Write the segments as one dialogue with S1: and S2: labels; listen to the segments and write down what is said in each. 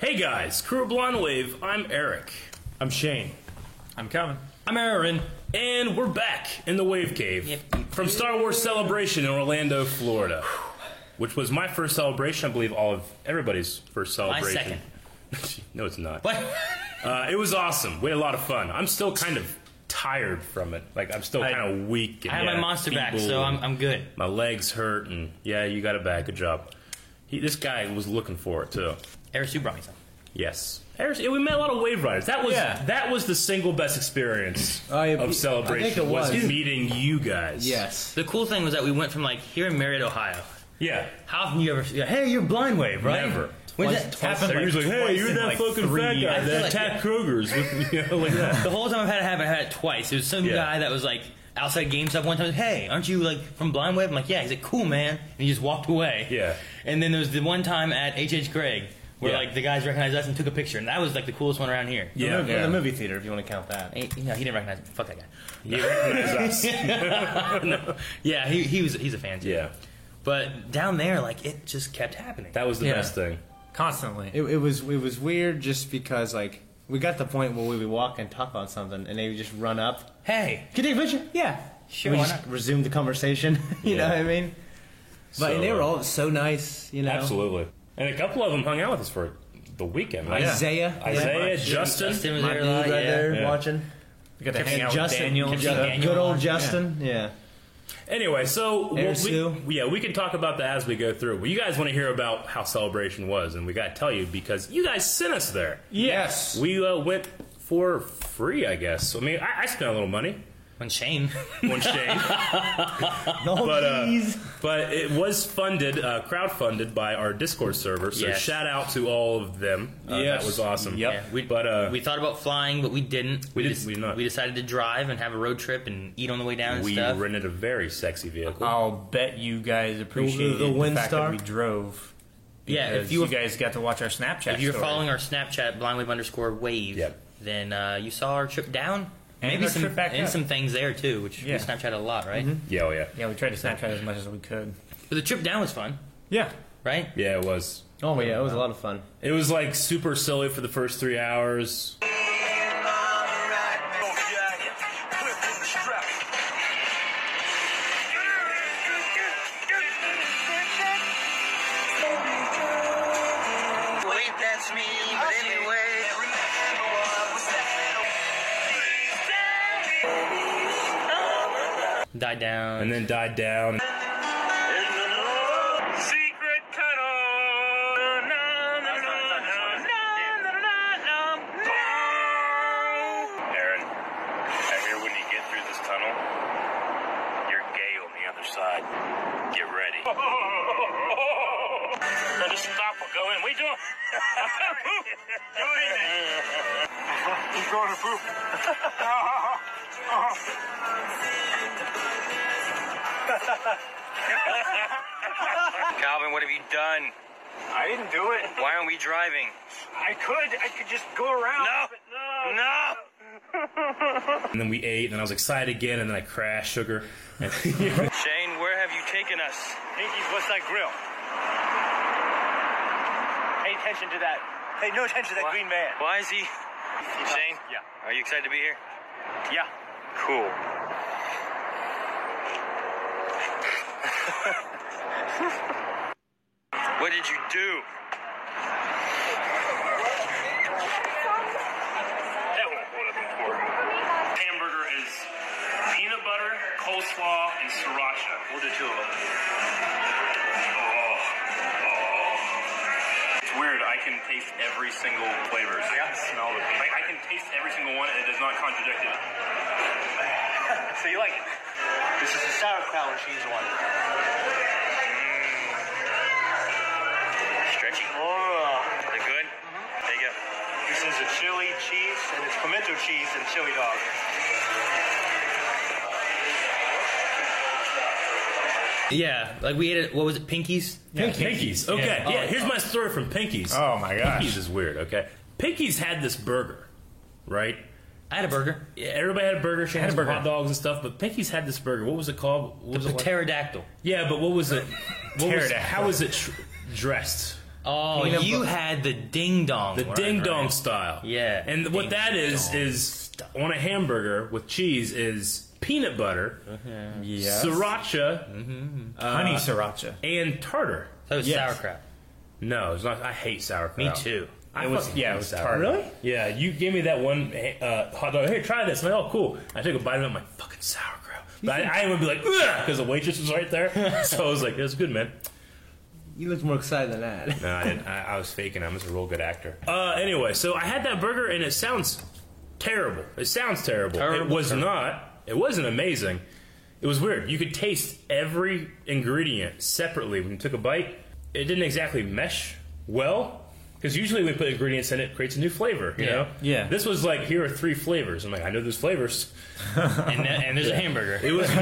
S1: Hey guys, crew of Blonde Wave, I'm Eric.
S2: I'm Shane.
S3: I'm coming.
S1: I'm Aaron. And we're back in the Wave Cave from Star Wars Celebration in Orlando, Florida. Which was my first celebration, I believe all of everybody's first celebration. second. no, it's not.
S3: What?
S1: Uh, it was awesome. We had a lot of fun. I'm still kind of tired from it. Like, I'm still
S3: I-
S1: kind of weak. And
S3: I have my monster back,
S1: feeble
S3: so I'm,
S1: and-
S3: I'm good.
S1: my legs hurt, and yeah, you got it back. Good job. He, this guy was looking for it too.
S3: Eris, you brought me some.
S1: Yes, Harris- yeah, we met a lot of wave riders. That was
S3: Yeah.
S1: that was the single best experience
S2: I- I
S1: of celebration.
S2: think it was.
S1: meeting you guys.
S2: Yes.
S3: The cool thing was that we went from like here in Merritt, Ohio.
S1: yeah.
S3: How often you ever? yeah, Hey, you're blind wave, right?
S1: Never.
S3: When
S2: Twice-
S3: that
S2: twice-
S3: happened,
S1: They're
S3: like,
S1: usually, hey,
S3: twice
S1: you're
S3: in,
S1: that
S3: like,
S1: fucking
S3: three
S1: fat guy
S3: years."
S1: that
S3: Like,
S1: attacked
S3: yeah.
S1: Kroger's with, you know, like that.
S3: The whole time I've had it happen, I had it twice. There was some
S1: Yeah.
S3: guy that was like outside GameStop one time. Hey, aren't you like from Blind Wave? I'm like, yeah. He's like, cool, man. And he just walked away.
S1: Yeah.
S3: And then there was the one time at HH Gregg where
S1: Yeah.
S3: like the guys recognized us and took a picture, and that was like the coolest one around here.
S1: Yeah,
S2: Or the,
S1: yeah.
S2: movie theater, if you want to count that.
S3: Hey, no, he didn't recognize me. Fuck that guy.
S1: You recognize us.
S3: Yeah, he, he was he's a fan too.
S1: Yeah,
S3: But down there, like it just kept happening.
S1: that was the
S4: Yeah.
S1: best thing.
S4: constantly.
S2: It, it was it was weird just because like we got to the point where we would walk and talk about something, and they would just run up.
S3: hey,
S2: Can you take a picture? Yeah.
S3: Sure,
S2: We
S3: why
S2: just
S3: not?
S2: resumed the conversation. you
S1: Yeah.
S2: know what I mean? But
S1: So,
S2: and they were
S1: uh,
S2: all so nice. You know.
S1: absolutely, and a couple of them hung out with us for the weekend. right?
S2: Isaiah.
S1: Isaiah,
S2: Yeah.
S1: Justin,
S3: Justin was
S2: My
S3: there
S2: dude
S3: a lot.
S2: right
S3: Yeah.
S2: there
S1: Yeah.
S2: watching.
S4: We got to hang
S2: And
S4: out
S2: Justin,
S4: with Daniel. and
S2: Ju-
S4: stuff.
S3: Daniel
S2: good old
S3: on.
S2: Justin. Yeah.
S1: Anyway, so
S2: Air
S1: well,
S2: Sue.
S1: we, yeah, we can talk about that as we go through. Well, you guys want to hear about how celebration was, and we got to tell you because you guys sent us there.
S2: Yes.
S1: We uh, went for free, I guess. I mean, I, I spent a little money,
S3: When Shane,
S1: one shade,
S2: No,
S1: but uh,
S2: oh, jeez.
S1: but it was funded, uh, crowdfunded by our Discord server. So
S3: Yes.
S1: shout out to all of them. Uh,
S2: Yes.
S1: That was awesome.
S2: Yep.
S3: Yeah,
S1: we, but uh,
S3: we thought about flying, but we didn't.
S1: We did-
S3: just-
S1: we did not.
S3: We decided to drive and have a road trip and eat on the way down and
S1: we
S3: stuff. Uh-huh.
S1: rented a very sexy vehicle.
S4: I'll bet you guys appreciated
S2: The-
S4: the,
S2: the
S4: fact
S2: Windstar?
S4: that we drove.
S3: Yeah, if
S4: because
S3: you
S4: you,
S3: were-
S4: guys got to watch our Snapchat.
S3: if you're
S4: story.
S3: following our Snapchat, blindwave underscore wave,
S1: Yep.
S3: then uh, you saw our trip down.
S4: And
S3: Maybe
S4: our
S3: some
S4: trip back
S3: and
S4: up.
S3: some things there too, which
S4: Yeah.
S3: we Snapchat a lot, right?
S1: yeah, oh, yeah,
S4: yeah, we tried to Snapchat as much as we could.
S3: But the trip down was fun,
S4: Yeah,
S3: right?
S1: yeah. It was.
S2: Oh yeah, it was a lot of fun.
S1: It was like super silly for the first three hours.
S5: Oh, yeah, yeah. Clip in the strap.
S6: Wait, that's me, but anyway.
S3: Died down.
S1: and then died down.
S5: Secret tunnel. No, no, no, no, no, no, no, no. Aaron, I hear when you get through this tunnel, you're gay on the other side. Get ready. Let us stop. We'll go in. We do. Go in He's going to poop.
S6: Calvin, what have you done?
S5: I didn't do it.
S6: Why aren't we driving?
S5: I could. I could just go around.
S6: No.
S5: but no.
S6: No!
S1: And then we ate, and then I was excited again, and then I crashed sugar. And
S6: Shane, where have you taken us?
S5: Pinkies, what's that grill? Pay attention to that. Pay no attention to that green man.
S6: Why is he. Shane?
S5: Yeah.
S6: Are you excited to be here?
S5: Yeah.
S6: Cool. what did you do?
S5: That one would have been important. Hamburger is peanut butter, coleslaw, and sriracha. We'll do two of them. Oh. Oh. It's weird. I can taste every single flavor. I can smell the Like, I can taste every single one, and it does not contradict it. so you like it? Mm.
S6: This is a sauerkraut and cheese one. Stretchy. Oh. They good? There you go.
S5: This is a chili cheese, and it's pimento cheese and chili dog.
S3: Yeah, like we ate it. What was it? Pinkies.
S1: Pinkies. Okay. Yeah.
S3: Yeah. Oh,
S1: here's my story from Pinkies.
S4: Oh, my gosh.
S1: Pinkies is weird. Okay. Pinkies had this burger, right?
S3: I had a burger.
S1: Yeah, everybody had a burger. She had
S4: a burger.
S1: hot dogs and stuff, but Pinkies had this burger. What was it called? What was
S3: The
S1: it like?
S3: pterodactyl.
S1: Yeah, but what was it? What was,
S4: Pterodactyl.
S1: how was it tr- dressed?
S3: Oh,
S4: Peanut
S3: you
S4: bu-
S3: had the ding dong.
S1: The
S3: word,
S1: ding dong
S3: right?
S1: style.
S3: Yeah,
S1: And what that is
S3: ding-dong
S1: is on a hamburger with cheese is peanut butter,
S4: Yes.
S1: sriracha,
S4: Honey sriracha.
S1: and tartar.
S3: That was
S4: Yes.
S3: sauerkraut.
S1: No, it's not. I hate sauerkraut.
S3: Me too.
S1: I
S4: It was-
S1: fucking
S4: yeah, it
S1: hate
S4: was
S1: sauerkraut.
S4: tartar.
S1: Really? Yeah, you gave me that one uh, hot dog. Hey, try this. I'm like, oh, cool. I took a bite of it. I'm like, fucking sauerkraut. But I, I would be like, because the waitress was right there. So I was like, it was good, man.
S2: You looked more excited than that.
S1: No, Uh, I, didn't. I, I was faking. I'm just a real good actor. Uh, anyway, so I had that burger, and it sounds terrible. It sounds terrible.
S3: Terrible,
S1: it was not. It wasn't amazing. It was weird. You could taste every ingredient separately when you took a bite. It didn't exactly mesh well because usually when we put ingredients in, it creates a new flavor. You
S3: Yeah.
S1: know.
S4: Yeah.
S1: This was like here are three flavors. I'm like, I know those flavors.
S3: And, that- and there's a hamburger.
S1: It was, but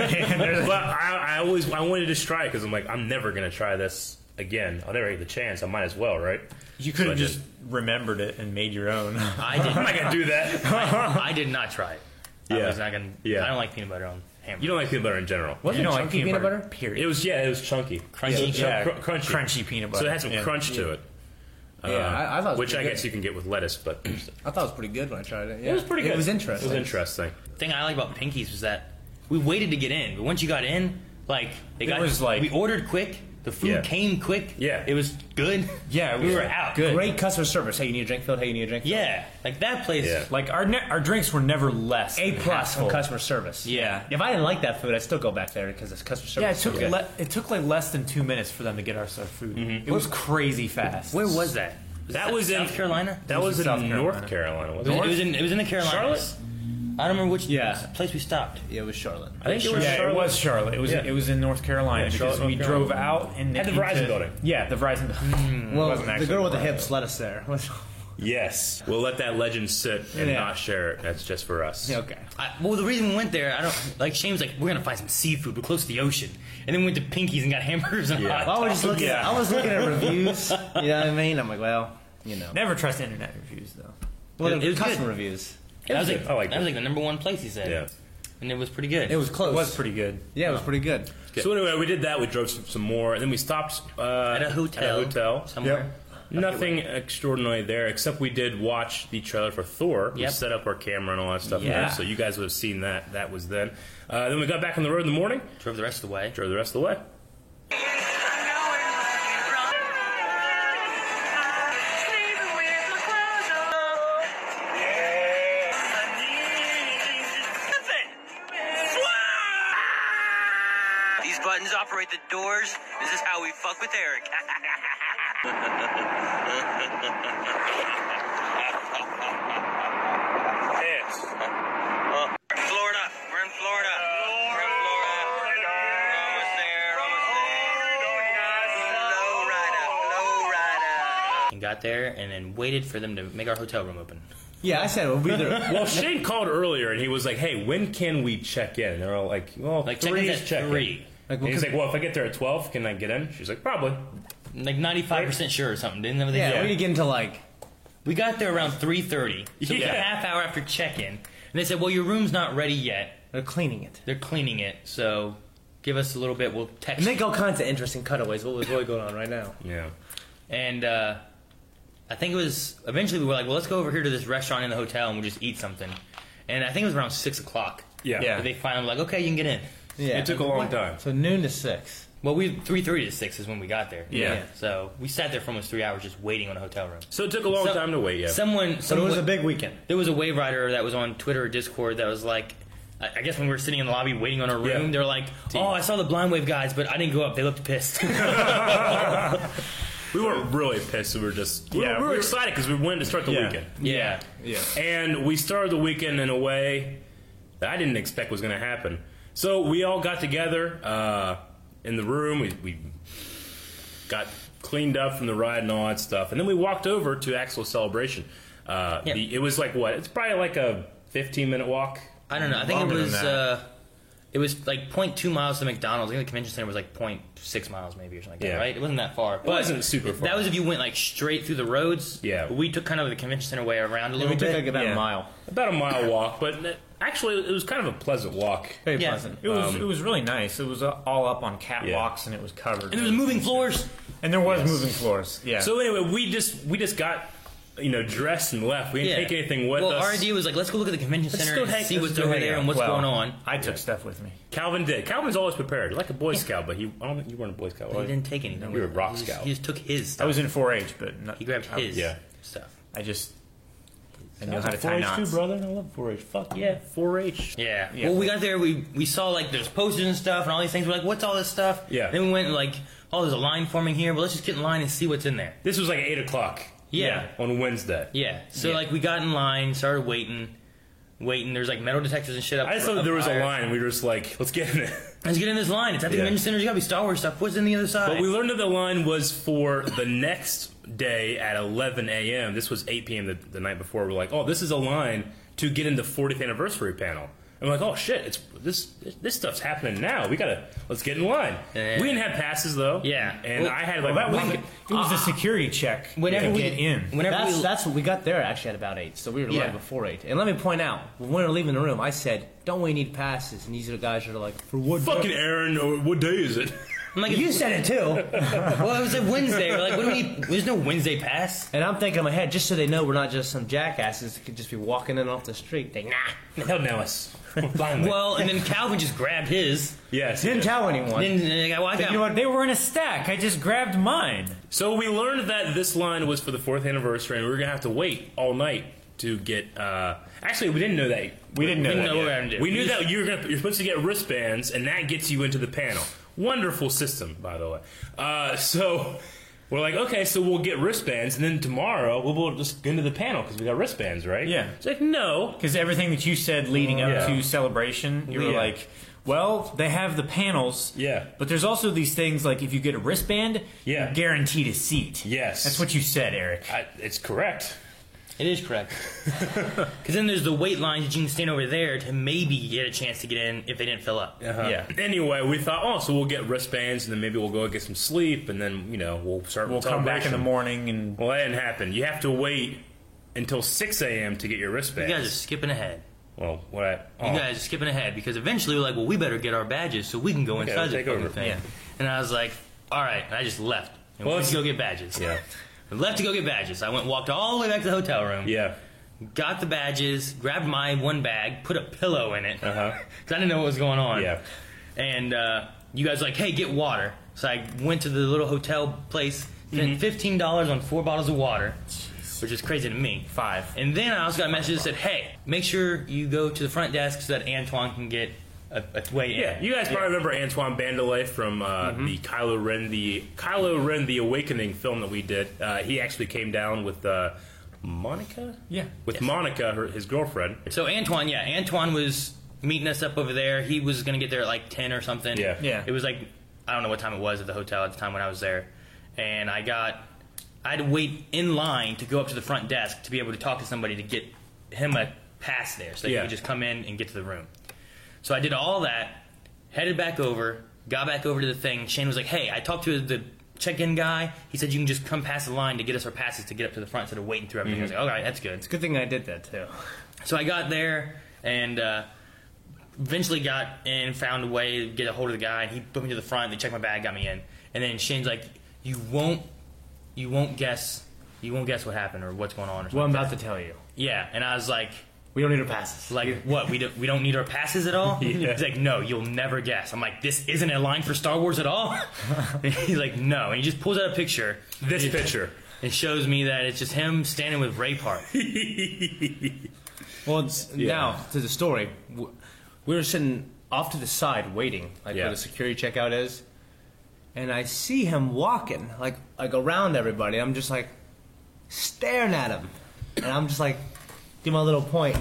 S1: I, I always I wanted to just try it because I'm like I'm never gonna try this again. I'll never get the chance. I might as well, right?
S4: You
S1: So
S4: could
S1: I
S4: have
S1: did.
S4: just remembered it and made your own.
S3: I
S1: I'm
S3: did.
S1: not gonna do that.
S3: I did not try it. I
S1: Oh Yeah.
S3: was not gonna.
S1: Yeah.
S3: I don't like peanut butter on hamburger.
S1: You don't like peanut butter in general.
S4: you don't like peanut butter?
S1: It
S4: Period.
S1: was yeah, it was chunky,
S3: Crunchy?
S1: So-
S4: Yeah,
S1: cr- crunchy,
S4: crunchy peanut butter.
S1: So it had some
S4: Yeah.
S1: crunch to it. Uh,
S2: Yeah, I, I thought it was
S1: which I
S2: pretty
S1: guess
S2: good.
S1: you can get with lettuce, but
S2: I thought it was pretty good when I tried it. Yeah.
S1: it was pretty good.
S2: It was interesting.
S1: It was interesting.
S3: The thing I like about Pinkies was that we waited to get in, but once you got in, like they got
S4: was like-
S3: we ordered quick. The food
S1: Yeah.
S3: came quick.
S1: Yeah.
S3: it was good.
S4: Yeah, it
S3: we
S4: was
S3: were out.
S4: good.
S2: Great customer service. Hey, you need a drink filled. Hey, you need a drink.
S3: Yeah, like that place.
S1: Yeah.
S4: Like our ne- our drinks were never less.
S2: A
S4: than
S2: plus on
S4: half full.
S2: customer service.
S4: Yeah.
S2: If I didn't like that food, I'd still go back there because it's customer service.
S4: Yeah, it
S2: is
S4: took
S2: so good.
S4: le- it took like less than two minutes for them to get us our food. It was crazy fast.
S3: Where was that?
S1: That was in-
S3: South Carolina.
S1: That was in
S4: South
S1: North Carolina.
S3: It
S1: wasn't it?
S3: was, it was in it was in the Carolinas.
S1: Charlotte?
S3: I don't remember which
S2: Yeah.
S3: place we stopped.
S2: Yeah, it was Charlotte.
S1: I think it was
S4: yeah,
S1: Charlotte.
S4: it was Charlotte. It was
S1: Yeah.
S4: it was in North Carolina
S1: Yeah,
S4: because
S1: Charlotte,
S4: we
S1: North
S4: drove
S1: Carolina.
S4: out and
S1: At the
S4: into-
S1: Verizon building. Hmm.
S4: Yeah, the Verizon building.
S2: Well,
S4: Wasn't
S2: the
S4: actually
S2: girl with the
S4: Verizon.
S2: hips let us there.
S1: Yes, we'll let that legend sit and
S2: Yeah.
S1: not share it. That's just for us.
S2: okay.
S3: I, well, the reason we went there, I don't like. Shane's like, we're gonna find some seafood. We're close to the ocean, and then we went to Pinkies and got hamburgers and
S1: Yeah.
S3: hot
S2: Well, I was
S3: dogs.
S2: just looking.
S1: Yeah.
S2: I was looking at reviews. You know what I mean? I'm like, well, you know,
S4: Never trust internet reviews though.
S2: well,
S3: It- it was
S2: customer
S3: good.
S2: reviews.
S3: That was
S1: good.
S3: like,
S1: I like
S3: that was like the number one place he said,
S1: Yeah.
S3: and it was pretty good.
S2: It was close.
S4: It was pretty good.
S2: yeah, it was pretty good.
S1: So anyway, we did that. We drove some, some more, and then we stopped uh,
S3: at a hotel,
S1: At a hotel.
S3: somewhere.
S1: Nothing extraordinary there, except we did watch the trailer for Thor. We
S3: Yep.
S1: set up our camera and all that stuff
S4: Yeah.
S1: there, so you guys would have seen that. That was then. Uh, then we got back on the road in the morning,
S3: Drove the rest of the way.
S1: drove the rest of the way.
S6: These buttons operate the doors. This is how we fuck with Eric. Florida. We're in Florida. We're in Florida. We're almost there. We're almost there. Florida. Florida.
S3: And got there, and then waited for them to make our hotel room open.
S2: Yeah, I said it would be there.
S1: Well, Shane called earlier and he was like, "Hey, when can we check in?" And they're all like, "Well,
S3: Like, check-in's
S1: three
S3: at
S1: is check
S3: three.
S2: Like,
S1: and he's
S2: what
S1: like, "Well, if I get there at twelve, can I get in?" She's like, "Probably."
S3: Like ninety five percent sure or something. Didn't know what they
S2: yeah,
S3: said.
S2: we didn't get into like.
S3: We got there around three thirty, so it was a
S1: Yeah.
S3: half hour after check in, and they said, "Well, your room's not ready yet.
S2: They're uh, cleaning it.
S3: They're cleaning it, so give us a little bit. We'll text."
S2: And
S3: you."
S2: they make all kinds of interesting cutaways. What was really going on right now?
S1: Yeah.
S3: And uh, I think it was eventually we were like, well, let's go over here to this restaurant in the hotel and we'll just eat something. And I think it was around six o'clock.
S1: Yeah.
S3: that They finally were like, okay, you can get in.
S2: Yeah,
S1: It took a long time.
S2: So noon to six.
S3: Well, we three thirty to six is when we got there.
S1: Yeah.
S3: So we sat there for almost three hours just waiting on a hotel room.
S1: So it took a long
S3: So-
S1: time to wait. Yeah.
S3: Someone,
S2: So it
S3: someone
S2: was a big weekend.
S3: there was a wave rider that was on Twitter or Discord that was like, I I guess when we were sitting in the lobby waiting on our room,
S1: Yeah.
S3: they're like, "Oh, I saw the blind wave guys, but I didn't go up. They looked pissed."
S1: we weren't really pissed. We were just we were,
S4: Yeah,
S1: we
S4: we
S1: were
S4: were-
S1: excited because we wanted to start the
S4: Yeah.
S1: weekend.
S3: yeah.
S2: Yeah.
S1: And we started the weekend in a way that I didn't expect was going to happen. So we all got together uh, in the room. We, we got cleaned up from the ride and all that stuff. And then we walked over to Axel's celebration. Uh,
S3: Yeah.
S1: the- it was like what? It's probably like a 15 minute walk.
S3: I don't know. I think it
S4: Longer than
S3: was.
S4: that.
S3: Uh, It was like 0.2 miles to McDonald's. I think the convention center was like 0.6 miles, maybe or something like
S1: Yeah.
S3: that. Right? It wasn't that far. But
S1: wasn't super far.
S3: That was if you went like straight through the roads.
S1: Yeah.
S3: We took kind of the convention center way around a
S2: Yeah,
S3: little
S2: we took
S3: bit.
S2: like about
S1: yeah.
S2: a mile.
S1: About a mile walk, but it- actually, it was kind of a pleasant walk.
S2: Very
S4: Yeah,
S2: pleasant.
S4: it was
S1: Um,
S4: it was really nice. It was uh, all up on catwalks and it was covered.
S3: and there was moving floors.
S4: And there was moving floors. Yeah.
S1: So anyway, we just we just got you know dressed and left. We didn't take anything with
S3: well,
S1: us.
S3: R and D was like, let's go look at the convention
S1: Let's
S3: center
S1: go
S3: and
S1: hang-
S3: see
S1: let's
S3: what's
S1: go
S3: over
S1: hang
S3: there
S1: out.
S3: and what's
S4: Well,
S3: going on.
S4: I took stuff with me.
S1: Calvin did. Calvin's always prepared, like a Boy Scout, but he I don't think you weren't a Boy Scout.
S3: He
S1: Right?
S3: didn't take anything.
S1: We were Rock
S3: he just,
S1: Scout.
S3: He just took his
S4: I
S3: stuff.
S4: was in 4-H, but not,
S3: he grabbed
S4: I,
S3: his
S1: yeah.
S3: stuff.
S4: I just I know how to tie knots.
S1: brother. I love 4-H. Fuck yeah, 4-H.
S3: Yeah. Well, we got there. We we saw like there's posters and stuff and all these things. We're like, what's all this stuff?
S1: Yeah.
S3: Then we went and, like, oh, there's a line forming here. Well, let's just get in line and see what's in there.
S1: This was like eight o'clock.
S3: Yeah.
S1: on Wednesday.
S3: Yeah. So like we got in line, started waiting, waiting. There's like metal detectors and shit up.
S1: I just thought
S3: up
S1: there was a
S3: higher.
S1: line. We were just like, let's get in it.
S3: Let's get in this line. It's at the
S1: Yeah.
S3: convention center. There's gotta be Star Wars stuff. What's in the other side?
S1: But we learned that the line was for the next day at 11 a.m. This was 8 p.m. The, the night before. We're like, oh, this is a line to get in the 40th anniversary panel. And we're like, oh shit, it's this this stuff's happening now. We gotta let's get in line.
S3: Yeah.
S1: We didn't have passes though.
S3: Yeah.
S1: and
S3: Well,
S1: I had like
S4: That was,
S1: pocket-
S4: it was a security check
S3: whenever
S4: to
S3: we
S4: get in.
S3: Whenever
S2: That's,
S3: we,
S2: that's what we got there actually at about eight. So we were
S3: Yeah.
S2: live before eight. And let me point out, when we were leaving the room, I said, "Don't we need passes?" And these are the guys that are like, "For what?"
S1: fucking Aaron. or What day is it?
S3: I'm like,
S2: You said it too.
S3: well, it was a Wednesday. We're like, what do we? Need? There's no Wednesday pass.
S2: and I'm thinking in my head, just so they know we're not just some jackasses that could just be walking in off the street. They nah.
S1: Hell no, us. Finally.
S3: Well, and then Calvin just grabbed his.
S1: yes.
S2: Didn't tell anyone.
S3: Then uh, well, I got
S4: You know what? They were in a stack. I just grabbed mine.
S1: So we learned that this line was for the fourth anniversary, and we were gonna have to wait all night to get. Uh, actually, we didn't know that.
S4: We didn't know
S1: We,
S4: that
S3: yet.
S1: we knew that you were gonna, you're supposed to get wristbands, and that gets you into the panel. Wonderful system, by the way. Uh, so we're like, okay, so we'll get wristbands, and then tomorrow we'll, we'll just go into the panel because we got wristbands, right?
S4: Yeah.
S1: It's like no.
S4: Because everything that you said leading up
S1: Yeah.
S4: to celebration, you were
S1: Yeah.
S4: like, well, they have the panels.
S1: Yeah.
S4: But there's also these things like if you get a wristband,
S1: Yeah.
S4: you're guaranteed a seat.
S1: Yes.
S4: That's what you said, Eric.
S1: I, it's correct.
S3: It is correct. Because then there's the wait lines that you can stand over there to maybe get a chance to get in if they didn't fill up.
S1: Uh,
S4: Yeah.
S1: Anyway, we thought, oh, so we'll get wristbands, and then maybe we'll go get some sleep, and then you know we'll start.
S4: We'll
S1: with
S4: come back in the
S1: celebration.
S4: morning and
S1: Well, that didn't happen. You have to wait until 6 a.m. to get your
S3: You guys are
S1: wristbands.
S3: skipping ahead.
S1: Well, what I.
S3: You
S1: Oh.
S3: guys are skipping ahead because eventually we're like, well, we better get our badges so we can go
S1: Okay,
S3: inside the
S1: take
S3: fucking
S1: over.
S3: thing.
S1: Yeah.
S3: And I was like, all right. And I just left. And
S1: Well,
S3: went
S1: it's-
S3: to go get badges.
S1: Yeah.
S3: I left to go get badges. I went, walked all the way back to the hotel room,
S1: Yeah.
S3: got the badges, grabbed my one bag, put a pillow in it.
S1: Uh huh.
S3: Cause I didn't know what was going on.
S1: Yeah.
S3: And uh, you guys were like, hey, get water. So I went to the little hotel place, spent fifteen dollars on four bottles of water, which is crazy to me.
S4: five.
S3: And then I also got a message that said, hey, make sure you go to the front desk so that Antoine can get a, a way in.
S1: Yeah. You guys probably remember Antoine Bandelet from uh, the Kylo Ren the Kylo Ren the Awakening film that we did. Uh, he actually came down with uh, Monica.
S4: Yeah.
S1: With Monica, her, his girlfriend.
S3: So Antoine, yeah, Antoine was meeting us up over there. He was gonna get there at like ten or something.
S1: Yeah.
S4: Yeah.
S3: It was like I don't know what time it was at the hotel at the time when I was there, and I got I had to wait in line to go up to the front desk to be able to talk to somebody to get him a pass there, so that
S1: Yeah.
S3: he could just come in and get to the room. So I did all that, headed back over, got back over to the thing. Shane was like, "Hey, I talked to the check-in guy. He said you can just come past the line to get us our passes to get up to the front instead of waiting through everything." I was like, "All right, that's good."
S2: Good thing I did that too.
S3: So I got there and uh, eventually got in, found a way to get a hold of the guy, and he put me to the front. They checked my bag, got me in, and then Shane's like, "You won't, you won't guess, you won't guess what happened or what's going on." Or something.
S2: Well, I'm about to tell you.
S3: yeah, and I was like,
S2: We don't need our passes.
S3: "Like what? We don't, we don't need our passes at all." He's like, "No, you'll never guess." I'm like, "This isn't a line for Star Wars at all." He's like, "No," and he just pulls out a picture.
S1: This picture.
S3: And shows me that it's just him standing with Ray Park.
S2: Well, it's, now to the story. W- We were sitting off to the side waiting, like
S1: Yeah.
S2: where the security checkout is, and I see him walking, like like around everybody. I'm just like staring at him, and I'm just like, do my little point,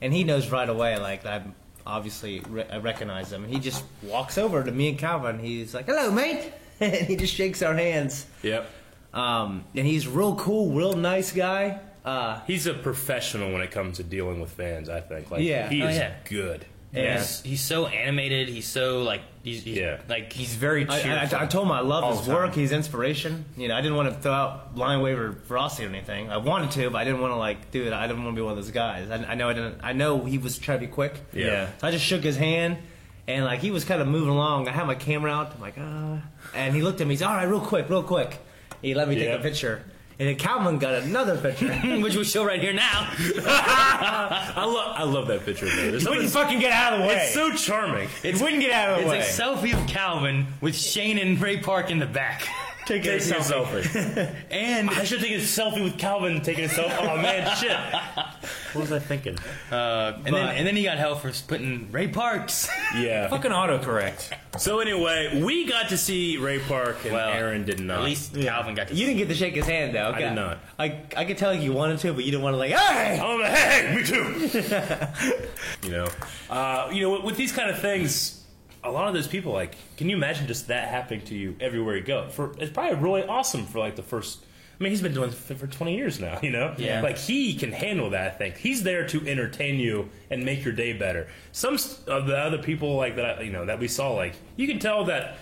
S2: and he knows right away. Like I obviously re- I recognize him, and he just walks over to me and Calvin. He's like, "Hello, mate," and he just shakes our hands.
S1: Yep.
S2: Um, and he's real cool, real nice guy. Uh,
S1: He's a professional when it comes to dealing with fans, I think. Like,
S2: Yeah.
S1: He
S3: Oh,
S1: is
S3: yeah.
S1: good.
S3: And
S2: Yeah.
S3: he's, he's so animated. He's so like he's, he's
S1: Yeah.
S3: like
S4: He's very cheerful.
S2: I, I, I told him I
S4: All
S2: love his
S4: the time.
S2: work. He's inspiration. You know, I didn't want to throw out line waiver ferocity or anything. I wanted to, but I didn't want to like do it. I didn't want to be one of those guys. I, I know I didn't. I know he was trying to be quick.
S1: Yeah.
S4: Yeah.
S2: So I just shook his hand, and like he was kind of moving along. I had my camera out. I'm like, ah, and he looked at me. He's all right, real quick, real quick. He let me take
S1: Yeah.
S2: a picture, and then Calvin got another picture.
S3: which we show right here now.
S1: I love I love that picture. Though. There's something-
S4: wouldn't fucking get out of the way.
S1: it's so charming.
S4: it wouldn't get out of
S3: It's
S4: the
S3: a
S4: way.
S3: selfie of Calvin with Shane and Ray Park in the back.
S1: Taking a selfie.
S3: And
S1: I should take a selfie with Calvin taking a selfie. Oh man, shit. What was I thinking?
S3: uh, and then and then he got hell for putting Ray Parks.
S1: Yeah.
S4: fucking autocorrect.
S1: So anyway, we got to see Ray Park and
S3: Well,
S1: Aaron did not.
S3: At least Calvin got to
S2: you didn't get to shake his hand though.
S1: did not.
S2: I I could tell you wanted to, but you didn't want to like, hey.
S1: I'm like, hey, hey, me too. you know, uh, you know, with, with these kind of things, a lot of those people, like, can you imagine just that happening to you everywhere you go? For it's probably really awesome for like the first. I mean, he's been doing it for 20 years now, you know?
S3: Yeah.
S1: Like, he can handle that, I think. He's there to entertain you and make your day better. Some st- of the other people, like, that, I, you know, that we saw, like, you can tell that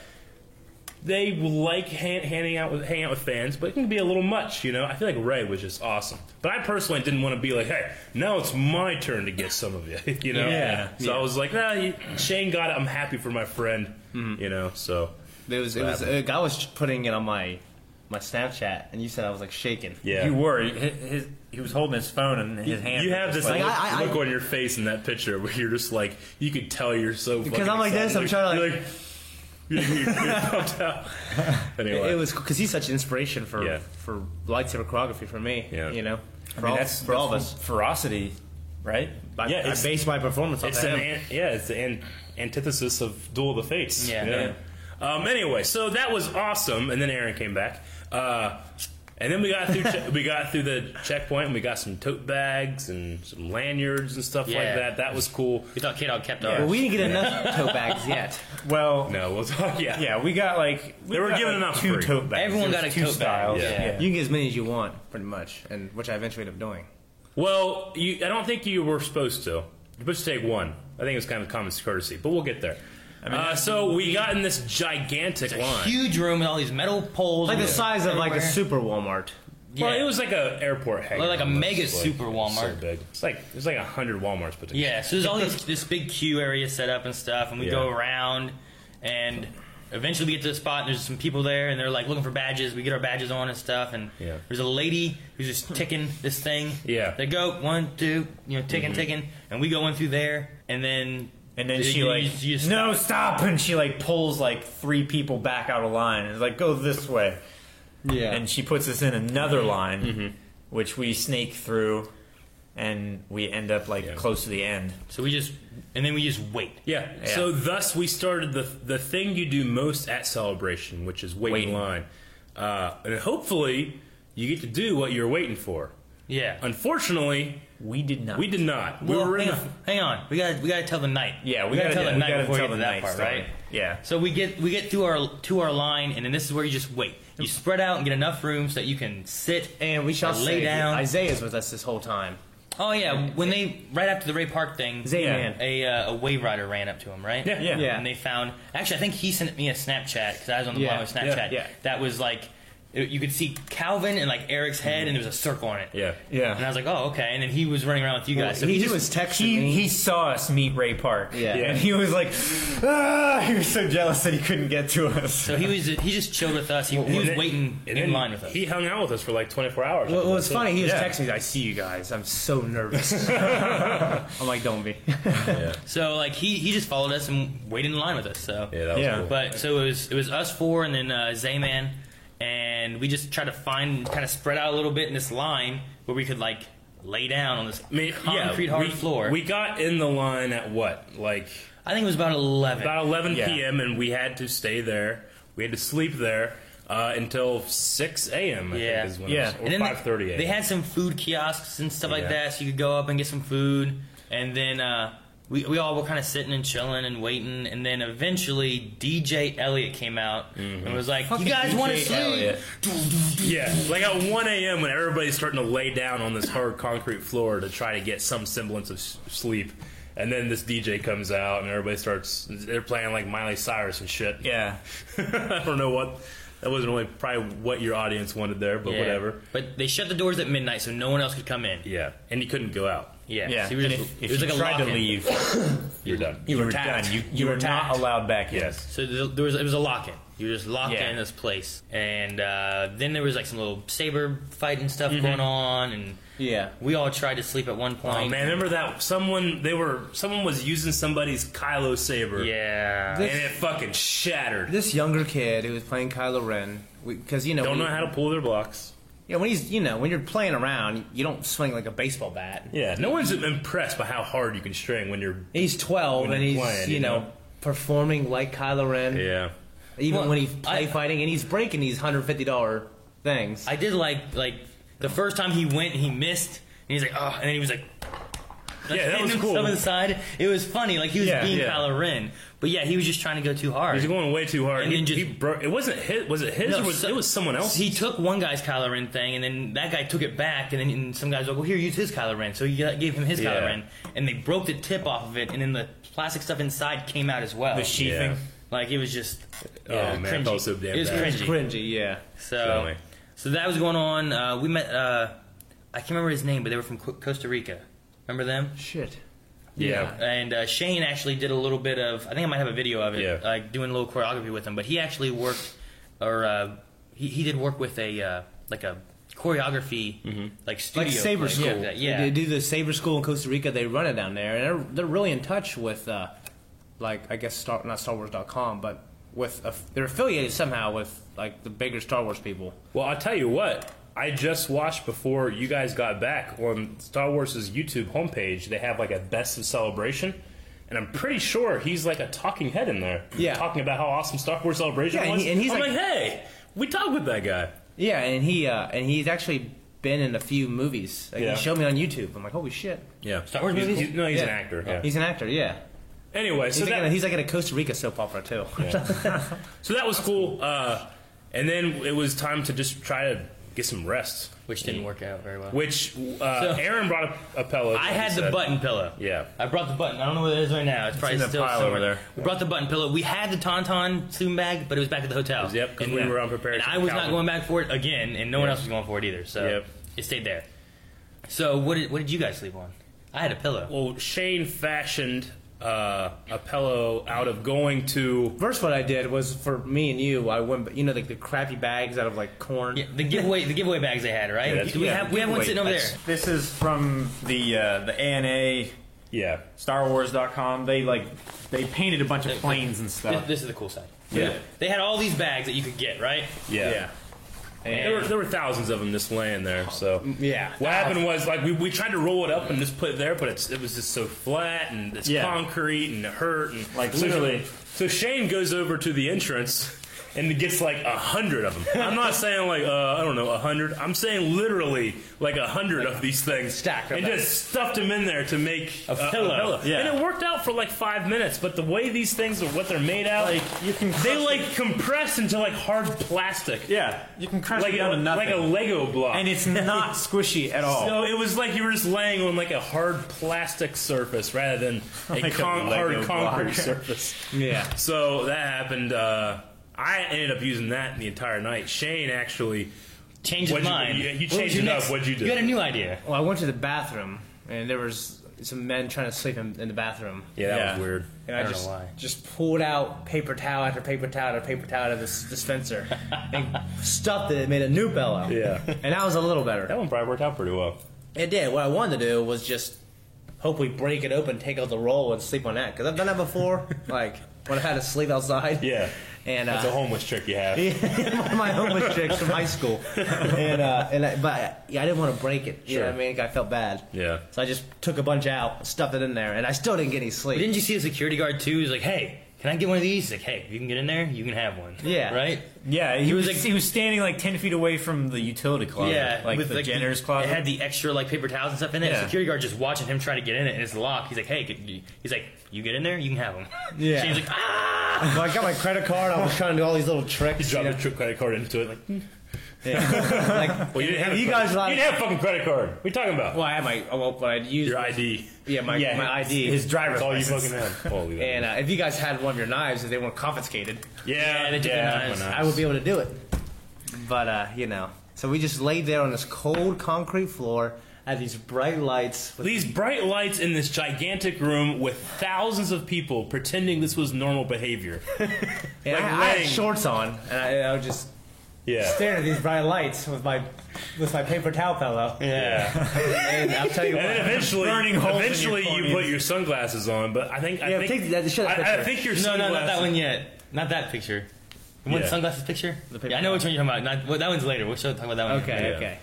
S1: they like hand, handing out with hanging out with fans, but it can be a little much, you know. I feel like Ray was just awesome, but I personally didn't want to be like, hey, now it's my turn to get some of you, you know.
S4: Yeah.
S1: So I was like, nah, you, Shane got it. I'm happy for my friend,
S4: Mm-hmm.
S1: you know. So
S2: It was, it was, uh, I was putting it on my my Snapchat, and you said I was like shaking.
S1: yeah,
S4: You were. He- His, he was holding his phone and his hand.
S1: You
S4: was
S1: have
S4: just
S1: this
S4: like-
S1: look,
S2: Like, I- I-
S1: look on your face in that picture where you're just like, you could tell you're so
S2: Because
S1: fucking
S2: I'm like this, I'm
S1: excited.
S2: trying to,
S1: You're like. you're- you're pumped out. Anyway,
S2: It was because he's such an inspiration for
S1: Yeah.
S2: for lightsaber choreography for me.
S1: Yeah.
S2: You know, for,
S4: I mean,
S2: all,
S4: that's
S2: for all of
S4: that's
S2: us.
S4: Ferocity, right?
S2: I,
S1: Yeah,
S2: I
S1: it's-
S2: based my performance on
S1: It's
S2: that.
S1: an an, yeah, it's the an, antithesis of Duel of the Fates.
S3: Yeah.
S1: you know? Um, anyway, so that was awesome, and then Aaron came back, uh, and then we got through che- we got through the checkpoint, and we got some tote bags and some lanyards and stuff
S3: Yeah.
S1: like that. That was cool.
S3: We thought K Dog kept
S2: But
S3: ours.
S2: we didn't get enough tote bags yet.
S4: Well,
S1: No, we'll talk. Yeah,
S4: yeah, we got like we
S1: They were
S4: got,
S1: giving
S4: like,
S1: it out
S4: two
S1: free.
S4: tote bags.
S3: Everyone
S4: There
S3: got
S4: was
S3: a
S4: two
S3: tote bag.
S4: styles.
S1: Yeah.
S2: You can get as many as you want, pretty much, and which I eventually ended up doing.
S1: Well, you, I don't think you were supposed to. You're supposed to take one. I think it was kind of common courtesy, but we'll get there. uh, so we got in this gigantic line.
S3: Huge room with all these metal poles.
S2: Like the
S3: Yeah.
S2: size of like a
S3: Everywhere.
S2: super Walmart.
S3: Yeah.
S1: Well, it was like a airport hangar,
S3: Like a
S1: almost.
S3: mega
S1: It's
S3: super
S1: it's so
S3: Walmart.
S1: big. It's like it's like a hundred WalMarts put together.
S3: Yeah, so there's all these, this big queue area set up and stuff, and we go
S1: Yeah.
S3: around, and eventually we get to the spot, and there's some people there, and they're like looking for badges. We get our badges on and stuff, and
S1: Yeah.
S3: there's a lady who's just ticking this thing.
S1: Yeah.
S3: They go one, two, you know, ticking, ticking, and we go in through there, and then.
S4: And then
S3: you-
S4: she
S3: you-
S4: like,
S3: you- you stop.
S4: no, stop! And she like pulls like three people back out of line. and is like, go this way.
S2: Yeah.
S4: And she puts us in
S3: Mm-hmm.
S4: another line, which we snake through, and we end up like
S1: Yeah.
S4: close to the end.
S3: So we just, and then we just wait.
S1: Yeah.
S4: Yeah.
S1: So thus we started the the thing you do most at celebration, which is wait in
S4: Waiting.
S1: line, uh, and hopefully you get to do what you're waiting for.
S3: Yeah.
S1: Unfortunately,
S4: We did not.
S1: we did not. We
S3: Well,
S1: were in
S3: hang,
S1: a
S3: on, hang on. We gotta we gotta tell the night.
S4: Yeah, we,
S3: we, gotta, tell the
S4: we
S3: night
S4: gotta
S3: before we
S4: tell
S3: get to
S4: the
S3: that
S4: night
S3: part,
S4: story.
S3: right?
S4: Yeah.
S3: So we get we get through our to our line, and then this is where you just wait. You spread out and get enough room so that you can sit.
S2: And we shall
S3: or lay
S2: say
S3: down.
S2: Isaiah's with us this whole time.
S3: oh yeah, when they right after the Ray Park thing,
S2: Zay
S4: Yeah.
S2: man.
S3: a uh, a wave rider ran up to him, right?
S1: Yeah.
S4: Yeah.
S2: Yeah.
S3: And they found actually, I think he sent me a Snapchat because I was on the
S2: Yeah,
S3: line with Snapchat.
S2: yeah, yeah.
S3: That was like it- you could see Calvin and like Eric's head, and there was a circle on it.
S1: yeah.
S2: Yeah.
S3: And I was like, oh okay. And then he was running around with you guys. so
S2: he,
S3: he
S2: he
S3: just
S2: was texting
S4: He,
S2: me.
S4: he saw us meet Ray Park.
S2: Yeah.
S4: And he was like, ah, he was so jealous that he couldn't get to us.
S3: So he was he just chilled with us. He, he was waiting
S1: and
S3: in
S1: then
S3: line with us.
S1: He hung out with us for like 24 hours.
S2: Well, it was
S1: That's it.
S2: funny. He was
S4: Yeah.
S2: texting me. I see you guys. I'm so nervous. I'm like, don't be.
S3: so like he, he just followed us and waited in line with us. So
S1: Yeah, that was
S4: Yeah.
S1: cool.
S3: But so it was it was us four and then uh, Zayman, and we just tried to find kind of spread out a little bit in this line where we could like lay down on this
S1: I mean, yeah,
S3: concrete hard
S1: we,
S3: floor.
S1: We got in the line at what, like
S3: I think it was about eleven.
S1: about 11
S4: Yeah.
S1: p.m. and we had to stay there. We had to sleep there uh, until 6 a.m. I
S3: Yeah.
S1: think is when
S4: Yeah.
S1: it was, or
S3: they-
S1: 5:30 a.m.
S3: They had some food kiosks and stuff like
S1: Yeah.
S3: that, so you could go up and get some food. And then uh, we, we all were kind of sitting and chilling and waiting. And then eventually DJ Elliott came out
S4: Mm-hmm.
S3: and was like, "You guys want to
S4: DJ
S3: sleep?"
S4: Elliott.
S1: Yeah, like at 1 a.m. when everybody's starting to lay down on this hard concrete floor to try to get some semblance of s- sleep. And then this DJ comes out, and everybody starts. They're playing like Miley Cyrus and shit.
S4: Yeah.
S1: I don't know what. That wasn't really probably what your audience wanted there, but
S3: Yeah.
S1: whatever.
S3: But they shut the doors at midnight, so no one else could come in.
S1: Yeah, and you couldn't go out.
S3: Yeah,
S4: Yeah.
S3: So you were
S4: and
S3: just-
S4: if,
S3: it
S4: if
S3: was
S4: you
S3: like a
S4: tried to
S3: lock-in.
S4: leave,
S1: You're done.
S4: you were
S3: tapped.
S4: done. You, you,
S3: You
S4: were,
S3: were
S4: not
S3: tapped.
S4: allowed back in.
S1: Yes.
S3: So th- there was it was a lock in. You were just locked
S4: Yeah.
S3: in this place, and uh, then there was like some little saber fight and stuff going on, and
S2: Yeah.
S3: we all tried to sleep at one point.
S1: Mm-hmm. Oh man, remember that someone they were someone was using somebody's Kylo saber.
S3: Yeah.
S1: And it fucking shattered.
S2: This younger kid who was playing Kylo Ren, because you know,
S1: Don't
S2: when-
S1: know how to pull their blocks.
S2: Yeah, when he's you know when you're playing around, you don't swing like a baseball bat.
S1: Yeah, no one's impressed by how hard you can string when you're.
S2: He's 12
S1: When
S2: and
S1: you're
S2: he's
S1: playing, you
S2: you know,
S1: know?
S2: performing like Kylo Ren,
S1: Yeah.
S2: even
S3: Well,
S2: when he's play
S3: I-
S2: fighting and he's breaking these hundred fifty dollar things.
S3: I did like like the first time he went, he missed, and he's like, oh, and then he was like, like,
S1: Yeah, that
S3: hitting
S1: was
S3: himself
S1: cool.
S3: in the side. It was funny, like he was
S1: Yeah,
S3: being
S1: yeah.
S3: Kylo Ren, but yeah, he was just trying to go too hard.
S1: He's going way too hard.
S3: And
S1: he,
S3: then just-
S1: he broke. It wasn't his. Was it his?
S3: No,
S1: or was,
S3: so-
S1: it was someone else.
S3: He took one guy's Kylo Ren thing, and then that guy took it back, and then and some guys were like, "Well, here, use his Kylo Ren." So he got- gave him his
S1: Yeah.
S3: Kylo Ren, and they broke the tip off of it, and then the plastic stuff inside came out as well.
S4: The sheathing.
S1: Yeah.
S3: like it was just
S1: Oh, man, I
S3: cringy.
S1: felt so damn
S3: it was
S1: bad.
S3: cringy.
S2: cringy, yeah.
S3: So,
S1: Definitely.
S3: so that was going on. Uh, we met. Uh, I can't remember his name, but they were from Co- Costa Rica. Remember them?
S2: Shit.
S1: yeah.
S3: And uh, Shane actually did a little bit of. I think I might have a video of it,
S1: Yeah.
S3: like doing a little choreography with him. But he actually worked, or uh, he, he did work with a uh, like a choreography
S1: Mm-hmm.
S3: like studio,
S2: Like Saber
S3: place.
S2: School.
S3: Yeah, yeah.
S2: They do the Saber School in Costa Rica. They run it down there, and they're, they're really in touch with, uh, like I guess Star not StarWars.com, but with a, they're affiliated somehow with like the bigger Star Wars people.
S1: Well, I'll tell you what. I just watched before you guys got back on Star Wars' YouTube homepage. They have like a best of celebration, and I'm pretty sure he's like a talking head in there.
S2: Yeah.
S1: talking about how awesome Star Wars Celebration
S2: Yeah, and
S1: was.
S2: he- and he's
S1: I'm like,
S2: like-
S1: hey, we talked with that guy.
S2: Yeah, and he uh, and he's actually been in a few movies. Like,
S1: Yeah.
S2: He showed me on YouTube. I'm like, holy shit.
S1: Yeah,
S3: Star Wars
S1: He's-
S3: movies?
S1: he's- no, he's
S2: Yeah.
S1: an actor. Yeah.
S2: He's an actor, yeah.
S1: anyway,
S2: He's,
S1: so
S2: like
S1: that,
S2: in a, he's like in a Costa Rica soap opera too.
S1: so that was cool. Uh, and then it was time to just try to get some rest,
S3: which didn't work out very well.
S1: which uh,
S3: So-
S1: Aaron brought up a pillow.
S3: I had the
S1: Said-
S3: button pillow.
S1: Yeah.
S3: I brought the button. I don't know where it is right now. It's probably
S4: in that
S3: still
S4: pile
S3: somewhere.
S4: over there.
S3: We brought the button pillow. We had the tauntaun soon bag, but it was back at the hotel.
S1: Yep, 'cause
S3: And
S1: we were unprepared
S3: And
S1: for
S3: I was
S1: Calvin.
S3: not going back for it again, and no one
S1: Yeah.
S3: else was going for it either. So
S1: Yep.
S3: it stayed there. So what did what did you guys sleep on? I had a pillow.
S1: Well, Shane fashioned uh, a pillow out of going to.
S2: First, what I did was for me and you, I went, you know, like the crappy bags out of like corn.
S3: Yeah, the giveaway the giveaway bags they had, right?
S1: Yeah, that's-
S3: we
S1: yeah,
S3: have we have one
S4: Wait,
S3: sitting over there.
S4: that's- This is from the uh, the ANA
S1: Yeah.
S4: StarWars.com. They like they painted a bunch of planes and
S3: This,
S4: stuff.
S3: this is the cool side.
S1: Yeah.
S3: They had all these bags that you could get, right?
S1: Yeah.
S4: Yeah.
S1: There, were, there were thousands of them just laying there. So
S2: Yeah.
S4: Ah.
S1: what happened was like we, we tried to roll it up and just put it there, but it's, it was just so flat and it's
S4: Yeah.
S1: concrete and it hurt and
S4: Like,
S1: so-
S4: literally.
S1: So Shane goes over to the entrance and gets like a hundred of them. I'm not saying like uh, I don't know a hundred. I'm saying literally like a hundred of these things
S2: Stack of
S1: and
S2: them.
S1: just stuffed them in there to make
S3: A pillow.
S4: Yeah.
S1: And it worked out for like five minutes. But the way these things are, what they're made out,
S4: Like, you can
S1: they
S4: crush
S1: like compress into like hard plastic
S4: yeah, you can crush
S1: like
S4: it
S1: a,
S4: down to nothing,
S1: like a Lego block.
S4: and it's not squishy at all.
S1: so it was like you were just laying on like a hard plastic surface rather than a,
S4: Like a
S1: con- hard
S4: Lego
S1: concrete
S4: block.
S1: surface.
S2: Yeah.
S1: So that happened. Uh, I ended up using that the entire night. Shane actually.
S3: Changed his
S1: What'd you-
S3: mind.
S1: you- you
S3: What was
S1: changed
S3: your
S1: it up.
S3: next-
S1: What'd you do?
S3: You had a new idea.
S2: Well, I went to the bathroom, and there was some men trying to sleep in, in the bathroom.
S1: Yeah, that
S4: Yeah.
S1: was weird.
S2: And
S3: I
S2: I,
S3: don't
S2: just
S3: know why.
S2: just pulled out paper towel after paper towel after paper towel out of this dispenser and stuffed it and made a new pillow.
S1: Yeah.
S2: And that was a little better.
S1: That one probably worked out pretty well.
S2: It did. What I wanted to do was just hopefully break it open, take out the roll, and sleep on that. Because I've done that before. like when I had to sleep outside.
S1: Yeah.
S2: And uh,
S1: That's a homeless trick you have.
S2: my homeless chicks from high school. And uh, and I, but yeah, I didn't want to break it. You know what I
S1: Sure.
S2: mean? I felt bad.
S1: Yeah.
S2: So I just took a bunch out, stuffed it in there, and I still didn't get any
S3: But
S2: sleep.
S3: didn't you see the security guard too? He's like, "Hey, can I get one of these?" He's like, "Hey, if you can get in there, you can have one."
S2: Yeah.
S3: Right.
S4: Yeah, he, was
S3: was like-
S4: he was standing like ten feet away from the utility closet,
S3: yeah.
S4: like the janitor's closet.
S3: It had the extra like paper towels and stuff in it.
S4: Yeah.
S3: Security guard just watching him try to get in it, and it's locked. He's like, "Hey," could you-" he's like, "You get in there, you can have them."
S2: Yeah.
S3: Shane's like, "Ah."
S2: So I got my credit card. I was trying to do all these little tricks.
S1: Drop
S2: you
S1: the
S2: know?
S1: trip credit card into it. Like,
S2: like,
S1: Well, you didn't have.
S2: you
S1: a
S2: guys
S1: credit-
S2: like,
S1: you didn't have a fucking credit card. What are you talking about?
S2: well, I have my, oh, well, but I'd use
S1: Your ID.
S2: yeah, my,
S4: Yeah,
S2: my
S4: his-
S2: ID.
S4: his driver's
S1: That's all you
S4: license.
S1: fucking have. Holy
S2: and uh, if you guys had one of your knives, if they weren't confiscated,
S1: yeah,
S3: Yeah, they took the knives.
S1: knives.
S2: I would be able to do it. But uh, you know, so we just laid there on this cold concrete floor at these bright lights. With,
S1: These bright lights in this gigantic room with thousands of people pretending this was normal behavior.
S2: and I,
S1: like
S2: I had
S1: laying-
S2: shorts on, and I, I was just
S1: Yeah.
S2: staring at these bright lights with my with my paper towel pillow.
S1: Yeah.
S2: And I'll tell you
S1: And then
S2: what.
S1: eventually,
S4: Burning holes in
S1: eventually
S4: your
S1: you put your sunglasses on, but I think I
S2: Yeah,
S1: think
S2: take that- show that
S1: I, I
S2: picture.
S1: think your
S3: No,
S1: sunglasses.
S3: no, not that one yet. Not that picture. The one
S1: Yeah.
S3: sunglasses picture?
S2: paper
S3: yeah, I know which one you're talking about. Not, well, that one's later. We'll still talk about that one.
S2: Okay,
S1: Yeah.
S2: okay.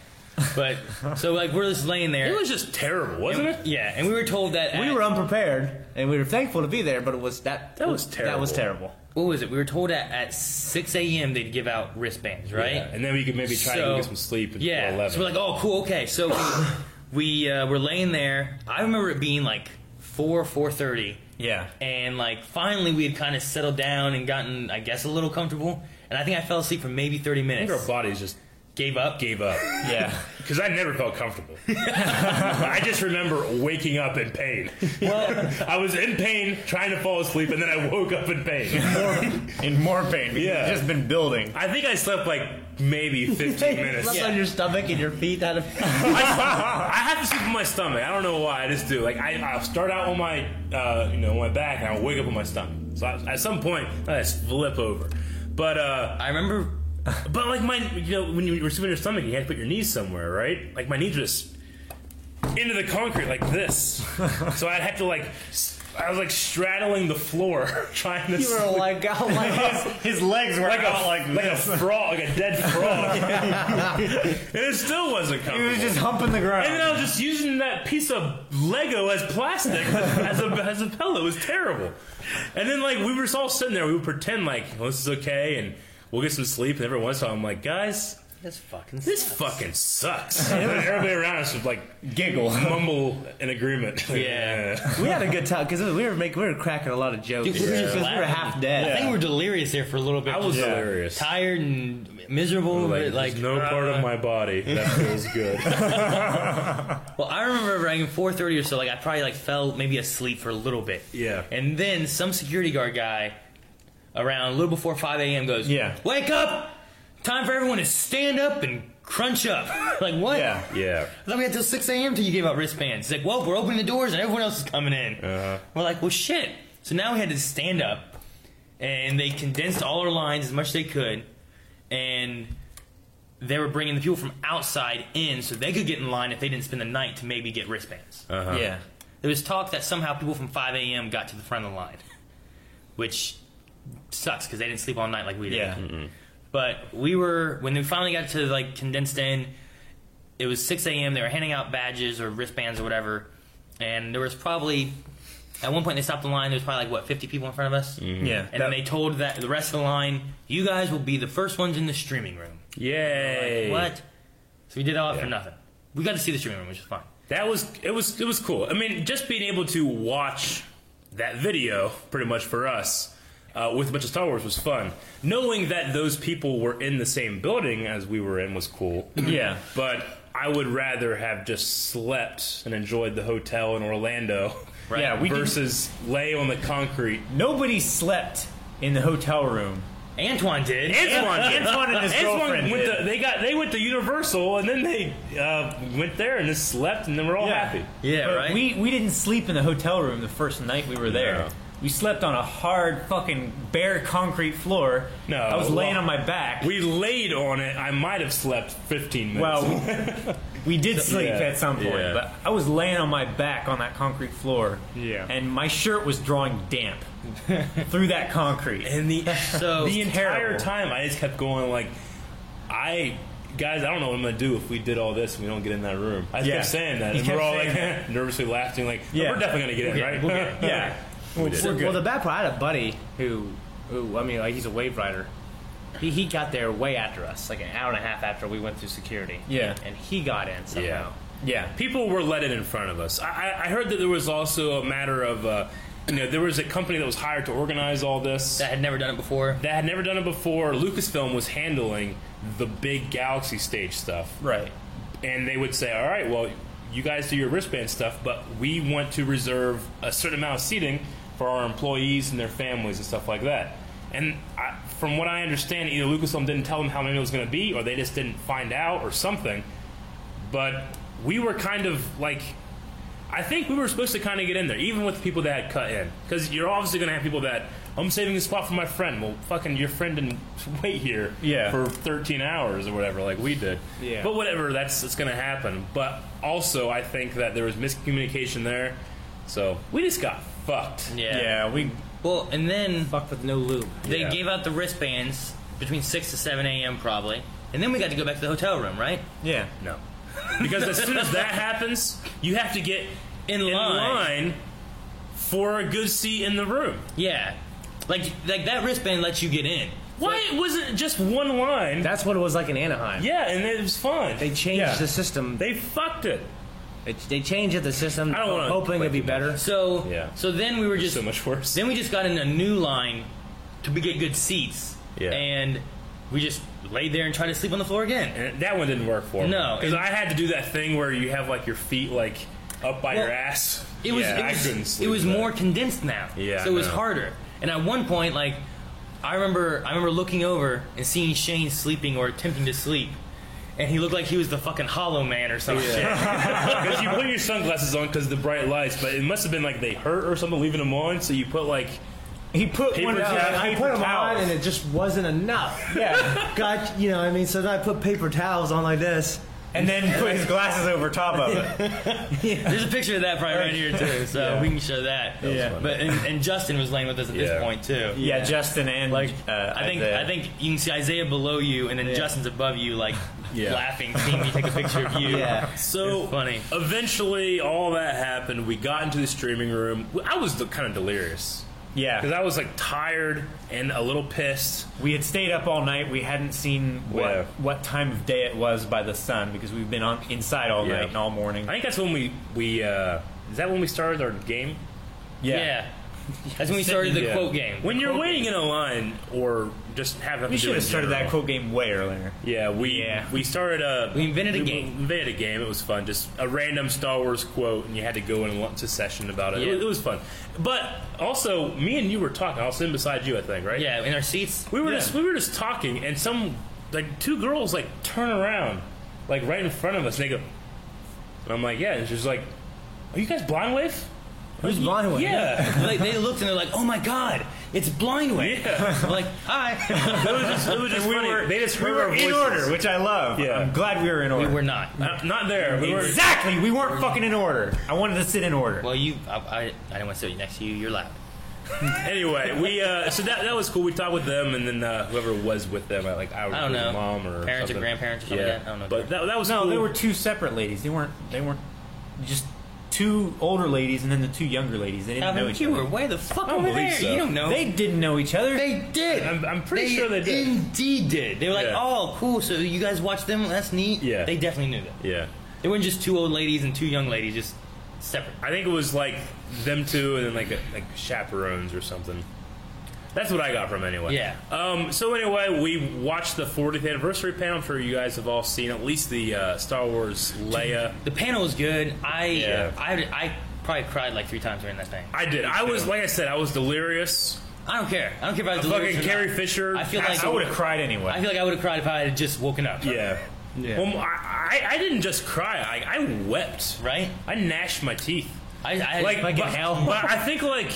S3: But, so, like, we're just laying there.
S1: It was just terrible, wasn't it?
S3: Yeah, and we were told that at,
S2: We were unprepared, and we were thankful to be there, but it was that
S1: That was
S2: That was
S1: terrible.
S2: terrible.
S3: what was it? We were told at, at six a.m. they'd give out wristbands, right?
S1: Yeah, And then we could maybe try to
S3: So-
S1: get some sleep until
S3: Yeah.
S1: 11.
S3: So we're like, oh, cool, okay. So we, we uh, were laying there. I remember it being like four, four thirty,
S4: Yeah.
S3: and like finally we had kind of settled down and gotten, I guess, a little comfortable. And I think I fell asleep for maybe thirty
S1: I think
S3: minutes.
S1: our bodies just
S3: Gave up.
S1: gave up.
S4: Yeah.
S1: Because I never felt comfortable. I just remember waking up in pain. I was in pain trying to fall asleep, and then I woke up in pain.
S4: In more pain. because
S1: Yeah.
S4: it's Just been building.
S1: I think I slept like maybe 15 minutes.
S2: Slept on your stomach and your feet. Out of,
S1: I, I have to sleep on my stomach. I don't know why. I just do. Like I, I'll start out on my, uh, you know, my back, and I'll wake up on my stomach. So I, at some point, I just flip over. But uh,
S3: I remember.
S1: but like my, you know, when you were sleeping on your stomach, you had to put your knees somewhere, right? Like my knees were just into the concrete like this. so I'd have to like, s- I was like straddling the floor trying to.
S2: you were
S1: sleep.
S2: like, oh my god.
S4: His legs were
S1: Like a,
S4: out like
S1: like, a frog, like a dead frog. and it still wasn't
S4: He
S1: comfortable.
S4: was just humping the ground.
S1: And
S2: uh,
S1: then I was just using that piece of Lego as plastic as a as a pillow. It was terrible. And then like we were just all sitting there, we would pretend like well, this is okay and we'll get some sleep. And every once in a while, I'm like, guys,
S3: This fucking.
S1: this fucking sucks. and then everybody around us would like
S4: Giggle.
S1: mumble in agreement.
S3: Yeah.
S2: We had a good time because we were making, we were cracking a lot of jokes.
S3: Dude, we were just
S2: 'Cause we were
S3: laughing.
S2: half dead.
S3: I think we were delirious there for a little bit.
S1: I was
S3: Just
S1: hilarious.
S3: tired and miserable.
S1: Like,
S3: but, like
S1: there's no
S3: uh,
S1: part of my body that feels good.
S3: Well, I remember around four thirty or so, like I probably like fell maybe asleep for a little bit.
S1: Yeah.
S3: And then some security guard guy, around a little before five a.m., goes,
S4: Yeah.
S3: wake up! Time for everyone to stand up and crunch up." like what?
S4: Yeah.
S1: yeah.
S3: I thought we had till six a.m. till you gave out wristbands. It's like, well, we're opening the doors and everyone else is coming in.
S1: Uh-huh.
S3: We're like, well, shit. So now we had to stand up, and they condensed all our lines as much as they could, and they were bringing the people from outside in so they could get in line if they didn't spend the night to maybe get wristbands.
S1: Uh-huh.
S4: Yeah.
S3: There was talk that somehow people from 5 a.m. got to the front of the line, which sucks because they didn't sleep all night like we did.
S4: Yeah.
S3: But we were when we finally got to like condensed in. It was 6 a.m. They were handing out badges or wristbands or whatever, and there was probably at one point they stopped the line. There was probably like what 50 people in front of us,
S4: Yeah.
S3: and then they told that the rest of the line, "You guys will be the first ones in the streaming room."
S1: Yay.
S3: What? So we did all that for
S1: Yeah.
S3: nothing. We got to see the streaming room, which is fun.
S1: That was it was it was cool. I mean, just being able to watch that video pretty much for us uh, with a bunch of Star Wars was fun. Knowing that those people were in the same building as we were in was cool.
S4: Yeah.
S1: but I would rather have just slept and enjoyed the hotel in Orlando.
S4: Right. Yeah, we
S1: versus lay on the concrete.
S4: Nobody slept in the hotel room.
S3: Antoine did.
S1: Antoine,
S4: Antoine and his girlfriend
S1: went
S4: did.
S1: to, they got they went to Universal and then they uh, went there and just slept and then we're all
S4: Yeah.
S1: happy.
S3: Yeah,
S4: But
S3: right.
S4: We we didn't sleep in the hotel room the first night we were there.
S1: No.
S4: We slept on a hard fucking bare concrete floor.
S1: No.
S4: I was laying
S1: Well,
S4: on my back.
S1: We laid on it. I might have slept 15 minutes.
S4: well, we, we did sleep
S1: Yeah.
S4: at some point,
S1: Yeah.
S4: but I was laying on my back on that concrete floor.
S1: Yeah.
S4: And my shirt was drawing damp through that concrete.
S1: and the
S3: So
S1: the entire
S4: terrible.
S1: time I just kept going like, I guys, I don't know what I'm gonna do if we did all this and we don't get in that room. I just
S4: Yeah.
S1: kept saying that,
S4: You
S1: and
S4: kept
S1: we're all
S4: saying
S1: like
S4: that.
S1: nervously laughing, like "Oh,
S4: Yeah.
S1: we're definitely gonna get in, right?
S4: Yeah.
S1: We did.
S2: So-
S1: We're
S2: Well,
S1: good.
S2: the bad part, I had a buddy who, who I mean, like he's a wave rider. He, he got there way after us, like an hour and a half after we went through security.
S4: Yeah.
S2: And he got in somehow.
S1: Yeah.
S4: Yeah.
S1: People were let in in front of us. I, I I heard that there was also a matter of uh, you know, there was a company that was hired to organize all this
S3: that had never done it before.
S1: that had never done it before. Lucasfilm was handling the big Galaxy stage stuff.
S3: Right.
S1: and they would say, "All right, well, you guys do your wristband stuff, but we want to reserve a certain amount of seating for our employees and their families and stuff like that." And I, from what I understand, either Lucasfilm didn't tell them how many it was going to be, or they just didn't find out, or something. But we were kind of like, I think we were supposed to kind of get in there, even with people that had cut in, because you're obviously going to have people that. I'm saving a spot for my friend. Well, fucking your friend didn't wait here
S4: Yeah.
S1: for 13 hours or whatever, like we did.
S2: Yeah.
S1: But whatever, that's that's gonna happen. But also, I think that there was miscommunication there, so we just got fucked.
S3: Yeah.
S4: Yeah, we.
S3: Well, and then
S2: Fuck with no lube.
S3: they
S1: Yeah.
S3: gave out the wristbands between six to seven a.m. probably, and then we got to go back to the hotel room, right?
S4: Yeah.
S1: No, because as soon as that happens, you have to get
S3: In
S1: in
S3: line.
S1: line for a good seat in the room.
S3: Yeah. Like like that wristband lets you get in.
S1: Why it wasn't just one line?
S2: That's what it was like in Anaheim.
S1: yeah, and it was fun.
S2: They changed the system.
S1: They fucked it.
S2: They, they changed the system,
S1: I don't wanna
S2: hoping it'd be better.
S3: So
S1: Yeah.
S3: So then we were just
S1: So much worse.
S3: Then we just got in a new line to be- get good seats.
S1: Yeah.
S3: And we just laid there and tried to sleep on the floor again.
S1: And that one didn't work for me.
S3: No,
S1: because
S3: it-
S1: I had to do that thing where you have like your feet like up by
S3: Well,
S1: your ass.
S3: It was
S1: Yeah,
S3: it was,
S1: I couldn't sleep
S3: it was
S1: with
S3: more condensed now.
S1: Yeah,
S3: So it was
S1: no.
S3: harder. And at one point, like I remember I remember looking over and seeing Shane sleeping or attempting to sleep. And he looked like he was the fucking hollow man or some shit.
S1: Because you put your sunglasses on because of the bright lights, but it must have been like they hurt or something leaving them on, so you put like.
S4: He put
S1: Paper
S4: one
S1: towel.
S4: out.
S1: Yeah,
S2: I
S1: paper
S2: put them
S1: towels.
S2: on, and it just wasn't enough.
S4: Yeah.
S2: Got you know, what I mean, so then I put paper towels on like this.
S4: and then put his glasses over top of it.
S3: There's a picture of that probably right here too, so we can show that.
S4: Yeah.
S3: But and, and Justin was laying with us at
S1: Yeah.
S3: this point too.
S4: Yeah, Justin and
S3: Like
S4: uh,
S3: I think
S4: Isaiah.
S3: I think you can see Isaiah below you, and then Justin's above you, like
S1: Yeah.
S3: laughing, seeing me take a picture of you.
S2: Yeah.
S1: So
S3: It's funny.
S1: Eventually, all that happened. We got into the streaming room. I was kind of delirious because
S4: Yeah,
S1: I was like tired and a little pissed.
S4: we had stayed up all night. We hadn't seen what
S1: Yeah.
S4: what time of day it was by the sun because we've been on inside all
S1: Yeah.
S4: night and all morning.
S1: I think that's when we we uh, is that when we started our game.
S3: Yeah. That's when we started the
S1: Yeah.
S3: quote game.
S1: When you're waiting in a line or just have nothing
S4: we
S1: to do
S4: should
S1: in
S4: have started that
S1: general.
S4: quote game way earlier.
S1: Yeah, we
S4: Yeah.
S1: we started a
S3: We invented a game.
S1: We invented a game. It was fun. Just a random Star Wars quote, and you had to go in and launch a session about it. It,
S3: Yeah.
S1: was, it was fun. But also, me and you were talking. I was sitting beside you, I think, right?
S3: yeah, in our seats.
S1: We were
S4: Yeah.
S1: just we were just talking, and some like two girls like turn around, like right in front of us, and they go, and I'm like, yeah, and she's like, are you guys blind wave?
S2: Who's blind with?
S1: Yeah.
S3: like they looked and they're like, "Oh my god, it's blind way."
S1: Yeah.
S3: I'm like, hi.
S1: It was just, it was just
S4: We
S1: funny.
S4: were-
S1: they just
S4: we
S1: heard
S4: were
S1: our
S4: in
S1: voices.
S4: order, which I love.
S1: Yeah.
S4: I'm glad we were in order.
S3: We're not.
S1: Uh, not there. We were,
S4: exactly. We weren't fucking in order. I wanted to sit in order.
S3: Well, you, I, I, I didn't want to sit next to you. You're loud.
S1: anyway, we uh, so that that was cool. We talked with them, and then uh, whoever was with them, I, like I,
S3: I don't
S1: was
S3: know.
S1: mom or
S3: Parents or
S1: something.
S3: grandparents or something
S1: Yeah,
S3: like that. I don't know.
S1: But that, that was
S4: no,
S1: cool.
S4: they were two separate ladies. They weren't. They weren't. Just two older ladies and then the two younger ladies. They didn't
S3: Calvin,
S4: know each
S3: you
S4: other.
S3: were way the fuck
S1: I don't
S3: over
S1: believe
S3: there.
S1: so.
S3: You don't know.
S4: They didn't know each other.
S3: They did.
S1: I'm- I'm pretty sure they did.
S3: Indeed did. They were like,
S1: Yeah.
S3: "Oh, cool. So you guys watch them? That's neat."
S1: Yeah.
S3: They definitely knew that.
S1: yeah,
S3: They weren't just two old ladies and two young ladies, just separate.
S1: I think it was like them two, and then like a, like chaperones or something. That's what I got from it anyway.
S3: Yeah.
S1: Um. So anyway, we watched the 40th anniversary panel. I'm sure you guys have all seen at least the uh, Star Wars Leia.
S3: The panel was good. I
S1: Yeah.
S3: I I probably cried like three times during that thing.
S1: I did. I was like I said, I was delirious.
S3: I don't care. I don't care about the
S1: Fucking Carrie Fisher.
S3: I feel like
S1: passed
S4: I would have cried anyway.
S3: I feel like I would have cried if I had just woken up.
S1: Yeah.
S2: Yeah.
S1: Well, I, I, I didn't just cry. I, I wept.
S3: Right?
S1: I gnashed my teeth.
S3: I, I had
S1: Like,
S3: fucking
S1: but,
S3: hell.
S1: but I think like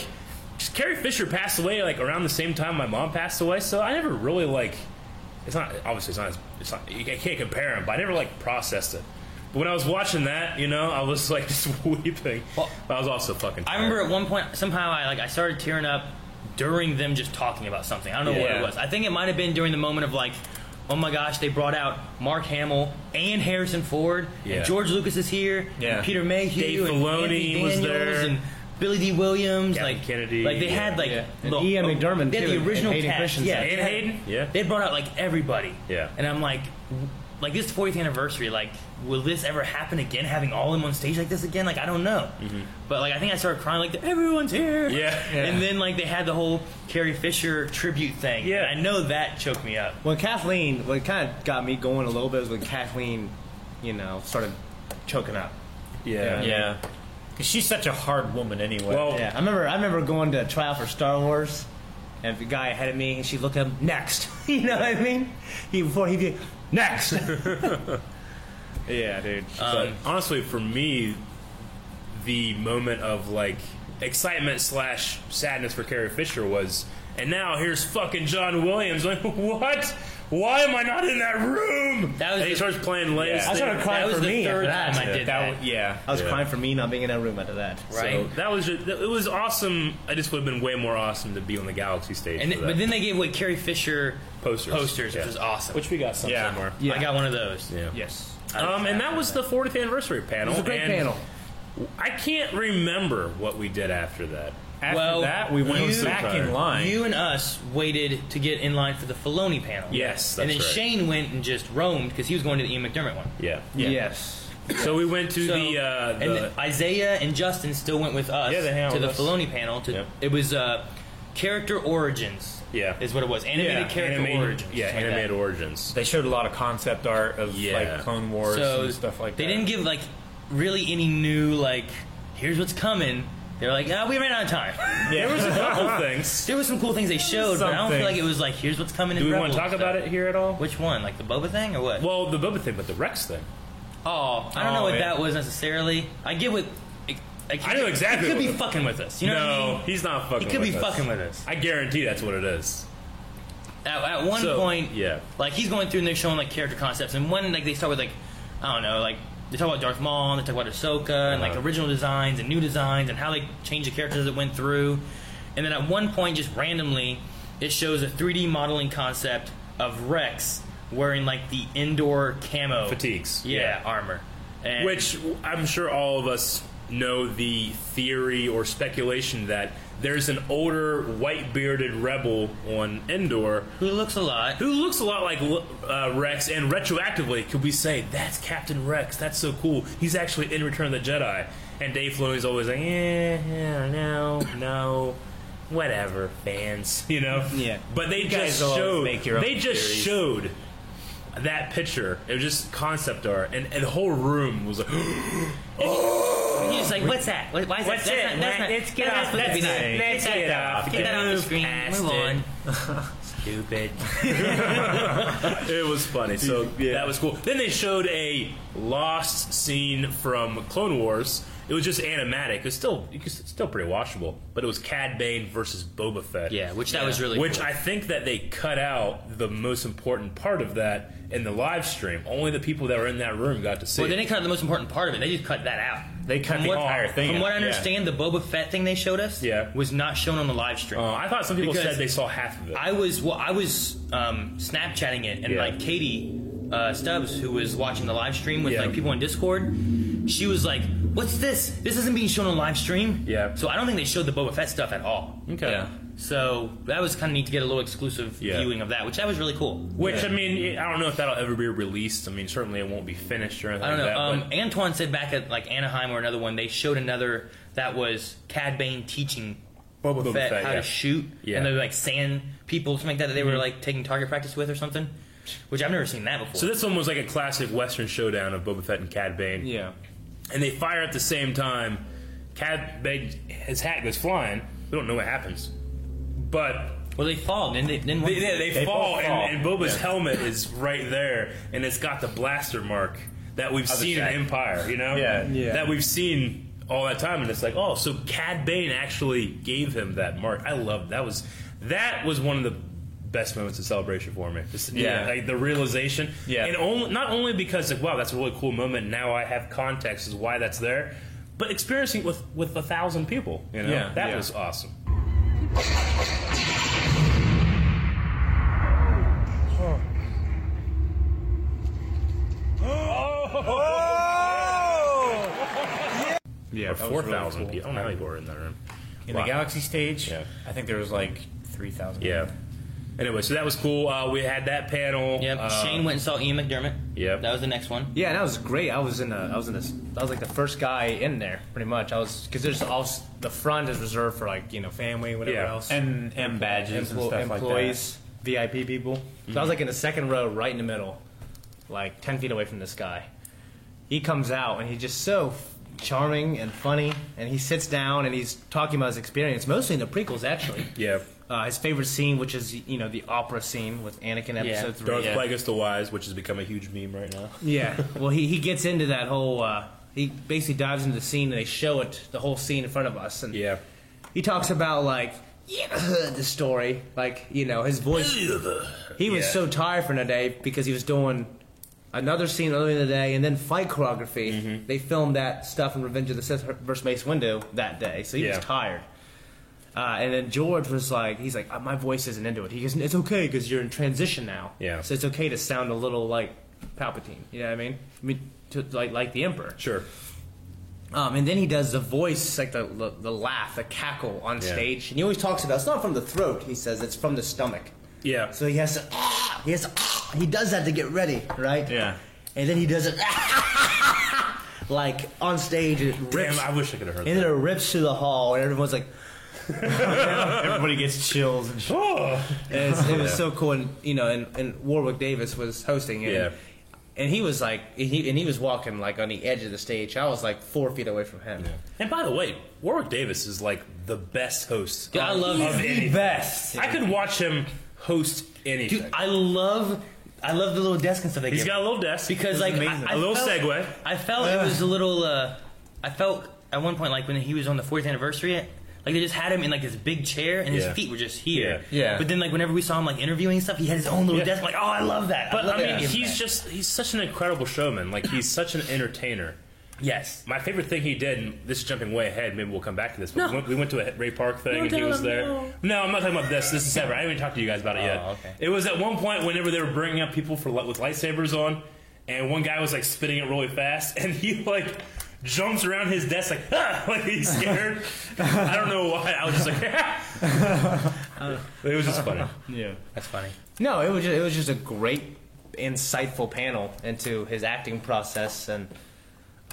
S1: Carrie Fisher passed away like around the same time my mom passed away, so I never really like. It's not obviously it's not. as- It's not. You can't compare them, but I never like processed it. But when I was watching that, you know, I was like just weeping.
S3: Well,
S1: but I was also fucking.
S3: I
S1: Tired.
S3: remember at one point somehow I like I started tearing up during them just talking about something. I don't know what
S1: Yeah.
S3: it was. I think it might have been during the moment of like, oh my gosh, they brought out Mark Hamill and Harrison Ford
S1: Yeah.
S3: and George Lucas is here.
S4: Yeah.
S3: And Peter Mayhew
S1: Dave
S3: and
S1: Filoni
S3: Anthony
S1: was
S3: Daniels
S1: there.
S3: and Billy D. Williams,
S1: Gavin
S3: like
S1: Kennedy,
S3: like they had like
S2: Yeah. And
S3: the-
S2: Ian McDermott,
S3: they had
S2: too,
S3: the
S2: and
S3: original
S2: Hayden
S3: cast,
S2: Christensen.
S3: yeah,
S1: And
S3: they had-
S1: Hayden? Yeah.
S3: they brought out like everybody,
S1: Yeah.
S3: and I'm like, like this 40th anniversary, like will this ever happen again? Having all them on stage like this again? Like I don't know. But like I think I started crying like everyone's here.
S1: Mm-hmm. Yeah.
S3: And then like they had the whole Carrie Fisher tribute thing.
S1: Yeah.
S3: And I know that choked me up.
S2: When Kathleen, what kind of got me going a little bit was when Kathleen, you know, started choking up.
S1: Yeah.
S4: Yeah. Because she's such a hard woman anyway.
S1: Well,
S2: Yeah, I remember. I remember going to a trial for Star Wars, and the guy ahead of me, and she looked at him next. you know what I mean? He before he did next. yeah, dude.
S1: But
S3: Um,
S1: honestly, for me, the moment of like excitement slash sadness for Carrie Fisher was, and now here's fucking John Williams. Like, what? Why am I not in that room?
S3: That was
S1: and he
S3: the-
S1: starts playing Lay's.
S2: I
S1: thing.
S2: started crying
S3: that was
S2: for
S3: the
S2: me
S3: third
S2: after
S3: time
S2: that.
S3: I did
S2: That
S3: that.
S2: w- yeah, I was
S1: Yeah.
S2: crying for me not being in that room after that.
S3: Right.
S1: So that was just, it was awesome. It just would have been way more awesome to be on the Galaxy stage.
S3: And
S1: for
S3: th- but
S1: that.
S3: then they gave away Carrie Fisher
S1: Posters.
S3: which
S1: Yeah.
S3: is awesome.
S1: which we got some
S4: Yeah.
S1: somewhere.
S2: Yeah.
S3: I got one of those.
S1: Yeah.
S2: Yes.
S1: Um, and that was the 40th anniversary panel.
S2: It was a great
S1: and
S2: panel.
S1: I can't remember what we did after that.
S4: after
S3: well,
S4: that, we went
S1: you-
S4: back in line.
S3: You and us waited to get in line for the Filoni panel.
S1: Yes,
S3: and then
S1: that's right.
S3: Shane went and just roamed because he was going to the Ian McDermott one.
S1: Yeah.
S2: Yes.
S1: So we went to
S3: So-
S1: the, uh,
S3: and
S1: the
S3: Isaiah and Justin still went with us
S1: Yeah, they hang out
S3: to
S1: with
S3: the
S1: us.
S3: Filoni panel. To
S1: Yep.
S3: it was uh, character origins.
S1: Yeah.
S3: is what it was. Animated
S1: yeah,
S3: character
S1: animated-
S3: origins.
S1: Yeah,
S3: something like
S1: animated
S3: that.
S1: origins.
S4: they showed a lot of concept art of
S1: Yeah.
S4: like Clone Wars
S3: So
S4: and stuff like
S3: they
S4: that.
S3: didn't give like really any new like. Here's what's coming. They were like, ah, we ran out of time.
S1: There was a couple things.
S3: There were some cool things they showed, but I don't
S4: Something.
S3: feel like it was like, here's what's coming.
S1: Do
S3: in
S1: we
S3: Rebels
S1: want to talk
S3: and
S1: about
S3: stuff.
S1: it here at all?
S3: Which one, like the Boba thing or what?
S1: Well, the Boba thing, but the Rex thing.
S3: oh, I don't know
S4: Oh,
S3: what
S4: yeah.
S3: that was necessarily. I get what. I,
S1: I know exactly
S3: He could
S1: what
S3: be
S1: it-
S3: fucking with us. You know
S1: no,
S3: what I mean?
S1: he's not fucking.
S3: He could
S1: with
S3: be
S1: us.
S3: fucking with us.
S1: I guarantee that's what it is.
S3: At, at one
S1: So,
S3: point,
S1: yeah.
S3: like he's going through and they're showing like character concepts, and one like they start with like, I don't know, like they talk about Darth Maul, and they talk about Ahsoka, and like
S1: Uh-huh.
S3: original designs and new designs, and how they changed the characters that went through, and then at one point, just randomly, it shows a 3D modeling concept of Rex wearing like the indoor camo
S1: Fatigues.
S3: yeah, armor, and
S1: Which I'm sure all of us know the theory or speculation that there's an older white bearded rebel on Endor
S3: who looks a lot.
S1: who looks a lot like uh, Rex, and retroactively, could we say that's Captain Rex? That's so cool. He's actually in Return of the Jedi. And Dave Filoni's always like, eh, yeah, no, no, whatever, fans, you know.
S2: Yeah.
S1: But they
S4: guys
S1: just
S4: always
S1: showed.
S4: make your own
S1: they just
S4: theories.
S1: showed that picture. It was just concept art, and, and the whole room was like,
S3: He's just like, what's that? What- Why is
S1: What's
S3: that?
S1: it?
S3: That's not, that's not,
S1: Let's get
S3: that's not
S1: off
S3: supposed to be
S1: that.
S3: that.
S1: Let's
S3: Get
S1: get
S3: that
S1: off.
S3: off. Get that off the
S1: Move
S3: screen.
S1: past
S3: Move
S1: it.
S3: on.
S1: stupid. it was funny. So that was cool. Then they showed a lost scene from Clone Wars. It was just animatic. It was still you could, it's still pretty watchable, but it was Cad Bane versus Boba Fett.
S3: Yeah, which that was really
S1: Which
S3: cool.
S1: I think that they cut out the most important part of that in the live stream. Only the people that were in that room got to see.
S3: Well, they
S1: it.
S3: didn't cut out the most important part of it. They just cut that out.
S4: They cut the entire thing
S3: From what I
S4: out, yeah.
S3: understand, the Boba Fett thing they showed us
S1: Yeah.
S3: was not shown on the live stream.
S1: Uh, I thought some people
S3: Because
S1: said they saw half of it.
S3: I was well, I was um, Snapchatting it, and
S1: Yeah.
S3: like Katie uh, Stubbs, who was watching the live stream with
S1: Yeah.
S3: like people on Discord, she was like, "What's this? This isn't being shown on live stream."
S1: Yeah.
S3: So I don't think they showed the Boba Fett stuff at all.
S1: okay.
S4: Yeah.
S3: So that was kind of neat to get a little exclusive
S1: Yeah.
S3: viewing of that, which that was really cool.
S1: Which I mean, I don't know if that'll ever be released. I mean, certainly it won't be finished or anything.
S3: I don't know.
S1: Like that,
S3: um,
S1: but-
S3: Antoine said back at like Anaheim or another one, they showed another that was Cad Bane teaching Boba,
S1: Boba
S3: Fett,
S1: Fett,
S3: how
S1: yeah.
S3: to shoot,
S1: Yeah. Mm-hmm.
S3: and they were like sand people, something like that. That they were like taking target practice with or something, which I've never seen that before.
S1: So this one was like a classic Western showdown of Boba Fett and Cad Bane.
S2: Yeah.
S1: And they fire at the same time. Cad Bane, his hat goes flying. We don't know what happens. But
S3: well, they fall, didn't they? Didn't
S1: they, they, they
S4: They
S1: fall,
S4: both fall.
S1: And, and Boba's helmet is right there, and it's got the blaster mark that we've seen in
S4: Jedi.
S1: Empire, you know?
S4: Yeah.
S2: Yeah.
S1: That we've seen all that time, and it's like, oh, so Cad Bane actually gave him that mark. I love that was that was one of the best moments of celebration for me. Just,
S4: Yeah.
S1: like the realization.
S4: Yeah.
S1: and only, not only because like, wow, that's a really cool moment. Now I have context as why that's there, but experiencing it with with a thousand people, you know,
S4: Yeah.
S1: that
S4: Yeah.
S1: was awesome.
S2: Yeah.
S1: Or
S2: Oh. that was
S1: four
S2: really
S1: thousand
S2: cool.
S1: people. I don't know how many people were in that room.
S4: in
S1: Wow.
S4: the Galaxy stage,
S1: Yeah.
S4: I think there was like three thousand.
S1: Yeah. Anyway, so that was cool. Uh, we had that panel.
S3: Yep.
S1: Uh,
S3: Shane went and saw Ian McDermott.
S1: Yep.
S3: That was the next one.
S2: Yeah, and that was great. I was in a, I was in a, I was like the first guy in there, pretty much. I was because there's all s- the front is reserved for like you know family, whatever
S1: Yeah.
S2: else,
S4: and and badges
S2: Emplo-
S4: and stuff
S2: employees, VIP people. So I was like in the second row, right in the middle, like ten feet away from this guy. He comes out and he's just so f- charming and funny, and he sits down and he's talking about his experience, mostly in the prequels actually.
S1: Yeah.
S2: Uh, his favorite scene, which is you know the opera scene with Anakin episode
S3: Yeah.
S2: three.
S1: Darth
S4: Yeah.
S1: Plagueis the Wise, which has become a huge meme right now.
S2: Yeah. Well, he, he gets into that whole. Uh, he basically dives into the scene and they show it, the whole scene in front of us. And
S1: Yeah.
S2: he talks about, like, yeah, the story. Like, you know, his voice. He was
S1: Yeah.
S2: so tired from the day because he was doing another scene earlier in the day and then fight choreography.
S1: Mm-hmm.
S2: They filmed that stuff in Revenge of the Sith versus Mace Windu that day. So he
S1: Yeah.
S2: was tired. Uh, and then George was like, he's like, "Uh, my voice isn't into it. He goes, it's okay because you're in transition now.
S1: Yeah.
S2: So it's okay to sound a little like Palpatine. You know what I mean? I mean, to, like like the Emperor.
S1: Sure.
S2: Um, and then he does the voice, like the the, the laugh, the cackle on
S1: Yeah.
S2: stage. And he always talks about it's not from the throat. He says it's from the stomach.
S1: Yeah.
S2: So he has to, ah, he has to, ah, he does that to get ready, right?
S4: Yeah.
S2: And then he does it, like on stage. It rips,
S1: Damn, I wish I could have heard
S2: and then
S1: that.
S2: it rips through the hall, and everyone's like,
S4: like that. Everybody gets chills and shit.
S1: Oh.
S2: And it's, it was so cool, and you know, and, and Warwick Davis was hosting it.
S1: Yeah.
S2: And he was like, and he, and he was walking like on the edge of the stage. I was like four feet away from him.
S1: And by the way, Warwick Davis is like the best host.
S3: Dude, I love
S1: of
S3: him.
S1: anything.
S2: Best.
S1: I could watch him host anything.
S3: Dude, I love, I love the little desk and stuff they
S1: He's
S3: give.
S1: got a little desk
S3: because like
S1: a
S3: I, I
S1: little
S3: felt,
S1: segue.
S3: I felt it was a little. Uh, I felt at one point like when he was on the 40th anniversary, like they just had him in like this big chair and his
S1: Yeah.
S3: feet were just here.
S2: Yeah. Yeah.
S3: But then like whenever we saw him like interviewing and stuff, he had his own little
S1: Yeah.
S3: desk. I'm like, oh, I love that.
S1: But
S3: love
S1: I mean,
S3: that.
S1: he's just—he's such an incredible showman. Like he's such an entertainer.
S3: yes.
S1: My favorite thing he did, and this is jumping way ahead, maybe we'll come back to this, but
S3: No.
S1: we, went, we went to a Ray Park thing
S3: No,
S1: and he
S3: Dylan,
S1: was there.
S3: no.
S1: I'm not talking about this. This is separate. I haven't even talked to you guys about it yet.
S3: okay.
S1: It was at one point whenever they were bringing up people for li- with lightsabers on, and one guy was like spitting it really fast, and he like jumps around his desk like, ah, like he's scared. I don't know why. I was just like, it was just funny.
S2: Yeah.
S3: That's funny.
S2: No, it was just, it was just a great, insightful panel into his acting process, and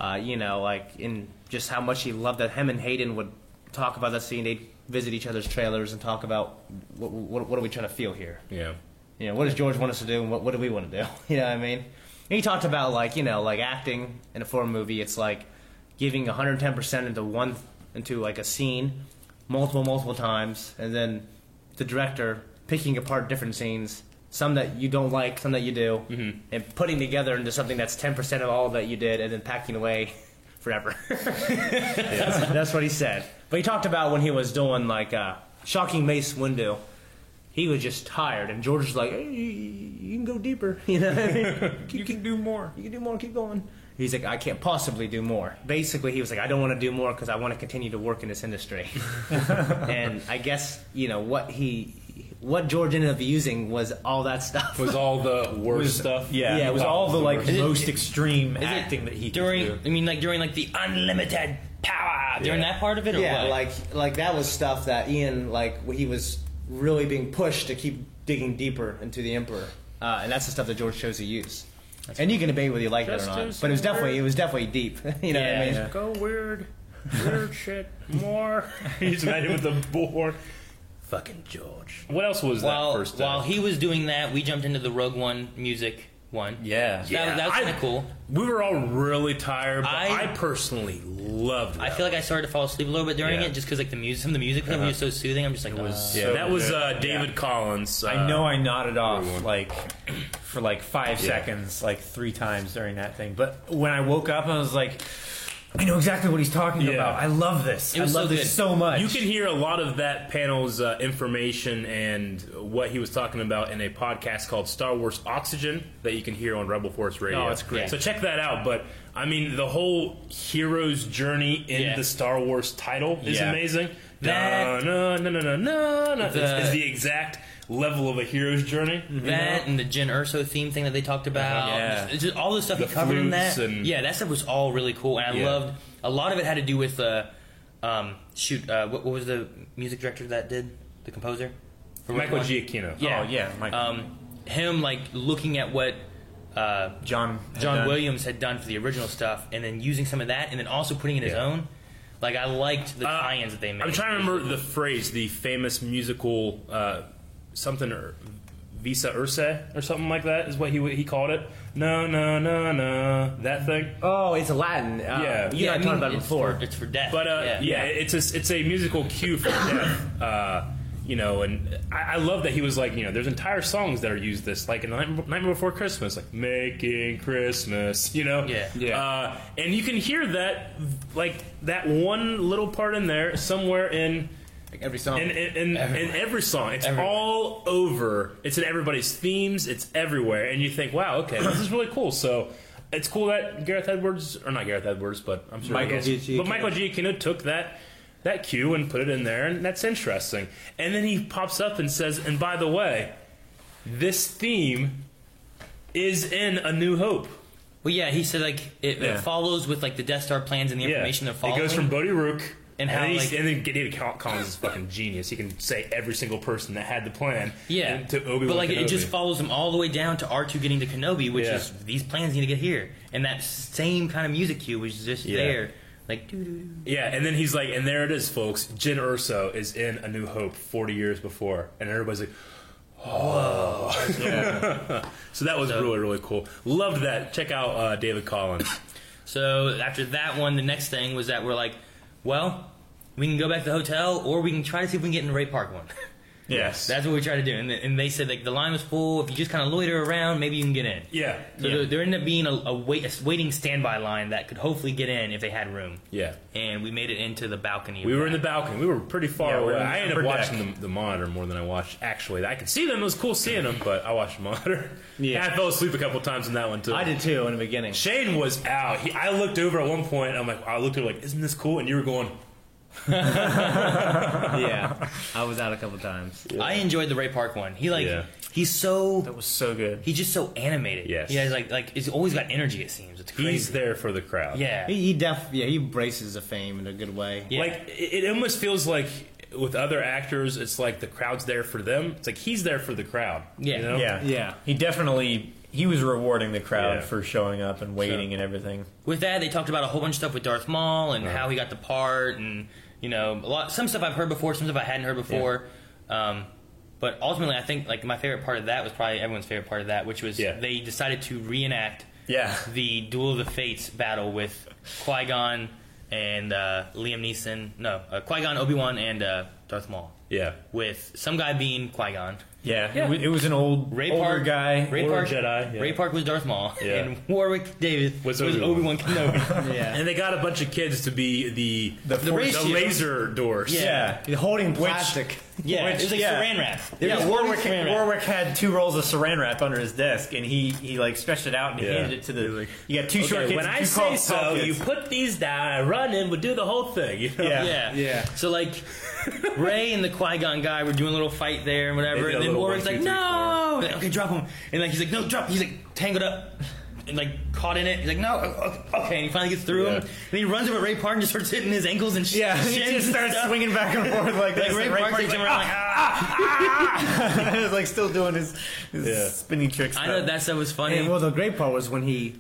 S2: uh, you know, like in just how much he loved that him and Hayden would talk about that scene. They'd visit each other's trailers and talk about what, what, what are we trying to feel here.
S1: Yeah.
S2: you know, what does George want us to do and what, what do we want to do? You know what I mean? And he talked about, like, you know, like acting in a foreign movie, it's like giving 110% into one, into like a scene multiple, multiple times, and then the director picking apart different scenes, some that you don't like, some that you do, and putting together into something that's 10% of all that you did and then packing away forever. that's, that's what he said. But he talked about when he was doing, like, uh, Shocking Mace Windu he was just tired, and George was like, hey, "You can go deeper, you know. what I mean?
S4: You can do more.
S2: you can do more. Keep going." He's like, "I can't possibly do more." Basically, he was like, "I don't want to do more because I want to continue to work in this industry." and I guess you know what he, what George ended up using was all that stuff.
S1: Was all the worst stuff.
S4: Yeah,
S2: Yeah,
S4: it was all the like
S3: Is it-
S4: most extreme
S3: Is it
S4: acting that he
S3: during?
S4: could do.
S3: I mean, like during like the unlimited power during
S1: Yeah.
S3: that part of it, or
S2: yeah,
S3: what?
S2: like like that was stuff that Ian like he was really being pushed to keep digging deeper into the Emperor, uh, and that's the stuff that George chose to use. and you can debate whether you like it or
S1: Just
S2: not,
S1: do
S2: but it was
S1: some
S2: definitely
S1: work.
S2: it was definitely deep. you know
S3: Yeah,
S2: what I mean?
S3: yeah.
S1: Go weird, weird shit more. He's mad with the boar. Fucking George. What else was
S3: while
S1: that first day?
S3: while he was doing that, we jumped into the Rogue One music one.
S4: Yeah.
S3: That, that was
S1: I-
S3: kind of cool.
S1: we were all really tired, but I,
S3: I-
S1: personally loved. That
S3: I feel like I started to fall asleep a little bit during
S1: Yeah.
S3: it, just because like the music, some of the music was was so soothing. I'm just like, it was.
S1: yeah,
S4: so
S1: that was
S4: good.
S1: uh, David Collins.
S4: I know
S1: uh,
S4: I nodded off
S1: everyone.
S4: like for like five
S1: Yeah.
S4: seconds, like three times during that thing. But when I woke up, I was like, I know exactly what he's talking
S1: Yeah.
S4: about. I love this.
S3: It was
S4: I love
S3: so
S4: this
S3: good.
S4: so much.
S1: You can hear a lot of that panel's uh, information and what he was talking about in a podcast called Star Wars Oxygen that you can hear on Rebel Force Radio.
S4: Oh, it's great.
S1: So check that out. But I mean, the whole hero's journey in
S3: Yeah.
S1: the Star Wars title is
S4: Yeah.
S1: amazing.
S3: That-
S1: no, no, no, no, no, no.
S3: The-
S1: It's the exact level of a hero's journey.
S3: That and the Jen Urso theme thing that they talked about,
S4: Yeah.
S3: It's just all the stuff
S1: Uh-huh, The
S3: he covered in
S1: flutes
S3: that.
S1: and-
S3: Yeah, that stuff was all really cool, and I
S1: Yeah.
S3: loved a lot of it. Had to do with uh, um, shoot, uh, what, what was the music director that did the composer? For
S1: Michael
S3: one-
S1: Giacchino.
S3: Yeah,
S4: Oh, yeah, Michael.
S3: Um, him like looking at what uh,
S4: John had
S3: John
S4: done.
S3: Williams had done for the original stuff, and then using some of that, and then also putting in his
S1: Yeah.
S3: own. Like I liked the
S1: Uh,
S3: tie-ins that they made.
S1: I'm trying to remember the phrase, the famous musical uh, something or Visa Ursa or something like that is what he he called it. No, no, no, no, that thing.
S2: Oh, it's Aladdin. Uh,
S1: Yeah.
S2: You
S3: I
S2: and I
S3: mean,
S2: talked about it
S3: it's
S2: before.
S3: For, it's for death.
S1: But uh, yeah.
S3: yeah.
S1: it's a, it's a musical cue for death. Uh, you know, and I, I love that he was like, you know, there's entire songs that are used this, like in Night, Nightmare Before Christmas, like making Christmas, you know,
S3: Yeah.
S2: Yeah.
S1: Uh, and you can hear that, like that one little part in there somewhere in
S2: Like every song.
S1: in in, in, in every song. It's
S3: Everywhere.
S1: all over. It's in everybody's themes. It's everywhere, and you think, wow, okay, this is really cool. So. It's cool that Gareth Edwards, or not Gareth Edwards, but I'm sure
S2: Michael
S1: he is.
S2: Giacchino.
S1: But Michael Giacchino took that that cue and put it in there, and that's interesting. And then he pops up and says, "And by the way, this theme is in A New Hope."
S3: Well, yeah, he said like it,
S4: Yeah.
S3: it follows with like the Death Star plans and the information they're
S1: It
S3: following.
S1: goes from Bodhi Rook.
S3: And
S1: And,
S3: how,
S1: then he's-
S3: like-
S1: and then David Col- Collins is fucking genius. He can say every single person that had the plan.
S3: yeah
S1: and to Obi Wan.
S3: But like it just follows them all the way down to R two getting to Kenobi, which
S1: Yeah.
S3: is these plans need to get here, and that same kind of music cue was just
S1: Yeah.
S3: there, like doo doo.
S1: yeah, and then he's like, and there it is, folks. Jin Urso is in A New Hope forty years before, and everybody's like, oh. so that was
S3: So-
S1: really really cool. Loved that. Check out uh, David Collins.
S3: So after that one, the next thing was that we're like, well, we can go back to the hotel, or we can try to see if we can get in the Ray Park one.
S4: Yes.
S3: That's what we tried to do, and, and they said like the line was full. If you just kind of loiter around, maybe you can get in.
S1: yeah,
S3: So there, there ended up being a, a, wait, a waiting standby line that could hopefully get in if they had room.
S1: yeah.
S3: And we made it into the balcony. of
S1: We were in
S3: that.
S1: the balcony. We were pretty far
S4: Yeah, we were
S1: away.
S4: in the
S1: I ended up
S4: upper
S1: watching the, the monitor more than I watched. Actually, I could see them. It was cool seeing them, but I watched the monitor.
S2: Yeah.
S1: And I fell asleep a couple times in that one too.
S2: I did too in the beginning.
S1: Shane was out. He, I looked over at one point. I'm like, I looked over like, isn't this cool? And you were going,
S2: yeah. I was out a couple times.
S3: I enjoyed the Ray Park one. He like
S1: Yeah.
S3: he's so
S4: that was so good.
S3: he's just so animated.
S1: Yes.
S3: He has like like he's always got energy. It seems it's crazy.
S1: he's there for the crowd.
S3: yeah.
S2: He, he def yeah he embraces the fame in a good way.
S3: Yeah.
S1: Like it, it almost feels like with other actors, it's like the crowd's there for them. It's like he's there for the crowd.
S3: Yeah.
S1: You know?
S4: Yeah.
S2: Yeah.
S4: He definitely he was rewarding the crowd
S1: Yeah.
S4: for showing up and waiting
S1: So-
S4: and everything.
S3: With that, they talked about a whole bunch of stuff with Darth Maul
S1: Uh-huh.
S3: and how he got the part, and you know, a lot some stuff I've heard before, some stuff I hadn't heard before. Um, but ultimately, I think like my favorite part of that was probably everyone's favorite part of that, which was
S1: Yeah.
S3: they decided to reenact
S4: Yeah.
S3: the Duel of the Fates battle with Qui Gon and uh, Liam Neeson. No, uh, Qui Gon, Obi Wan, and uh, Darth Maul.
S1: Yeah.
S3: With some guy being Qui Gon,
S4: Yeah.
S1: Yeah.
S4: It, was, it was an old
S3: Ray
S4: older
S3: Park
S4: guy.
S3: Ray
S1: older
S3: Park
S1: Jedi, yeah.
S3: Ray Park was Darth Maul,
S1: Yeah.
S3: and Warwick Davis was,
S1: Was
S3: Obi
S1: Obi-Wan.
S3: Wan Kenobi.
S2: Yeah.
S1: And they got a bunch of kids to be the
S4: The force-
S1: the laser doors.
S3: Yeah.
S4: yeah.
S2: He's holding plastic.
S3: Yeah,
S4: Which-
S3: it was like
S4: yeah.
S3: saran wrap. They were
S4: Yeah,
S3: just holding
S4: Warwick,
S3: saran wrap.
S4: Warwick had two rolls of saran wrap under his desk, and he, he like stretched it out and
S1: Yeah.
S4: handed it to the. You got two short
S1: Okay,
S4: kids.
S1: when
S4: and
S1: I
S4: two
S1: say
S4: tall-
S1: so,
S4: tall
S1: you
S4: kids.
S1: put these down. I run in. We do the whole thing. You know?
S4: Yeah.
S3: Yeah.
S2: Yeah.
S3: So like, Ray and the Qui Gon guy were doing a little fight there and
S1: They
S3: whatever,
S1: did a
S3: and then
S1: little
S3: Warwick's
S1: one,
S3: like,
S1: two, three,
S3: "No, Like, okay, drop him," and like he's like, "No, drop." He's like tangled up and like caught in it. He's like, "No, o- o- okay," and he finally gets through
S1: Yeah.
S3: him. And he runs over at Ray Park and just starts hitting his ankles and shit.
S4: Yeah, he
S3: shins
S4: just
S3: and
S4: starts
S3: stuff.
S4: swinging back and forth like this.
S3: Like Ray
S4: and
S3: Park
S4: Park's
S3: takes him
S4: like,
S3: around like, ah,
S4: "Ah!" He's, like still doing his, his
S1: Yeah.
S4: spinning tricks.
S3: I know that stuff ah." was funny.
S2: And well, the great part was when he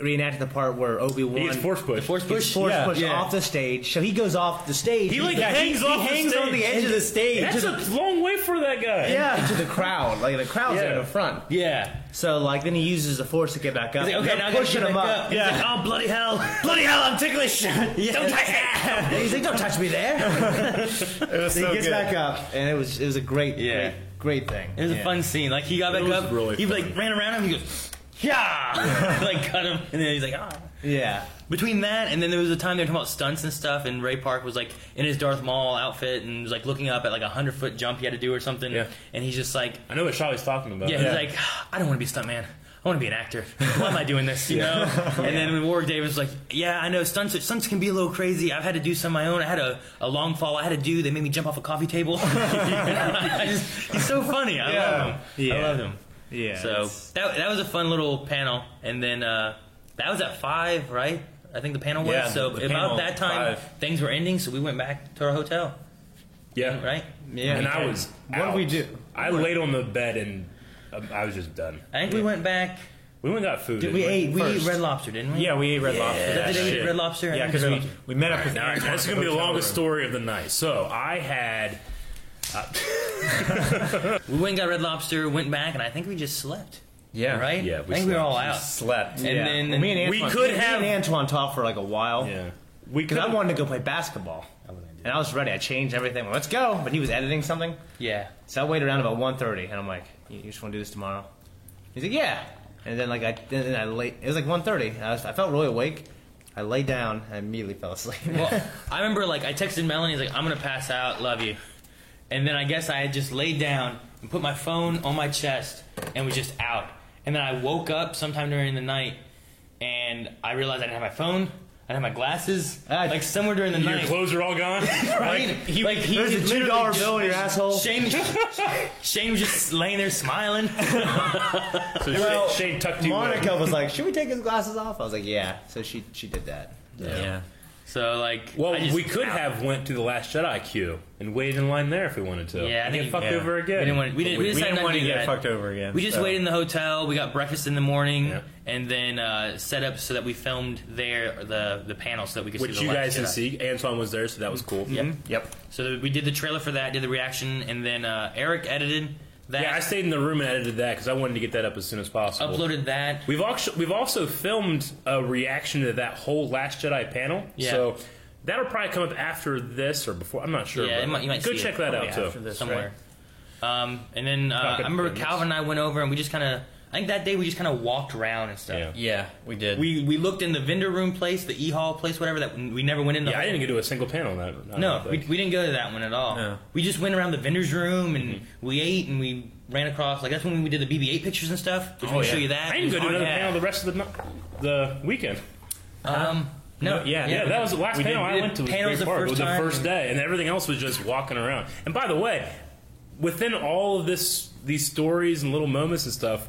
S2: reenacted the part where Obi Wan
S1: He gets force pushed.
S3: Force push.
S2: push, force
S4: Yeah.
S2: push
S3: Yeah.
S2: off the stage. So he goes off the stage.
S1: He, like,
S4: Yeah, he-
S1: hangs
S4: he,
S1: off the
S4: hangs on the
S1: stage.
S4: edge of the stage.
S1: That's a long way for that guy.
S2: yeah into the crowd. Like the crowd's there in
S1: Yeah.
S2: the front.
S3: Yeah.
S2: So like then he uses the force to get back up.
S3: He's like, okay,
S2: They're
S3: now I gotta
S2: pushing
S3: get
S2: him
S3: back
S2: up.
S3: up. He's
S4: Yeah.
S3: like, oh bloody hell!
S4: Bloody hell, I'm ticklish. Don't touch
S2: And he's like, don't touch me there.
S4: It was
S2: so
S4: so
S2: he gets
S4: good.
S2: back up, and it was it was a great,
S3: Yeah.
S2: great, great thing.
S3: It was
S2: Yeah.
S3: a fun scene. Like he got back
S1: was
S3: up,
S1: really
S3: he like
S1: fun.
S3: ran around him. He goes, yeah, like cut him, and then he's like, ah.
S2: Yeah.
S3: Between that and then there was a time they were talking about stunts and stuff, and Ray Park was like in his Darth Maul outfit and was like looking up at like a hundred foot jump he had to do or something,
S1: Yeah. Oh,
S3: and he's just like,
S1: I know what Charlie's talking about.
S3: yeah, he's like, I don't want to be a stuntman. I want to be an actor. Why am I doing this? You know. And then Warwick Davis was like, Yeah, I know stunts. Stunts can be a little crazy. I've had to do some of my own. I had a, a long fall. I had to do. They made me jump off a coffee table. I just- he's so funny. I love him. I
S2: Yeah.
S3: love him.
S2: Yeah.
S3: So that, that was a fun little panel, and then uh, that was at five, right? I think the panel was.
S4: Yeah,
S3: so
S4: the- the
S3: about
S4: panel
S3: that time,
S4: at five.
S3: things were ending, so we went back to our hotel.
S1: Yeah.
S3: right?
S2: Yeah.
S1: And I was.
S2: What did we
S1: out.
S2: do?
S1: I laid on the bed and um, I was just done.
S3: I think we went back.
S1: We went and got food. didn't
S3: We ate. We ate
S1: First.
S3: Red Lobster, didn't we?
S4: Yeah, we ate Red Lobster.
S3: Is
S1: Yeah,
S3: that the day we
S1: shit.
S3: ate Red Lobster? I
S4: Yeah,
S3: think
S4: because
S3: Red
S4: we,
S3: Lobster.
S4: we met up with.
S1: All right, that's gonna be the
S4: Hotel
S1: longest
S4: room.
S1: story of the night. So I had
S3: we went and got Red Lobster, went back, and I think we just slept.
S4: Yeah.
S3: Right?
S1: Yeah,
S3: I
S1: we
S3: think we were
S1: slept.
S3: all out.
S4: Slept.
S3: And then
S2: Well, me and
S1: we
S2: Antoine,
S1: could
S2: me
S1: have-
S2: and Antoine talked for like a while.
S1: we
S2: Because I
S1: could've-
S2: wanted to go play basketball. And I was ready. I changed everything. Well, let's go. But he was editing something.
S3: yeah,
S2: So I waited around about 1.30. And I'm like, you, you just want to do this tomorrow? He's like, yeah. And then like I, then then I lay, it was like 1.30. And I, was, I felt really awake. I lay down. and I immediately fell asleep.
S3: well, I remember like I texted Melanie, I was like, I'm gonna pass out, love you. And then I guess I had just laid down and put my phone on my chest and was just out. And then I woke up sometime during the night and I realized I didn't have my phone, I didn't have my glasses.
S2: Ah,
S3: like somewhere during the
S1: Your
S3: night.
S1: clothes are all gone.
S3: Right? He, like, he
S2: There's a
S3: was
S2: $2
S3: literally just-
S2: bill in your asshole.
S3: Shane, Shane was just laying there smiling.
S1: So
S2: Well,
S1: Shane, Shane tucked you
S2: Monica was like, should we take his glasses off? I was like, yeah. So she, she did that.
S4: Yeah.
S3: So like,
S1: in. Well,
S3: I just-
S1: we could have went to the Last Jedi queue and waited in line there if we wanted to.
S3: Yeah, I
S1: and
S3: think
S1: get fucked
S4: yeah.
S1: over again.
S3: We didn't want. We didn't. We,
S4: We
S3: decided
S4: didn't
S3: not
S4: want to
S3: do
S4: get
S3: that.
S4: fucked over again.
S3: We just
S4: so.
S3: waited in the hotel. We got breakfast in the morning,
S1: Yeah.
S3: and then uh, set up so that we filmed there the the panel so that we could
S1: Which
S3: see the
S1: you
S3: Last
S1: guys can
S3: Jedi. Mm-hmm.
S1: see. Antoine was there, so that was cool.
S3: Yep.
S2: Yep.
S3: So we did the trailer for that, did the reaction, and then uh, Eric edited that,
S1: Yeah, I stayed in the room and edited that because I wanted to get that up as soon as possible.
S3: uploaded that.
S1: We've also we've also filmed a reaction to that whole Last Jedi panel.
S3: Yeah.
S1: So that'll probably come up after this or before. I'm not sure.
S3: Yeah,
S1: but
S3: it might- you might
S1: go
S3: see
S1: check
S3: it
S1: that out
S3: probably
S1: Oh, too.
S3: after this, somewhere. Um, and then uh, I
S1: Fucking
S3: remember
S1: goodness.
S3: Calvin and I went over, and we just kind of. I think that day we just kind of walked around and stuff.
S1: Yeah.
S4: Yeah, we did.
S3: We we looked in the vendor room place, the e hall place, whatever. That we never went in. the
S1: Yeah, I
S3: whole-
S1: didn't get to a single panel on that. I
S3: No,
S1: don't
S3: we,
S1: think.
S3: we didn't go to that one at all.
S4: No.
S3: We just went around the vendor's room and we ate and we ran across. Like that's when we did the BB-8 pictures and stuff. Which oh, we
S1: yeah.
S3: show you that.
S1: I didn't go to
S3: It was on
S1: another
S3: that.
S1: panel the rest of the ni- the weekend.
S3: Um, no,
S4: No, yeah,
S1: Yeah, that was the last
S4: We
S1: panel
S4: did-
S1: I
S4: we
S1: went to.
S3: did
S1: Was
S3: panels
S1: Great
S3: the
S1: Park.
S3: first
S1: it was
S3: time.
S1: the first day, and everything else was just walking around. And by the way, within all of this, these stories and little moments and stuff,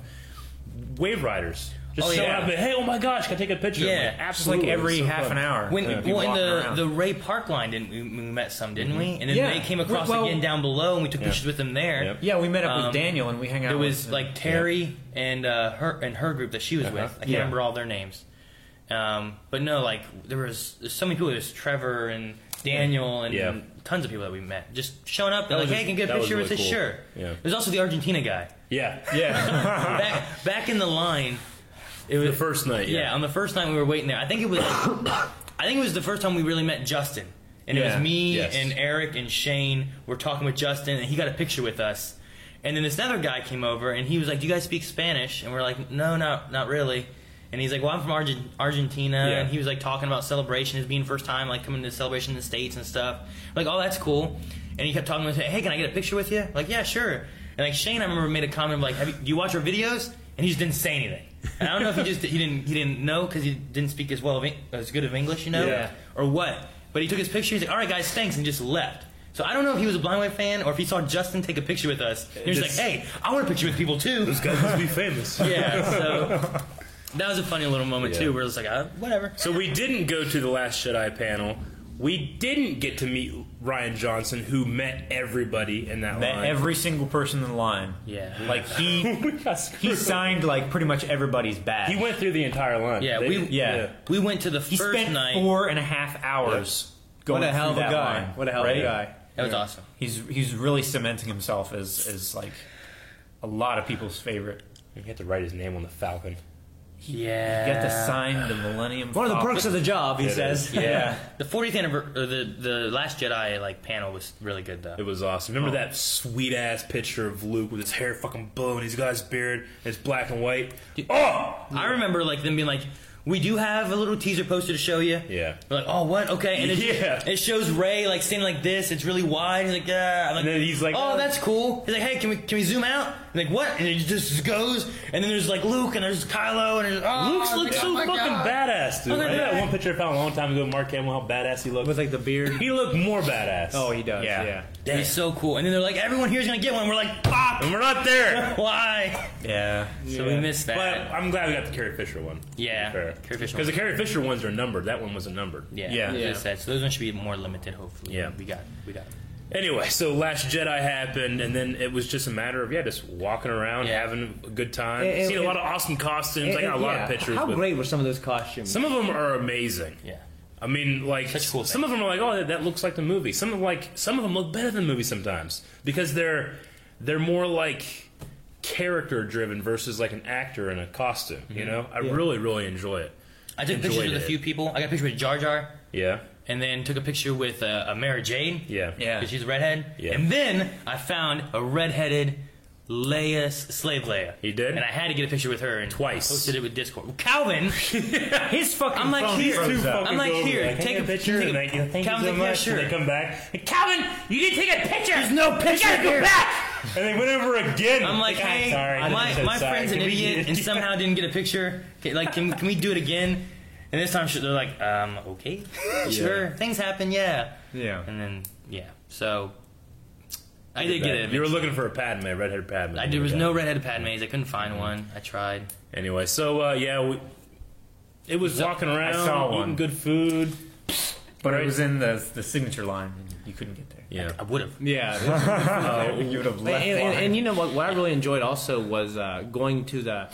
S1: Wave Riders just
S3: Oh,
S1: showing
S3: yeah.
S1: up. And, hey, oh my gosh, can I take a picture?
S3: Yeah.
S1: like,
S3: Just
S4: just like
S1: absolutely.
S4: every
S1: It was so
S4: half
S1: fun.
S4: an hour.
S3: When,
S4: uh, be
S3: well, in
S4: walking
S3: the,
S4: around.
S3: the Ray Park line, didn't we, we met some, didn't we? And then
S4: Yeah.
S3: they came across
S4: Well-
S3: again down below, and we took
S1: Mm-hmm. Yeah.
S3: pictures with them there.
S1: Yep.
S4: yeah, we met up
S3: Um,
S4: with Daniel and we hang out.
S3: It was
S4: with,
S3: like Terry and uh, her and her group that she was
S1: Uh-huh.
S3: with. I can't
S4: Yeah.
S3: remember all their names. Um, but no, like there was there's so many people. There's Trevor and Daniel and
S1: Yeah.
S3: tons of people that we met. Just showing up, they're
S1: That was
S3: like, "Hey,
S1: just-
S3: can I get a
S1: that was
S3: picture with
S1: really
S3: this
S1: cool.
S3: shirt."
S1: Yeah.
S3: There's also the Argentina guy
S1: Yeah, yeah.
S3: back back in the line. It was
S1: the first night.
S3: yeah.
S1: Yeah,
S3: on the first time we were waiting there. I think it was I think it was the first time we really met Justin. And it
S4: Yeah,
S3: was me
S1: yes.
S3: and Eric and Shane were talking with Justin and he got a picture with us. And then this other guy came over and he was like, "Do you guys speak Spanish?" And we're like, "No, not not really." And he's like, "Well, I'm from Argent- Argentina."
S1: Yeah.
S3: And he was like talking about celebration as being first time like coming to celebration in the states and stuff. We're like, "Oh, that's cool." And he kept talking to us, "Hey, can I get a picture with you?" Like, "Yeah, sure." And like Shane, I remember made a comment like, Have you, "Do you watch our videos?" And he just didn't say anything. And I don't know if he just he didn't he didn't know because he didn't speak as well of, Eng- as good of English, you know,
S1: Yeah.
S3: or what. But he took his picture. He's like, "All right, guys, thanks," and just left. So I don't know if he was a Blind Way fan or if he saw Justin take a picture with us. He was like,
S1: This-
S3: "Hey, I want a picture with people too."
S1: this guy must be famous.
S3: yeah. So that was a funny little moment
S1: Yeah.
S3: too. Where it's like, uh, whatever.
S1: So we didn't go to the Last Jedi panel. We didn't get to meet Ryan Johnson, who met everybody in that
S4: met
S1: line.
S4: every single person in the line.
S3: Yeah.
S4: like he
S1: we got
S4: he
S1: screwed.
S4: signed like pretty much everybody's badge.
S1: He went through the entire line.
S3: Yeah, we-
S4: yeah.
S3: We went to the
S4: He
S3: first
S4: spent
S3: night.
S4: four and a half hours going
S2: What a hell of
S4: through
S2: a
S4: that
S2: guy.
S4: line,
S2: What a hell of a
S4: right?
S2: guy.
S3: that was awesome.
S4: He's he's really cementing himself as as like a lot of people's favorite.
S1: You had to write his name on the Falcon.
S3: Yeah.
S4: Get to sign the Millennium.
S2: One of the
S4: Falcon.
S2: perks of the job, he
S1: It
S2: says.
S1: is.
S4: Yeah.
S3: The 40th anniversary, the the Last Jedi like panel was really good though.
S1: It was awesome. Remember that sweet ass picture of Luke with his hair fucking blowing, he's got his beard, and it's black and white. Oh!
S3: I remember like them being like, "We do have a little teaser poster to show you."
S1: Yeah.
S3: We're like, "Oh, what? Okay." And it,
S1: Yeah.
S3: it shows Ray like standing like this. It's really wide. He's like, "Yeah." I'm like,
S1: And then he's like,
S3: "Oh,
S1: "Oh."
S3: that's cool." He's like, "Hey, can we can we zoom out?" I'm like, "What?" And it just goes. And then there's like Luke and there's Kylo and there's oh,
S1: Luke's looked
S3: yeah.
S1: so fucking badass, dude.
S3: Look at
S1: Remember that
S3: that.
S1: one picture I found a long time ago of Mark Hamill, how badass he looked?
S2: With like the beard.
S1: he looked more badass.
S2: Oh, he does.
S4: Yeah.
S2: yeah.
S3: It's so cool. And then they're like, "Everyone here's gonna get one." We're like, "Pop,
S1: And we're not there!
S3: why?"
S4: Yeah.
S3: So we missed
S1: But
S3: that.
S1: I'm glad we got the Carrie Fisher one.
S3: Yeah, Carrie Fisher
S1: Because the
S3: one.
S1: Carrie Fisher ones are numbered. That one wasn't numbered.
S3: yeah,
S4: Yeah.
S3: we missed that. So those ones should be more limited, hopefully.
S1: Yeah.
S3: we got we got.
S1: Anyway, so Last Jedi happened, and then it was just a matter of yeah, just walking around,
S3: Yeah.
S1: having a good time.
S2: It- it-
S1: Seen a lot
S2: it-
S1: of awesome costumes. I got a lot
S2: Yeah.
S1: of pictures.
S2: How
S1: with-
S2: great were some of those costumes?
S1: Some of them are amazing.
S3: Yeah.
S1: I mean, like
S3: Such cool
S1: some of them are like, oh, that, that looks like the movie. Some of like some of them look better than the movie sometimes because they're they're more like character driven versus like an actor in a costume. You know, I really really enjoy it.
S3: I took
S1: Enjoyed
S3: pictures with a
S1: it.
S3: few people. I got a picture with Jar Jar,
S1: Yeah,
S3: and then took a picture with uh, a Mary Jane.
S1: yeah,
S4: Yeah.
S3: Because she's a redhead.
S1: Yeah.
S3: And then I found a redheaded Leia, s- slave Leia.
S1: He did?
S3: And I had to get a picture with her. And
S1: Twice.
S3: Posted it with Discord. Well, Calvin!
S4: His fucking
S3: I'm like,
S4: phone
S3: here.
S4: froze up.
S3: I'm like, here, take a picture. Take a, Calvin, take- yeah, sure.
S1: come back. Calvin, you didn't take a picture.
S3: There's no picture here.
S1: back. And they went over again.
S3: I'm like, hey, my, my friend's E an idiot and somehow didn't get a picture. Okay, like, can, can we do it again? And this time she- they're like, um, okay, sure, things happen, yeah.
S2: yeah.
S3: And then, yeah, so I did get it.
S1: You were looking for a Padme, redheaded Padme.
S3: I, there was no redheaded Padmes. I couldn't find one. I tried.
S1: Anyway, so uh, yeah, we, it was walking around,
S4: saw
S1: eating
S4: one.
S1: good food.
S4: But
S1: Right.
S4: it was in the the signature line, and you couldn't get there.
S1: Yeah,
S3: I would have.
S2: Yeah.
S4: you would have
S2: and,
S4: left.
S2: and, and you know what? What I really enjoyed also was uh, going to the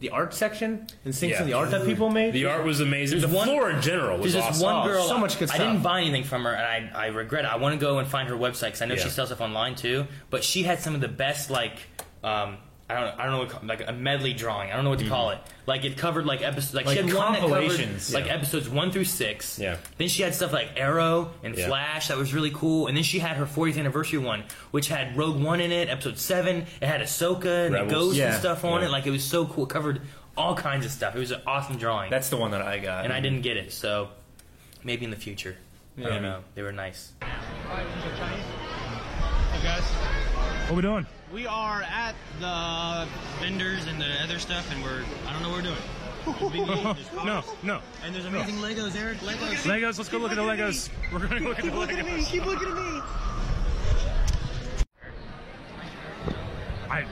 S2: the art section and seeing some of the
S1: Yeah.
S2: art that people made.
S1: the art was amazing. The
S3: There's one-
S1: floor in general was
S3: There's
S1: awesome.
S3: this one
S2: Oh,
S3: girl.
S2: so much good
S3: I didn't
S2: stuff.
S3: buy anything from her, and I, I regret it. I want to go and find her website because I know
S1: Yeah.
S3: she sells stuff online too. But she had some of the best like. Um, I don't, I don't know, what, co- like a medley drawing. I don't know what to call it. Like it covered like episodes, like, she
S4: Like
S3: had one that covered
S4: compilations.
S3: like episodes one through six.
S1: Yeah.
S3: Then she had stuff like Arrow and
S1: Yeah.
S3: Flash that was really cool, and then she had her 40th anniversary one, which had Rogue One in it, Episode Seven. It had Ahsoka and
S1: Rebels.
S3: the Ghost and
S4: Yeah.
S3: stuff on
S1: Yeah.
S3: it. Like it was so cool. It covered all kinds of stuff. It was an awesome drawing
S4: That's the one that I got.
S3: and I didn't get it. So maybe in the future. I don't know. They were nice.
S1: What we doing?
S7: We are at the vendors and the other stuff, and we're I don't know what we're doing. There's big- there's
S1: No, no.
S7: and there's amazing Legos, Eric. Legos.
S1: Legos. Let's go look at the Legos. We're gonna look at the Legos.
S7: Keep looking at me.
S1: I,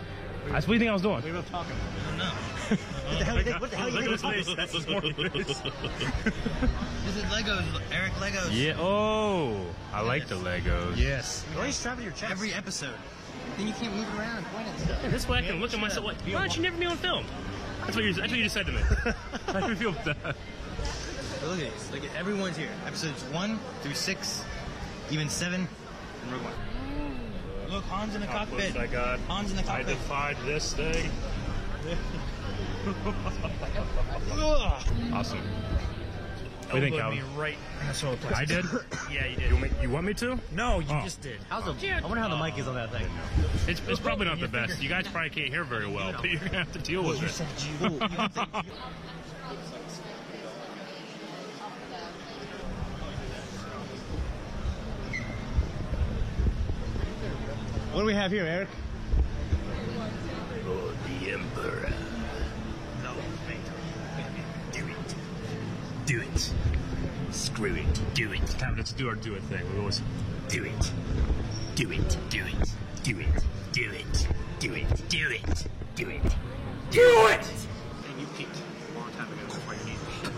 S1: that's what you think I was doing.
S7: We were talking. I don't know. What the hell? you think- What the hell? you think we're talking about? This is Legos, Eric. Legos.
S1: Yeah. Oh, I like the Legos.
S7: Yes. Why you strap it to your chest? Every episode. Then you can't move it around and point at stuff.
S1: This way I can look at myself. Like, why don't you never be on film? That's what you. That's what you just said to me. I feel bad.
S7: But look at this. Look at everyone's here. Episodes one through six, even seven, and Rogue One. Look, Han's in the cockpit.
S1: I got.
S7: Han's in the
S1: I
S7: cockpit.
S1: defied this thing.
S7: Ugh.
S1: Awesome. What do you think,
S7: Elbowed
S1: Calvin?
S7: me right in the solar plexus.
S1: I did.
S7: yeah, you did.
S1: You want, me, you want me to?
S7: No, you
S1: Oh.
S7: just did. How's the, I wonder how the mic is on that thing.
S1: It's, it's probably not the best. You guys probably can't hear very well, but you're gonna have to deal with
S7: You
S1: it.
S7: said you. you said you. What do we have here, Eric?
S1: For the Emperor.
S7: No, wait. Do it. Do it. Screw it. Do it.
S1: Time let's do our do it thing. We always
S7: Do it. Do it. Do it. Do it. Do it. Do it. Do it. Do it. Do it! And you peaked a long time ago before you needed me.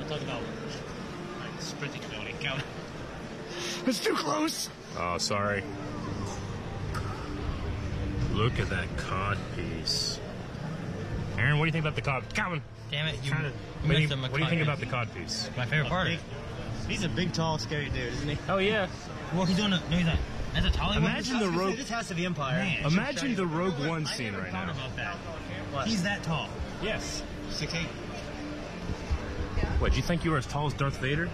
S7: I'm talking about like sprinting ability. Count. It's too close!
S1: Oh, sorry. Look at that cod piece. Aaron, what do you think about the cod? Calvin,
S7: Damn it, you
S1: what do you, what do you think about the Oh, cod piece?
S7: my favorite part? he's a big, tall, scary dude, isn't he? Oh, yeah. Well, he's doing a. No, he's not. That's a Tollywood.
S1: Imagine the rogue-
S7: This has to be Empire.
S1: Imagine the Rogue One scene right
S7: thought
S1: now.
S7: about that. He's that tall.
S1: Yes.
S7: Six eight.
S1: What, do you think you were as tall as Darth Vader?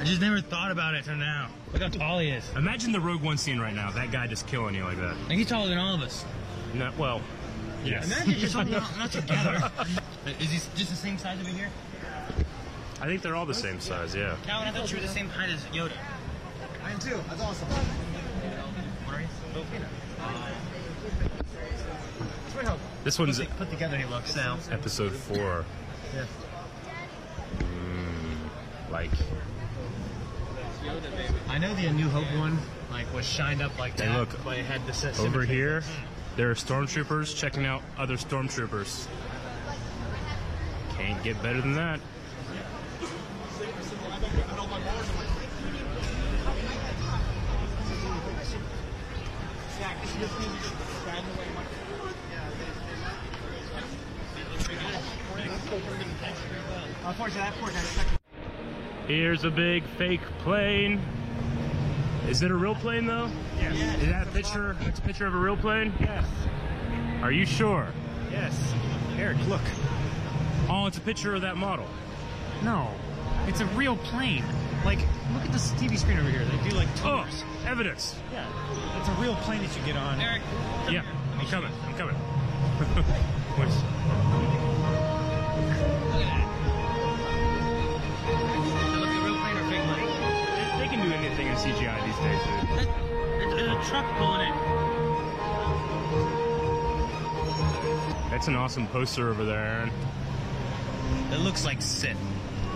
S7: I just never thought about it till now. Look how tall he is.
S1: Imagine the Rogue One scene right now. That guy just killing you like that.
S7: Like he's taller than all of us.
S1: No, well, yes.
S7: Imagine just holding out not together. is he just the same size over here?
S1: I think they're all the same size, yeah.
S7: Calvin, I thought you were the same height as Yoda. I am too. That's awesome. What are you? Filipino. That's weird how
S1: This one's
S7: put together he looks now.
S1: episode four.
S7: Yeah.
S1: Like,
S7: I know the A New Hope one like was shined up like
S1: Hey,
S7: that,
S1: look.
S7: but it had the set
S1: over here, there are stormtroopers checking out other stormtroopers. Can't get better than that. Here's a big fake plane. Is it a real plane though? Yes. Is that a picture? It's a picture of a real plane? Yes. Are you sure?
S8: Yes. Eric, look.
S1: Oh, it's a picture of that model.
S8: No. It's a real plane. Like, look at this TV screen over here. They do like
S1: Oh,
S8: tours.
S1: evidence.
S8: Yeah. It's a real plane that you get on.
S3: Eric,
S1: Yeah, I'm coming. I'm coming. Wait.
S3: look at the real plane or fake money.
S1: They can do anything in CGI these days, dude.
S3: There's there's a truck pulling in.
S1: That's an awesome poster over there, Aaron.
S3: It looks like Sith.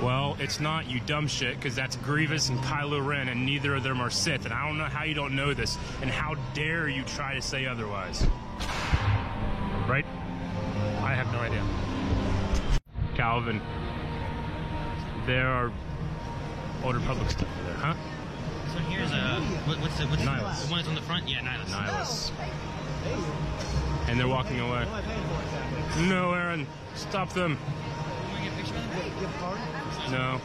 S1: Well, it's not, you dumb shit, because that's Grievous and Kylo Ren, and neither of them are Sith, and I don't know how you don't know this, and how dare you try to say otherwise. Right?
S8: I have no idea.
S1: Calvin. There are Old Republic stuff over there, huh?
S3: So here's a what, what's the what's
S1: Nihilus.
S3: the one that's on the front? Yeah, Nihilus.
S1: Nihilus. And they're walking away. No, Aaron, stop them. No.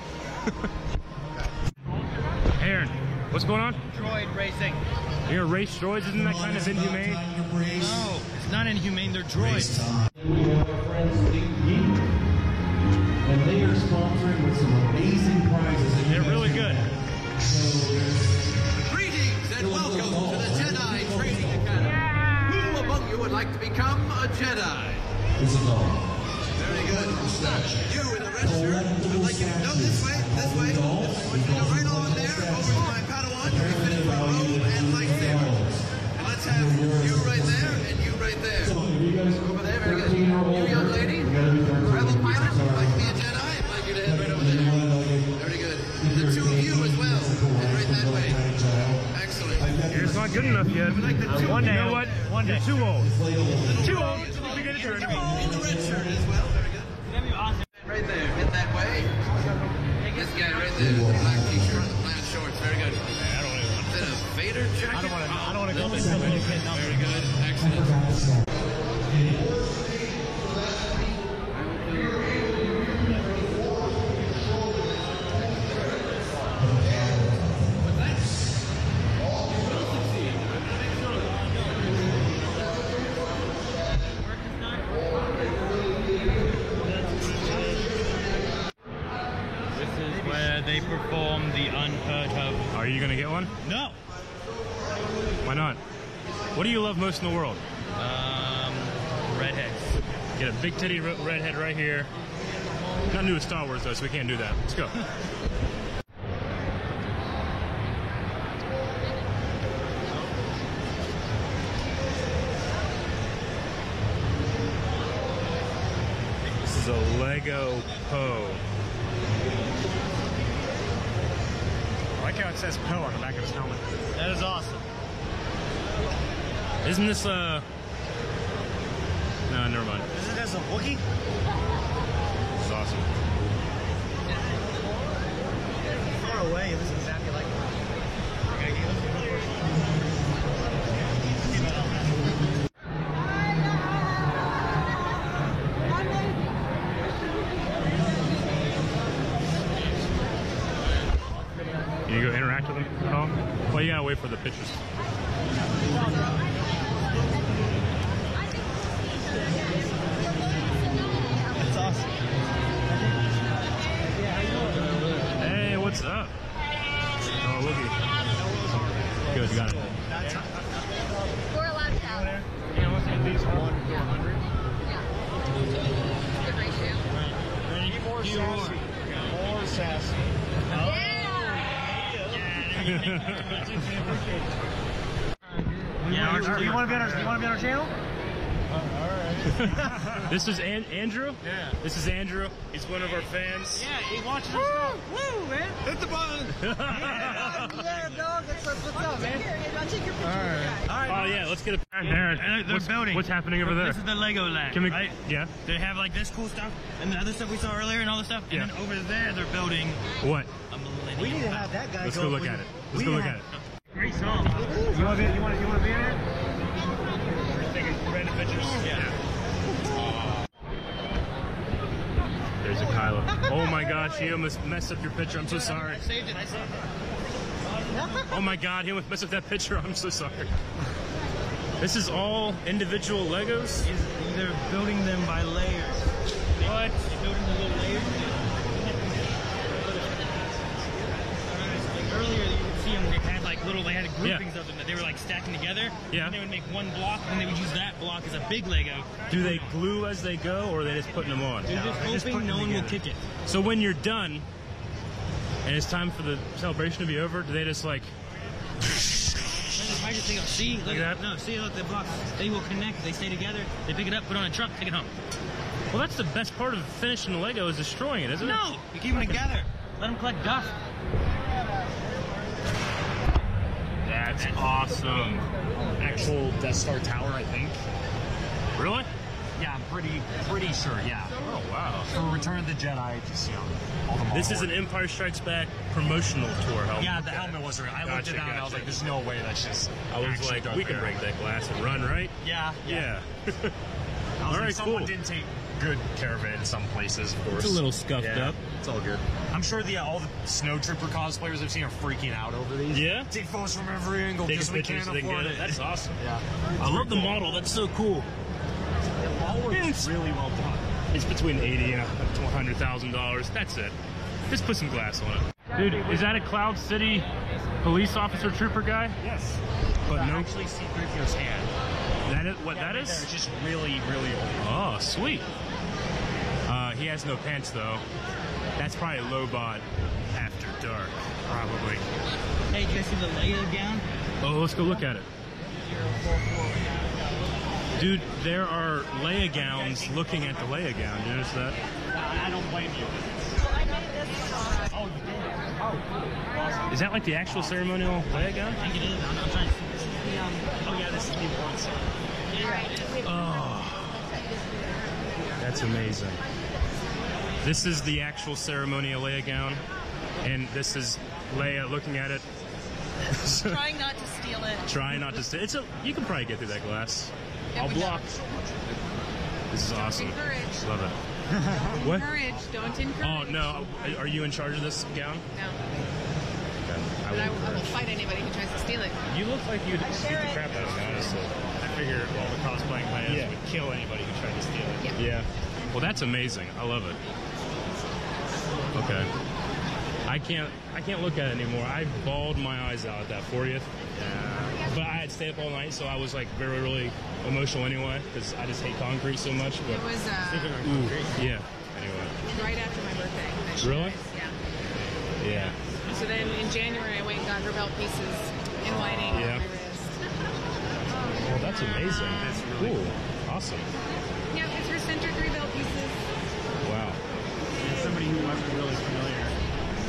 S1: Aaron, what's going on?
S3: Droid racing.
S1: You're race droids, isn't that kind of inhumane?
S3: No, Oh, it's not inhumane. They're droids.
S9: And they are sponsoring with some amazing prizes.
S1: They're really good.
S10: Greetings and welcome to the Jedi Training Academy. Who among you would like to become a Jedi? Very good. You in the red shirt would like you to go this way, this way. I want you to go right along there, over to my Padawan, who is fitted for a robe and lightsaber. And let's have you right there and you right there. Over there, very good. You young lady, rebel pilot, would like to be a Jedi? I'd like you to head right over there. Very good. The two of you as well, head right that way. Excellent.
S1: You're just not good enough yet. One day. You know what? One day. You're too old. Too old. We gotta turn it off.
S10: In the red shirt as well, very good. Right there, head that way. This guy right there, the black t-shirt, the plaid shorts, very good. I don't even want Then a Vader jacket. I don't want to. I don't want to go this Very good, excellent.
S3: This is where they perform the unheard of.
S1: Are you gonna get one?
S3: No.
S1: Why not? What do you love most in the world?
S3: Um, redheads.
S1: Get a big titty re- redhead right here. Not new with Star Wars though, so we can't do that. Let's go. this is a Lego Poe.
S8: I like how it says Poe on the back of his helmet.
S3: That is awesome.
S1: Isn't this uh? No, never mind.
S8: Is it as a Wookiee?
S1: It's awesome.
S8: Far away. This is exactly like.
S1: You go interact with them at all? Well, you gotta wait for the pictures.
S8: It's awesome.
S1: Hey, what's up? Oh, Wookie. Good, got it.
S11: We're allowed to have it. Good ratio.
S8: More sassy. More sassy.
S11: Yeah.
S3: Yeah,
S8: Do you, want to be on our? Do you want to be on our channel?
S1: This is An- Andrew? Yeah. This is Andrew. He's one of our fans.
S8: Yeah, he watches us.
S10: Hit the button.
S8: Yeah, dog. That's what's up, man.
S11: I'll take your picture.
S8: All right.
S1: Oh, yeah, let's get a.
S3: Aaron, they're
S1: what's,
S3: building.
S1: What's happening over there?
S3: This is the Lego land,
S1: Can we.
S3: right?
S1: Yeah?
S3: They have like this cool stuff and the other stuff we saw earlier and all this stuff.
S1: Yeah.
S3: And then over there they're building
S1: What?
S3: a millennium.
S8: We need to have that guy.
S1: Let's
S8: go
S1: go look
S8: with-
S1: at it. Let's
S8: we
S1: go look
S8: have-
S1: at it.
S3: Great song.
S8: You want to be? You want to? You want to be in it?
S1: Adventures. Yeah. There's a Kylo. Oh my gosh, he almost messed up your picture. I'm so sorry.
S10: I saved it. I saved it.
S1: Oh my god, he almost messed up that picture. I'm so sorry. This is all individual Legos?
S10: They're building them by layers. What? They're building the little layers. Like earlier, you could see them. They had like little. They had groupings of them that they were like stacking together.
S1: Yeah.
S10: And they would make one block, and they would use that block as a big Lego.
S1: Do they glue as they go, or are they just putting them on?
S10: They're just hoping no one will kick it.
S1: So when you're done, and it's time for the celebration to be over, do they just like?
S10: I just think, oh, see, look, at that. No, see, look, the blocks. They will connect. They stay together. They pick it up, put it on a truck, take it home.
S1: Well, that's the best part of finishing the Lego is destroying it, isn't it?
S10: No, you keep them together. Let them collect dust.
S1: That's awesome.
S12: Actual Death Star Tower, I think.
S1: Really?
S12: Yeah, I'm pretty pretty sure. Yeah.
S1: Oh wow.
S12: For Return of the Jedi, just you know, all the
S1: This is
S12: Maul-
S1: an Empire Strikes Back promotional tour helmet.
S12: Yeah, the helmet was real. I looked it up and I was like, "There's no way that's just."
S1: I was
S12: actually
S1: like,
S12: Darth
S1: we can
S12: Vader."
S1: break that glass and run, right?
S12: Yeah.
S1: Yeah.
S12: I was
S1: All
S12: like,
S1: right,
S12: someone
S1: cool.
S12: didn't take good care of it in some places, of course.
S1: It's a little scuffed
S12: Yeah,
S1: up.
S12: It's all good. I'm sure the uh, all the snowtrooper cosplayers I've seen are freaking out over these.
S1: Yeah?
S12: Take photos from every angle
S1: Taking
S12: because we
S1: pictures
S12: can't
S1: so they can
S12: afford
S1: get it.
S12: it.
S1: That's awesome.
S12: Yeah.
S1: I love the model. That's so cool.
S12: It's really well done.
S1: It's between eighty and one hundred thousand dollars. That's it. Just put some glass on it. Dude, is that a Cloud City police officer trooper guy?
S12: Yes.
S1: But no.
S12: Actually, C-3PO's hand.
S1: That is what
S12: Yeah,
S1: that
S12: right
S1: is.
S12: there. It's just really, really old.
S1: Oh, sweet. Uh, he has no pants though. That's probably Lobot after dark, probably.
S10: Hey, do you guys see the Lego gown?
S1: Oh, let's go look at it. Dude, there are Leia gowns looking at the Leia gown. You notice that?
S12: I don't blame you.
S1: Is that like the actual ceremonial Leia gown?
S10: I think it is. I'm, I'm trying to see this. oh, yeah, this is the important stuff.
S1: Oh, that's amazing. This is the actual ceremonial Leia gown, and this is Leia looking at it.
S11: Trying not to steal it.
S1: Try not to. St- it's a. You can probably get through that glass. I'll block. This is awesome.
S11: Encourage.
S1: Love it.
S11: Don't
S1: What?
S11: encourage. Don't encourage.
S1: Oh no, are you in charge of this gown?
S11: No.
S1: Okay. I
S11: But I, I will fight anybody who tries to steal it.
S1: You look like you'd beat the crap out of me, honestly. I figure all the cosplaying clans
S12: Yeah.
S1: would kill anybody who tried to steal it.
S11: Yeah.
S1: Well, that's amazing. I love it. Okay. I can't. I can't look at it anymore. I bawled my eyes out at that 40th. Yeah. But I had stayed up all night, so I was like very, really emotional anyway, because I just hate concrete so much. But
S11: It was uh,
S1: Ooh, yeah. Anyway.
S11: right after my birthday. that
S1: Really?
S11: she dies,
S1: Yeah.
S11: Yeah. So then in January, I went and got her belt pieces and lining
S1: Yeah.
S11: on my wrist.
S1: Well, that's amazing. That's really cool. Awesome.
S11: Yeah, it's her center three belt pieces.
S1: Wow.
S12: And somebody who wasn't really familiar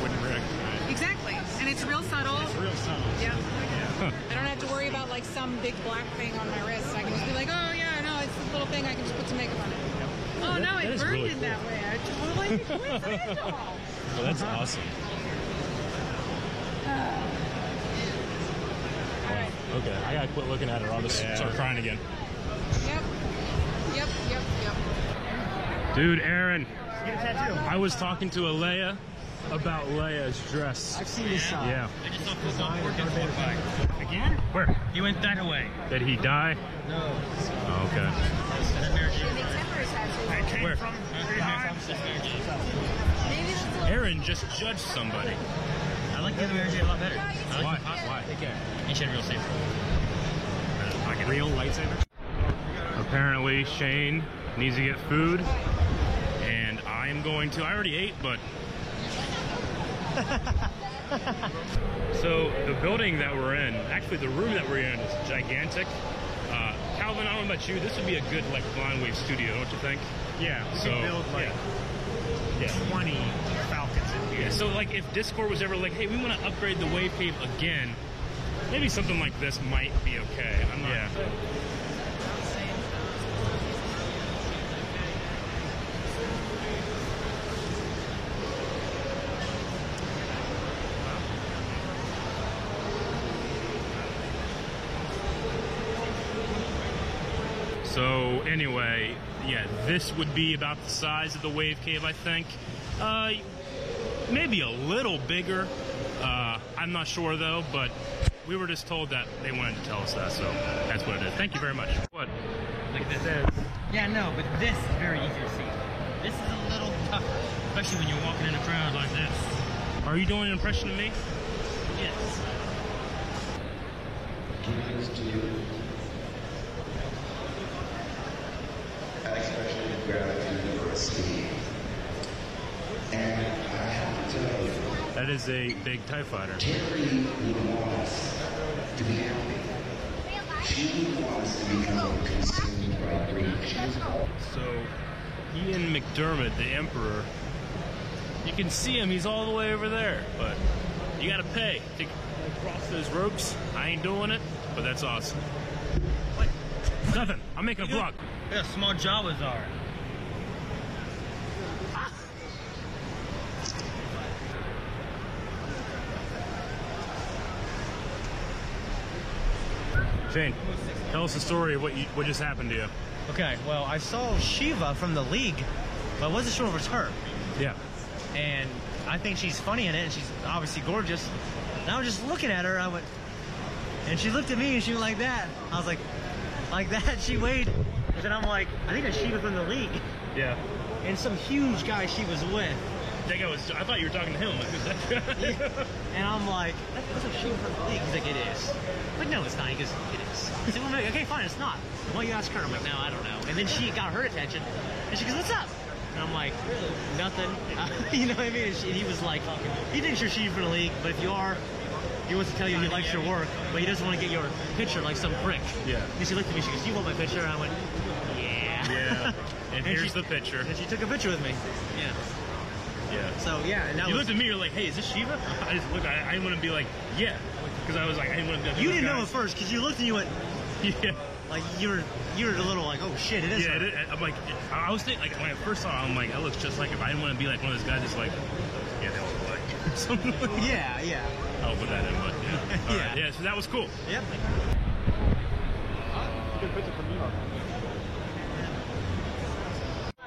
S12: wouldn't recognize.
S11: Exactly. And it's real subtle.
S12: It's real subtle.
S11: Yeah.
S12: Yeah.
S11: I don't have to worry about like some big black thing on my wrist. I can just be like, oh yeah, no, it's this little thing. I can just put some makeup on it. Oh
S1: That-
S11: no,
S1: that
S11: it
S1: is
S11: burned
S1: really
S11: in
S1: cool.
S11: that way. I totally coincidental.
S1: Well, Oh, that's awesome. Wow. Okay, I gotta quit looking at it. or I'll just start crying again.
S11: Yep. Yep. Yep. Yep.
S1: Dude, Aaron,
S12: Get a tattoo.
S1: I was talking to Alea about Leia's dress.
S12: I've seen this. Uh,
S1: Yeah.
S12: I just saw football working for
S1: Again? Where?
S10: He went that way.
S1: Did he die?
S10: No.
S1: Oh, okay. Where? Aaron just judged somebody.
S10: I like the other Mary Jane a lot better. I
S1: Why?
S10: like Why? Take care. And she had real safe.
S1: Like real lightsaber? Apparently, Shane needs to get food, and I am going to. I already ate, but. so, the building that we're in, actually, the room that we're in is gigantic. Uh, Calvin, I don't know about you, this would be a good, like, line wave studio, don't you think?
S12: Yeah, we
S1: So,
S12: could build like
S1: Yeah.
S12: 20 Falcons in here.
S1: Yeah, so like if Discord was ever like, hey, we want to upgrade the wave cave again, maybe something like this might be okay. I'm not. Yeah. So anyway, yeah, this would be about the size of the wave cave, I think. Uh, maybe a little bigger. Uh, I'm not sure though, but we were just told that they wanted to tell us that, so that's what it is. Thank you very much. What? Like this is.
S6: Yeah, no, but this is very easy to see. This is a little tougher, especially when you're walking in a crowd like this.
S1: Are you doing an impression of me?
S6: Yes.
S1: That is a big TIE fighter. So, Ian McDermott, the Emperor, you can see him, he's all the way over there, but you gotta pay to cross those ropes. I ain't doing it, but that's awesome. What? Nothing, I'm making a vlog.
S3: Yeah, small Jawas are.
S1: Shane, tell us the story of what you, what just happened to you.
S10: Okay, well, I saw Shiva from the league, but I wasn't sure if it was her.
S1: Yeah.
S10: And I think she's funny in it, and she's obviously gorgeous. And I was just looking at her, I went, and she looked at me, and she went like that. I was like, like that, she waved. And then I'm like, I think that's Shiva from the league.
S1: Yeah.
S10: And some huge guy she was with.
S1: I think I was. I thought you were talking to him.
S10: And I'm like, that wasn't Shiva from the league. He's like, it is. I'm like, no, it's not. He goes, it is. I said, well, maybe- okay, fine, it's not. Why you ask her? I'm like, no, I don't know. And then she got her attention, and she goes, what's up? And I'm like, nothing. you know what I mean? And, she, and he was like, he thinks you're Shiva from the league, but if you are, he wants to tell you he likes your work, but he doesn't want to get your picture like some prick.
S1: Yeah.
S10: And she looked at me, she goes, you want my picture? And I went, yeah.
S1: Yeah. And here's
S10: she,
S1: the picture.
S10: And she took a picture with me. Yeah.
S1: Yeah.
S10: So, yeah, and that
S1: you
S10: was-
S1: looked at me. You're like, "Hey, is this Shiva?" I just looked. I, I didn't want to be like, "Yeah," because I was like, I didn't want to be. Like,
S10: You
S1: "Look,
S10: didn't know at
S1: guys."
S10: first because you looked and you went,
S1: yeah.
S10: Like you were, you were a little like, oh shit, it is.
S1: Yeah,
S10: her."
S1: it is. I'm like, I was thinking, like, when I first saw him, I'm like, that looks just like him. I didn't want to be like one of those guys that's like, yeah, they look like him," or something like that.
S10: Yeah, yeah.
S1: I'll put that in, but yeah. All
S10: Yeah.
S1: right, yeah, so that was cool.
S10: Yep.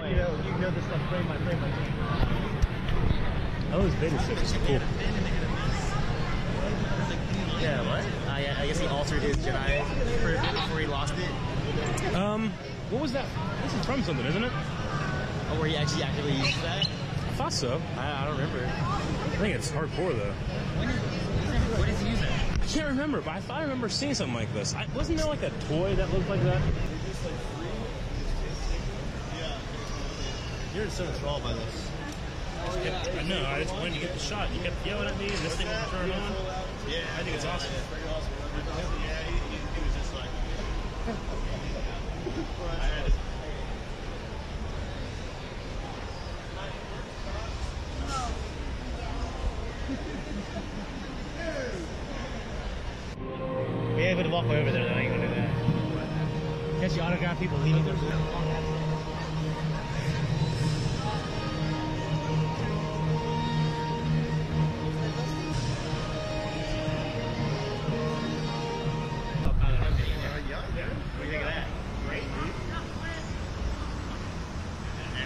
S10: You know, you know this stuff frame by frame by frame.
S4: Oh, his beta six is cool.
S13: Yeah, what? Uh, yeah, I guess he altered his Jedi for, before he lost it.
S1: Um, what was that? This is from something, isn't it?
S13: Oh, where he actually actively used that?
S1: I thought so.
S13: I, I don't remember.
S1: I think it's hardcore, though.
S13: What is he using?
S1: I can't remember, but I thought I remember seeing something like this. I, wasn't there like a toy that looked like that?
S10: You're in so much by this.
S1: I know, I just wanted to get the shot. You kept yelling at me, and this thing would turn on. Yeah, I think it's awesome.
S10: Be able to walk way over there. though, I ain't gonna do that. Catch the autograph people leaving their.
S13: What do you think of that? Great.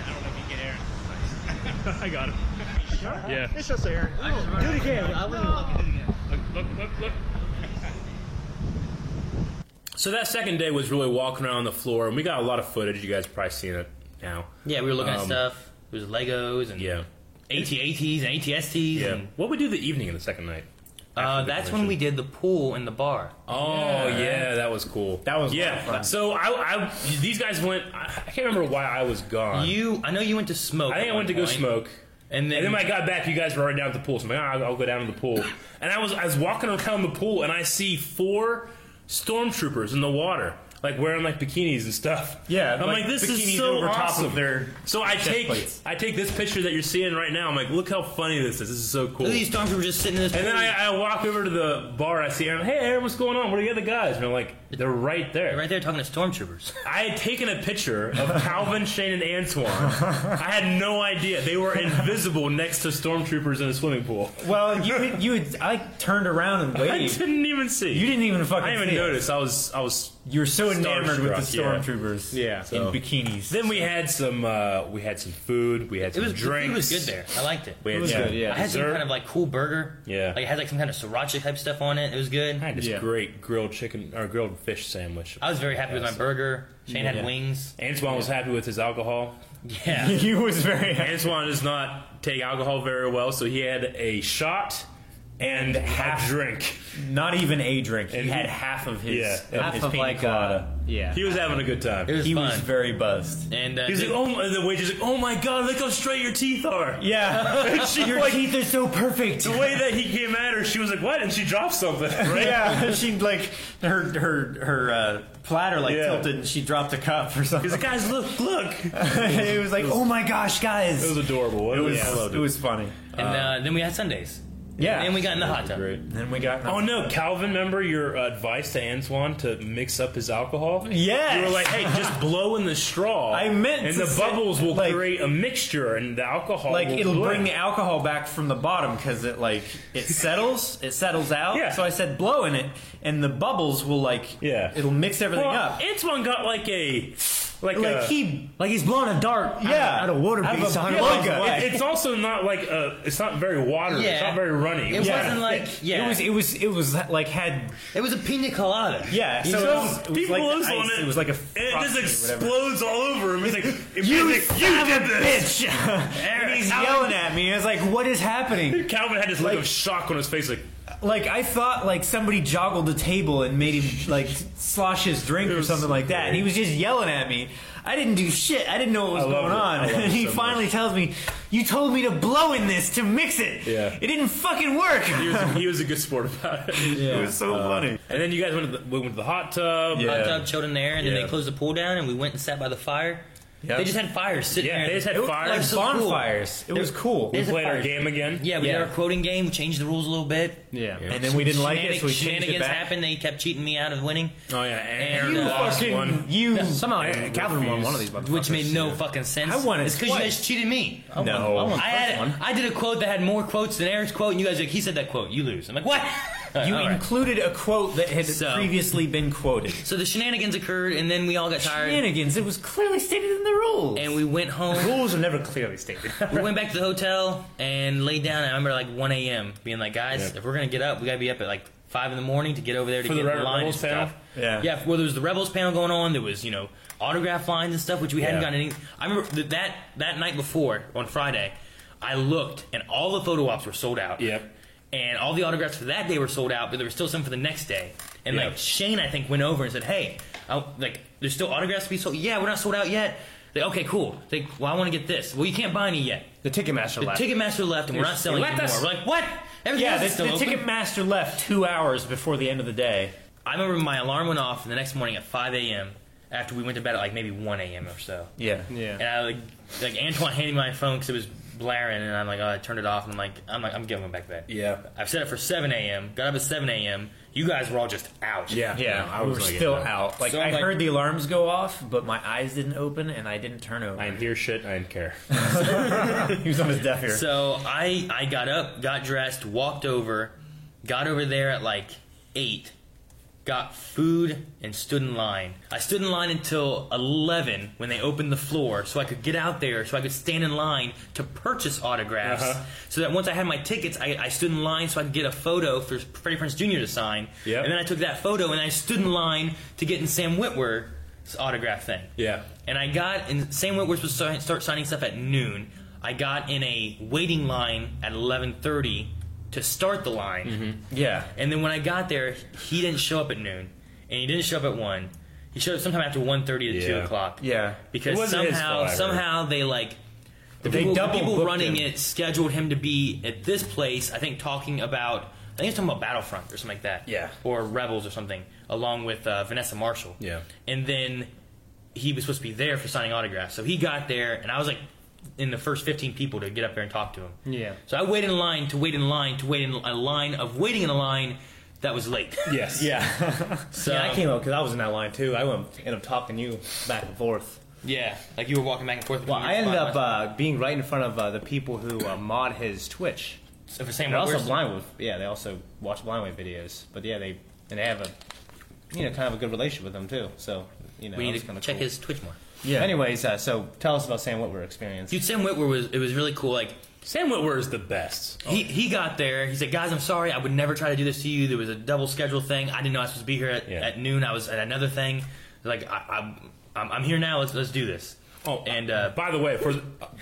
S13: I don't know if you get Aaron.
S1: I got him. Yeah.
S10: It's just Aaron. Do it again. I wouldn't.
S1: Look, look, look, look. So that second day was really walking around on the floor, and we got a lot of footage. You guys probably seen it now.
S3: Yeah, we were looking at
S1: Um,
S3: stuff. It was Legos and
S1: Yeah.
S3: AT-ATs and ATSTs.
S1: Yeah.
S3: And,
S1: What we do the evening of the second night?
S3: uh, that's when we did the pool in the bar.
S1: Oh yeah, that was cool. That was yeah. So I, I, these guys went. I I can't remember why I was gone.
S3: You, I know you went to smoke.
S1: I think
S3: at
S1: I went
S3: one
S1: to go
S3: point.
S1: smoke.
S3: And then,
S1: And then when I got back, you guys were already down at the pool. So I'm like, "Ah, I'll, I'll go down to the pool. And I was I was walking around the pool, and I see four stormtroopers in the water, like wearing like bikinis and stuff.
S4: Yeah,
S1: I'm like,
S4: like,
S1: this
S4: bikinis
S1: is so
S4: over top of
S1: awesome.
S4: their
S1: so I
S4: chest
S1: take
S4: plates.
S1: I take this picture that you're seeing right now. I'm like, look how funny this is. This is so cool.
S3: Look at these stormtroopers just sitting in this.
S1: And then I, I walk over to the bar. and I see Aaron. Hey, Aaron, what's going on? What are the other guys? And they're like, they're right there.
S3: right there talking to stormtroopers.
S1: I had taken a picture of Calvin, Shane, and Antoine. I had no idea they were invisible next to stormtroopers in a swimming pool.
S4: Well, you had, you had, I turned around and
S1: I
S4: waved.
S1: didn't even see.
S4: You didn't even fucking
S1: I didn't
S4: see
S1: even
S4: it.
S1: notice. I was I was
S4: you were so enamored with the
S1: Starstruck, yeah.
S4: stormtroopers,
S1: yeah,
S4: in
S1: So-
S4: bikinis.
S1: Then we had some, uh, we had some food. We had
S4: It
S1: some
S4: was- the food
S1: drinks.
S4: was
S3: good there. I liked it.
S1: We had some
S3: I had some
S1: dessert.
S3: kind of like cool burger.
S1: Yeah.
S3: Like it had like some kind of sriracha type stuff on it. It was good.
S1: I had this great grilled chicken or grilled fish sandwich.
S3: I was very happy with my
S1: Yes.
S3: burger. Shane had wings.
S1: Antoine was happy with his alcohol.
S3: Yeah.
S1: he was very happy. Antoine does not take alcohol very well, so he had a shot and half drink.
S4: Not even a drink. He
S1: And
S4: had
S1: he-
S4: half of his,
S1: Yeah.
S4: of
S1: Half
S4: his
S1: of
S4: pina
S1: like, uh,
S4: colada. yeah,
S1: He was having a good time.
S4: he was very buzzed.
S3: And uh,
S1: He's like, oh, my, the waiter's like, oh my god, look how straight your teeth are.
S4: yeah,
S1: And she,
S4: your
S1: like,
S4: teeth are so perfect.
S1: the way that he came at her, she was like, what? And she dropped something, right?
S4: yeah, she like her her her uh, platter like
S1: Yeah.
S4: tilted and she dropped a cup or something.
S1: He's like, guys, look, look.
S4: it was like, oh my gosh, guys!
S1: It was adorable.
S4: It was,
S1: Yeah. I loved
S4: it was funny.
S3: And uh, then we had Sundays.
S4: "Oh." Yeah.
S3: And then we got in the hot tub.
S4: Then we got.
S1: Oh no, Calvin! Remember your advice to Antoine to mix up his alcohol?
S4: Yes.
S1: you were like, "Hey, just blow in the straw."
S4: I meant
S1: and
S4: to
S1: the
S4: say-
S1: bubbles will
S4: like-
S1: create a mixture, and the alcohol
S4: Like
S1: will
S4: it'll
S1: blend.
S4: bring the alcohol back from the bottom because it like it settles, it settles out.
S1: Yeah.
S4: So I said blow in it, and the bubbles will like
S1: Yeah.
S4: it'll mix everything
S1: Well,
S4: up.
S1: Antoine got like a like,
S4: Like
S1: a,
S4: he
S2: Like he's blowing a dart.
S4: Yeah.
S2: Out of, out of water
S4: Out of a
S2: beats.
S4: yeah, like
S1: It-
S4: Why?
S1: it's also not like
S14: uh,
S1: a. It's not very watery. It's
S3: Yeah.
S1: not very runny.
S3: It wasn't like yeah.
S4: It was it was it was like had
S3: It was a pina colada.
S4: yeah. So,
S1: So,
S4: it was, it was
S1: people
S4: like the
S1: lose on
S4: ice,
S1: it.
S4: It was like a
S1: and it just
S4: frosty or whatever.
S1: explodes all over him. He's like,
S4: You
S1: he's like,
S4: son
S1: you
S4: of
S1: did
S4: a
S1: this.
S4: bitch! and he's
S1: Alan-
S4: yelling at me. I was like, "What is happening?"
S1: Calvin had this look of shock on his face, like.
S4: Like I thought, like somebody joggled the table and made him like slosh his drink or something like that. And he was just yelling at me. I didn't do shit. I didn't know what was
S1: I love
S4: going
S1: it. I
S4: on.
S1: love it
S4: And he
S1: so much.
S4: finally tells me, "You told me to blow in this to mix it.
S1: Yeah.
S4: It didn't fucking work."
S1: He was, he was a good sport about it. Uh,
S4: It was so funny.
S1: And then you guys went to the, we went to the hot tub.
S3: Hot tub, chilled in there, and then
S1: Yeah.
S3: they closed the pool down, and we went and sat by the fire.
S1: Yep.
S3: They just had fires sitting
S1: Yeah,
S3: there.
S1: they just had
S3: It was-
S1: fires.
S3: like, so cool.
S4: bonfires. It was cool.
S1: We
S3: There's a
S1: played our
S3: fire-
S1: game again.
S3: Yeah, we
S4: Yeah.
S3: did our quoting game. We changed the rules a little bit.
S4: Yeah. And then we didn't like it, so we changed it
S3: shenanigans
S4: back.
S3: happened. They kept cheating me out of winning,
S1: Oh yeah, and
S3: You
S1: Aaron lost
S4: fucking-
S1: one.
S4: You
S2: Somehow Calvin won one of these.
S3: which made no fucking sense.
S4: I won it
S3: It's because you
S4: twice.
S3: guys cheated me.
S4: I no.
S2: I won.
S3: I had I did a quote that had more quotes than Eric's quote, and you guys are like he said that quote. You lose. I'm like what?
S4: You
S3: All right.
S4: included a quote that had
S3: So-
S4: previously been quoted.
S3: So the shenanigans occurred, and then we all got tired,
S4: Shenanigans. It was clearly stated in the rules.
S3: and we went home.
S4: rules are never clearly stated.
S3: we went back to the hotel and laid down. I remember like 1 a.m. being like, guys,
S1: Yeah.
S3: if we're gonna get up, we gotta be up at like five in the morning to get over there to
S1: For the
S3: get in
S1: Rebel-
S3: line
S1: Rebels
S3: and stuff.
S4: panel? Yeah.
S3: yeah. Well, there was the rebels panel going on. There was you know autograph lines and stuff, which we hadn't
S1: Yeah.
S3: gotten any. I remember th- that that night before on Friday, I looked and all the photo ops were sold out.
S1: Yep.
S3: And all the autographs for that day were sold out, but there were still some for the next day. And
S1: Yeah.
S3: like Shane, I think went over and said, "Hey, I, like there's still autographs to be sold. Yeah, we're not sold out yet." Like, okay, cool. Like, well, I want to get this. Well, you can't buy any yet.
S2: The Ticketmaster
S3: The
S2: left.
S3: Ticketmaster left, and we're not selling
S4: Let
S3: anymore.
S4: us-
S3: We're like, what? Everything
S4: yeah,
S3: else is
S4: the,
S3: still
S4: the
S3: open.
S4: Ticketmaster left two hours before the end of the day.
S3: I remember my alarm went off the next morning at 5 a.m. After we went to bed at like maybe 1 a.m. or so,
S4: Yeah.
S2: yeah.
S3: and I like like Antoine handed me my phone because it was blaring, and I'm like, oh, I turned it off, and I'm like, I'm like, I'm giving it back that.
S1: Yeah,
S3: I've set it for 7 a.m. Got up at 7 a.m. You guys were all just out.
S1: yeah,
S4: Yeah,
S1: No, I
S4: we
S1: was
S4: were
S1: like,
S4: still
S1: no.
S4: out. Like
S3: So
S4: I
S3: I'm like-
S4: heard the alarms go off, but my eyes didn't open and I didn't turn over.
S1: I didn't hear shit. I didn't care.
S4: he was on his deaf ear.
S3: So I I got up, got dressed, walked over, got over there at like eight, got food, and stood in line. I stood in line until eleven when they opened the floor, so I could get out there, so I could stand in line to purchase autographs.
S1: Uh-huh.
S3: So that once I had my tickets, I, I stood in line so I could get a photo for Freddie Prince Jr. to sign.
S1: Yep.
S3: And then I took that photo and I stood in line to get in Sam Whitwer's autograph thing.
S1: yeah,
S3: And I got, and Sam Wentworth was to start signing stuff at noon. I got in a waiting line at 11:30 to start the line.
S4: yeah.
S3: And then when I got there, he didn't show up at noon, and he didn't show up at one. He showed up sometime after 1:30 to two
S1: Yeah.
S3: o'clock.
S4: Yeah.
S1: It
S3: Because
S1: wasn't his fault, I
S3: somehow,
S1: heard.
S3: somehow they like the
S4: They
S3: people, the
S4: double
S3: people
S4: booked
S3: running
S4: him.
S3: it scheduled him to be at this place. I think talking about. I think it's talking about Battlefront or something like that.
S1: Yeah.
S3: Or Rebels or something, along with uh, Vanessa Marshall.
S1: Yeah.
S3: And then he was supposed to be there for signing autographs. So he got there, and I was like in the first 15 people to get up there and talk to him.
S2: Yeah.
S3: So I waited in line to wait in line to wait in a line of waiting in a line that was late.
S1: yes,
S2: Yeah.
S3: So,
S2: yeah, I came up because I was in that line too. I went ended up talking to you back and forth.
S3: Yeah, like you were walking back and forth.
S2: Well,
S3: between
S2: I
S3: your
S2: ended up
S3: spot.
S2: uh, being right in front of uh, the people who uh, mod his Twitch.
S3: so for Sam
S2: They also
S3: Wentworth.
S2: blind with yeah. They also watch blind wave videos, but yeah, they and they have a you know, kind of a good relationship with him too. So, you know,
S3: We
S2: that
S3: need
S2: was
S3: to
S2: kinda
S3: check
S2: cool.
S3: his Twitch more.
S2: Yeah. Anyways, uh, so tell us about Sam Witwer experience.
S3: Dude, Sam Whitwer was it was really cool. Like
S10: Sam Whitwer is the best.
S3: He he got there. He said, "Guys, I'm sorry. I would never try to do this to you. There was a double schedule thing. I didn't know I was supposed to be here at, at noon. I was at another thing. Like I, I I'm, I'm here now. Let's let's do this."
S10: Oh, and uh, by the way, for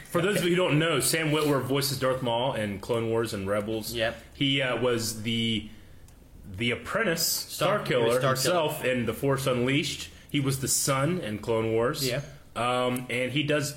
S10: for those of you who don't know, Sam Witwer voices Darth Maul in Clone Wars and Rebels. Yep, he uh, was the the apprentice Star,
S3: he was
S10: Killer
S3: Star Killer.
S10: himself in The Force Unleashed. He was the son in Clone Wars.
S3: Yeah.
S10: um, and he does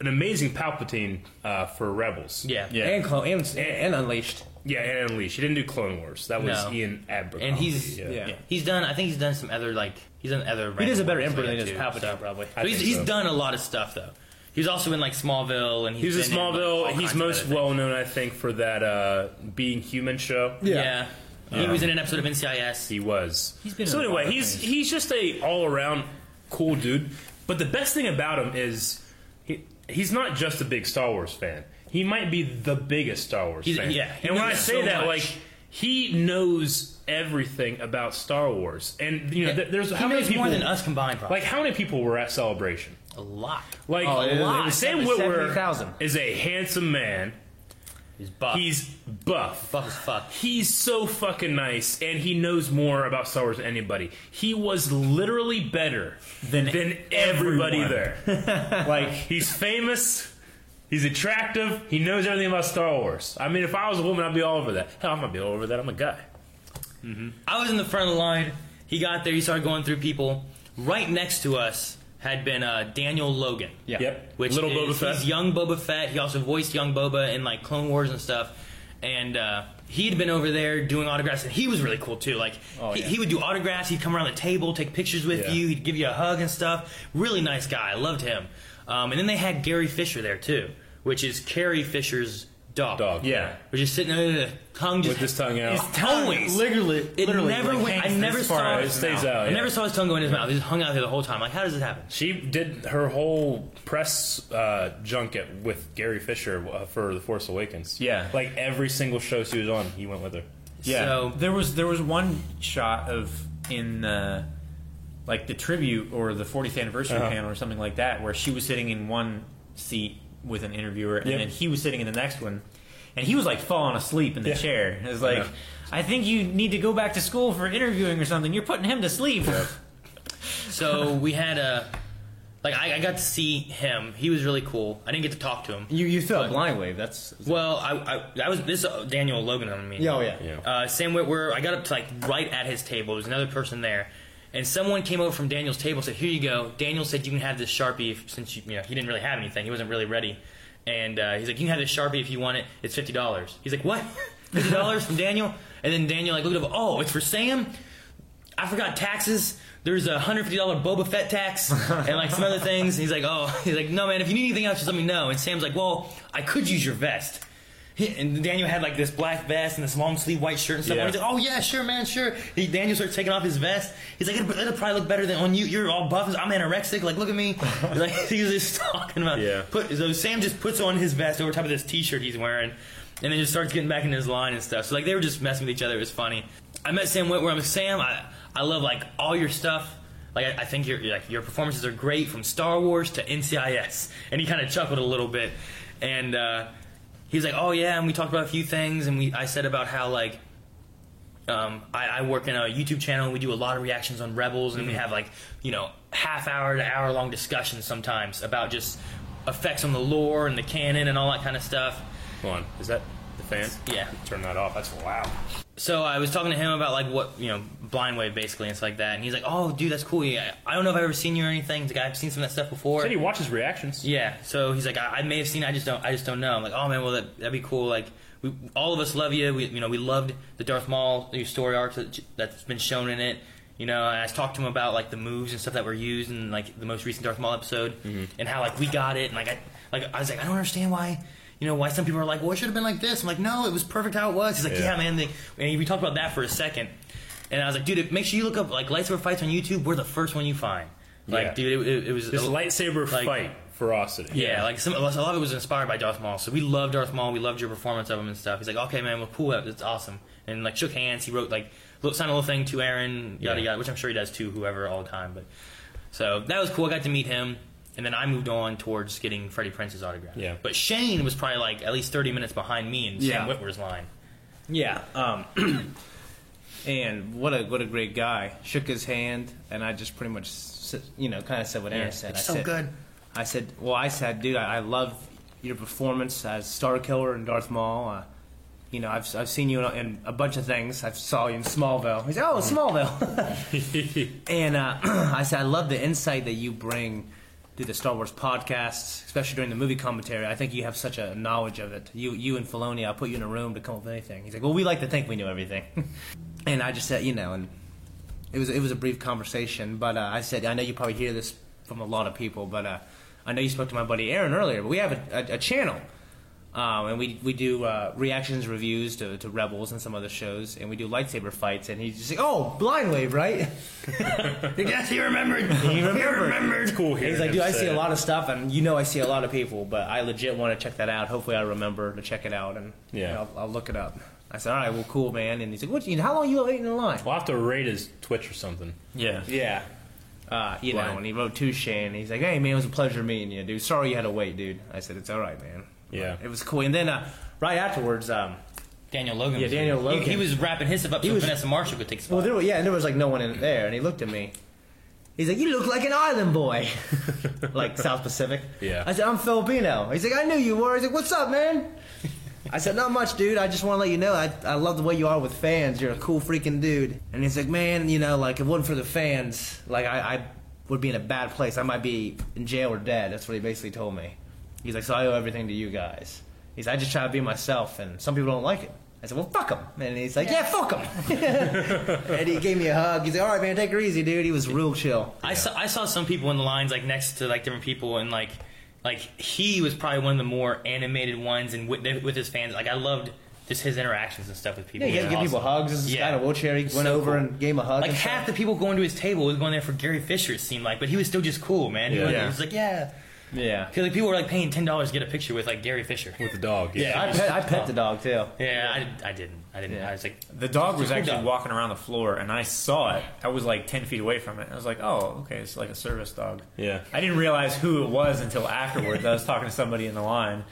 S10: an amazing Palpatine uh, for Rebels.
S3: Yeah.
S10: yeah,
S2: and Clone and, and, Unleashed.
S10: Yeah, and Unleashed. He didn't do Clone Wars. That was
S3: No.
S10: Ian Abercrombie.
S3: And he's
S10: yeah.
S3: yeah. he's done. I think he's done some other like he's done other.
S10: He does a
S3: random
S10: better
S3: roles
S10: Emperor
S3: like
S10: than
S3: that,
S10: he
S3: too,
S10: does Palpatine,
S3: so.
S10: probably. I
S3: But he's
S10: think
S3: he's
S10: so.
S3: done a lot of stuff though. He was also in like Smallville and he's
S10: He's in
S3: been in, like,
S10: Smallville.
S3: all kinds
S10: he's
S3: of
S10: most well known, I think, for that uh, Being Human show.
S3: Yeah. Yeah. He was in an episode of
S10: NCIS. He was. He's
S3: been
S10: so
S3: in a lot
S10: anyway,
S3: of
S10: he's he's just a all around cool dude. But the best thing about him is he he's not just a big Star Wars fan. He might be the biggest Star Wars
S3: He's-
S10: fan.
S3: yeah, he
S10: and when I
S3: knows
S10: say
S3: so
S10: that,
S3: much.
S10: like he knows everything about Star Wars, and you know,
S3: Yeah.
S10: th- there's
S3: He
S10: how many
S3: knows
S10: people
S3: more than us combined, probably.
S10: Like how many people were at Celebration?
S3: A lot.
S10: Like
S3: Oh, it was- it was seven-
S10: Sam Witwer
S3: 70,000.
S10: is a handsome man.
S3: He's buff.
S10: He's buff.
S3: Buff as fuck.
S10: He's so fucking nice, and he knows more about Star Wars than anybody. He was literally better than than everybody
S4: everyone.
S10: there. like he's famous. He's attractive. He knows everything about Star Wars. I mean, if I was a woman, I'd be all over that. Hell, I'm gonna be all over that. I'm a guy.
S3: I was in the front of the line. He got there. He started going through people. Right next to us had been uh, Daniel Logan.
S10: Yeah. Yep.
S3: Which
S10: Little
S3: is,
S10: Boba Fett.
S3: He's young Boba Fett. He also voiced young Boba in like Clone Wars and stuff. And uh, he'd been over there doing autographs, and he was really cool too. Like he, he would do autographs. He'd come around the table, take pictures with
S10: Oh, Yeah.
S3: you. He'd give you a hug and stuff. Really nice guy. I loved him. Um, and then they had Gary Fisher there too, which is Carrie Fisher's dog. Dog.
S10: Yeah.
S3: Which is sitting there, tongue just
S10: With his tongue out.
S3: His tongue always
S2: literally,
S3: it
S10: literally,
S3: never
S10: like,
S3: went. I
S10: hangs
S3: never
S10: this far
S3: saw
S10: out. It stays out,
S3: I
S10: yeah.
S3: never saw his tongue go in his mouth. He just hung out there the whole time. Like, how does it happen?
S10: She did her whole press uh, junket with Gary Fisher uh, for The Force Awakens. Yeah, like every single show she was on, he went with her.
S4: Yeah. there was there was one shot of in uh, like the tribute or the 40th anniversary
S10: Uh-huh.
S4: panel or something like that, where she was sitting in one seat with an interviewer, and
S10: Yep.
S4: then he was sitting in the next one, and he was like falling asleep in the
S10: Yeah.
S4: chair. It was
S10: I
S4: like,
S10: know.
S4: I, think you need to go back to school for interviewing or something. You're putting him to sleep.
S3: So we had a. Like I, I got to see him. He was really cool. I didn't get to talk to him.
S2: You you threw a blind wave. That's oh,
S3: Well, I, I, that was this uh, Daniel Logan on me.
S2: Yeah, oh, yeah. Yeah.
S3: Uh, Sam Whitwer. I got up to like right at his table. There was another person there, and someone came over from Daniel's table. and Said, "Here you go." Daniel said, "You can have this sharpie if, since you, you know he didn't really have anything. He wasn't really ready." And uh, he's like, "You can have this sharpie if you want it. It's fifty dollars." He's like, "What? Fifty dollars from Daniel?" And then Daniel like looked up. Oh, it's for Sam. I forgot taxes. There's a hundred fifty dollar Boba Fett tax and like some other things. He's like, oh, he's like, no, man. If you need anything else, just let me know. And Sam's like, well, I could use your vest. He- And Daniel had like this black vest and this long sleeve white shirt and stuff.
S10: Yeah.
S3: And he's like, oh yeah, sure, man, sure. He, Daniel starts taking off his vest. He's like, it'll, it'll probably look better than on you. You're all buff. I'm anorexic. Like, look at me. like he was just talking about. Yeah. Put, so Sam just puts on his vest over top of this T-shirt he's wearing, and then just starts getting back into his line and stuff. So like they were just messing with each other. It was funny. I met Sam Whitwer. I'm like, Sam. I I love like all your stuff. Like I, I think your like your performances are great from Star Wars to NCIS. And he kind of chuckled a little bit, and uh, he was like, oh yeah. And we talked about a few things, and we I said about how like um, I, I work in a YouTube channel and we do a lot of reactions on Rebels and we have like, you know, half hour to hour long discussions sometimes about just effects on the lore and the canon and all that kind of stuff.
S10: Hold on, is that the fan?
S3: Yeah.
S10: Turn that off. That's wow.
S3: So I was talking to him about like what, you know, Blind Wave basically and stuff like that. And he's like, oh, dude, that's cool. Yeah, I don't know if I've ever seen you or anything. He's like, I've seen some of that stuff before.
S10: Said he watches reactions.
S3: Yeah. So he's like, I, I may have seen. it, I just don't. I just don't know. I'm like, oh man, well that that'd be cool. Like, we all of us love you. We you know we loved the Darth Maul new story arc that, that's been shown in it. You know, and I talked to him about like the moves and stuff that were used in like the most recent Darth Maul episode,
S10: Mm-hmm.
S3: and how like we got it. And like I like I was like, I don't understand why. You know why some people are like, well, it should have been like this. I'm like, no, it was perfect how it was. He's like, yeah,
S10: Yeah.
S3: man. They, and we talked about that for a second, and I was like, dude, make sure you look up like lightsaber fights on YouTube. We're the first one you find. Like,
S10: Yeah.
S3: dude, it, it, it was
S10: This lightsaber
S3: like-
S10: fight ferocity.
S3: yeah, like some, a lot of it was inspired by Darth Maul. So we loved Darth Maul. We loved your performance of him and stuff. He's like, okay, man, well, cool. It's awesome. and like shook hands. He wrote like little- signed a little thing to Aaron, yada
S1: Yeah.
S3: yada, which I'm sure he does to whoever all the time. But so that was cool. I got to meet him, and then I moved on towards getting Freddie Prince's autograph.
S1: Yeah.
S3: But Shane was probably like at least 30 minutes behind me in
S2: Yeah.
S3: Sam Whitwer's line.
S2: Yeah. Um, and what a what a great guy. Shook his hand, and I just pretty much s- you know kind of said what Aaron
S3: Yeah,
S2: said.
S3: it's
S2: I
S3: so
S2: said,
S3: good.
S2: I said, well, I said, dude, I, I love your performance as Star Killer and Darth Maul. Uh, you know, I've, I've seen you in, in a bunch of things. I saw you in Smallville. He said, oh,
S3: Mm-hmm.
S2: Smallville. and uh, I said, I love the insight that you bring to the Star Wars podcasts, especially during the movie commentary. I think you have such a knowledge of it. You, you and Filoni, I'll put you in a room to come up with anything. He's like, well, we like to think we knew everything. and I just said, you know, and it was it was a brief conversation, but uh, I said I know you probably hear this from a lot of people, but uh, I know you spoke to my buddy Aaron earlier. But we have a, a, a channel, um, and we we do uh, reactions, reviews to, to Rebels and some other shows, and we do lightsaber fights. And he's just like, "Oh, Blind Wave, right?" yes, he remembered. He remembered.
S1: It's cool here.
S2: He's like, dude, I see a lot of stuff, and you know, I see a lot of people, but I legit want to check that out. Hopefully, I remember to check it out, and
S1: Yeah.
S2: you know, I'll, I'll look it up. I said, all right, well, cool, man. And he's like, what? You how long you waiting in line?
S1: We'll have to raid his Twitch or something.
S3: Yeah.
S2: Yeah. Uh, you
S1: Right.
S2: know, and he wrote to Shane. He's like, "Hey man, it was a pleasure meeting you, dude. Sorry you had to wait, dude." I said, "It's all right, man."
S1: Yeah.
S2: It was cool. And then uh, right afterwards, um,
S3: Daniel Logan.
S2: Yeah,
S3: was
S2: Daniel
S3: there.
S2: Logan.
S3: He, he was wrapping his stuff up
S2: He
S3: so
S2: was-
S3: Vanessa Marshall could take his
S2: well, there, were- yeah, and there was like no one in there, and he looked at me. He's like, "You look like an island boy, like South Pacific."
S1: Yeah.
S2: I said, "I'm Filipino." He's like, "I knew you were." He's like, "What's up, man?" I said, "Not much, dude. I just want to let you know I, I love the way you are with fans. You're a cool freaking dude." And he's like, "Man, you know, like if it wasn't for the fans, like I, I would be in a bad place. I might be in jail or dead." That's what he basically told me. He's like, "So I owe everything to you guys." He's, like, "I just try to be myself, and some people don't like it." I said, "Well, fuck them." And he's like, "Yeah, fuck 'em. fuck them." and he gave me a hug. He's like, "All right, man, take her easy, dude." He was real chill.
S3: I saw I saw some people in the lines like next to like different people and like like he was probably one of the more animated ones and with, with his fans like I loved just his interactions and stuff with people.
S2: Yeah, he
S3: It
S2: gave,
S3: was
S2: give people
S3: awesome.
S2: hugs. This guy in a wheelchair, he went
S3: So
S2: over
S3: cool.
S2: and gave him a hug.
S3: Like
S2: and stuff.
S3: half the people going to his table was going there for Gary Fisher. It seemed like, but he was still just cool, man. He
S2: Yeah.
S3: was-
S2: Yeah.
S3: he was like, yeah.
S2: Yeah.
S3: 'Cause, like people were like paying ten dollars to get a picture with like Gary Fisher with
S1: the dog.
S3: Yeah,
S2: I pet, I pet the dog too.
S3: Yeah, I, I didn't. I didn't. I was like,
S4: The dog was
S3: Cool
S4: actually
S3: dog.
S4: walking around the floor, and I saw it. I was like ten feet away from it. I was like, "Oh, okay, it's like a service dog."
S1: Yeah.
S4: I didn't realize who it was until afterwards. I was talking to somebody in the line,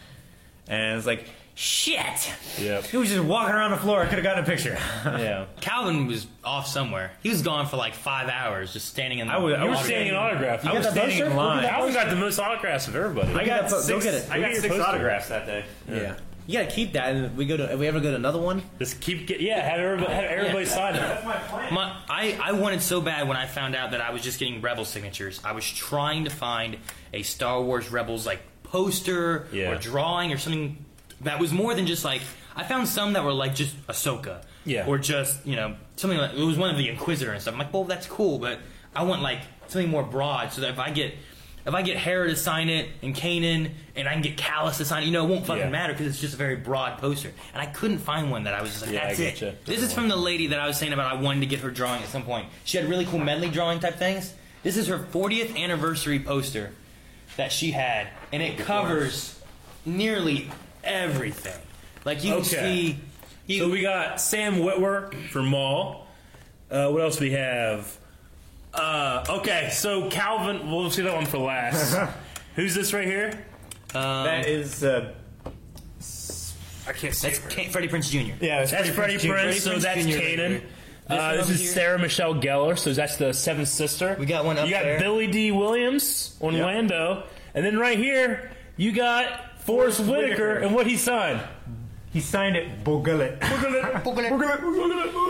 S4: and I was like, "Shit!"
S1: Yep.
S4: He was just walking around the floor. I could have gotten a picture.
S2: yeah.
S3: Calvin was off somewhere. He was gone for like five hours, just standing in. The
S4: I was- I
S1: You were
S4: was
S1: standing in autograph.
S4: I was standing in line.
S1: Calvin got the most autographs of everybody.
S4: I got
S2: Go
S4: six.
S2: get it.
S4: I
S1: Go
S4: got
S1: get your
S4: six
S1: poster.
S4: autographs that day.
S2: Yeah. You gotta keep that. And if we go to, if we ever go to another one,
S1: Just keep get yeah. Have everybody have everybody sign it.
S3: My, I, I wanted so bad when I found out that I was just getting Rebel signatures. I was trying to find a Star Wars Rebels like poster
S1: Yeah.
S3: or drawing or something that was more than just like. I found some that were like just Ahsoka,
S1: Yeah.
S3: or just you know something like it was one of the Inquisitor and stuff. I'm like, well, that's cool, but I want like something more broad so that if I get if I get Hera to sign it and Kanan and I can get Callus to sign it, you know, it won't fucking
S1: Yeah.
S3: matter because it's just a very broad poster. And I couldn't find one that I was just like,
S1: Yeah, I
S3: that's it.
S1: getcha.
S3: This is from the lady that I was saying about I wanted to get her drawing at some point. She had really cool medley drawing type things. This is her 40th anniversary poster that she had, and it covers nearly everything. Like you can
S1: Okay.
S3: see,
S1: So we got Sam Whitwer for Maul. Uh, what else we have? Uh, okay, so Calvin. We'll see that one for last. Who's this right here? Um,
S4: That is. Uh,
S1: I can't see.
S3: that's Ca- Freddie Prince Jr.
S4: yeah,
S1: That's Freddie Prince, so that's
S3: Jr.
S1: Kanan.
S3: This
S1: Uh,
S3: one
S1: this
S3: over
S1: is
S3: here.
S1: Sarah Michelle Gellar, so that's the seventh sister. We
S3: got one up
S1: You got
S3: there.
S1: Billy D. Williams on
S4: Yep.
S1: Lando, and then right here you got Forrest,
S4: Forrest
S1: Whitaker,
S4: Whitaker.
S1: and what he signed.
S4: He signed it Bogulet.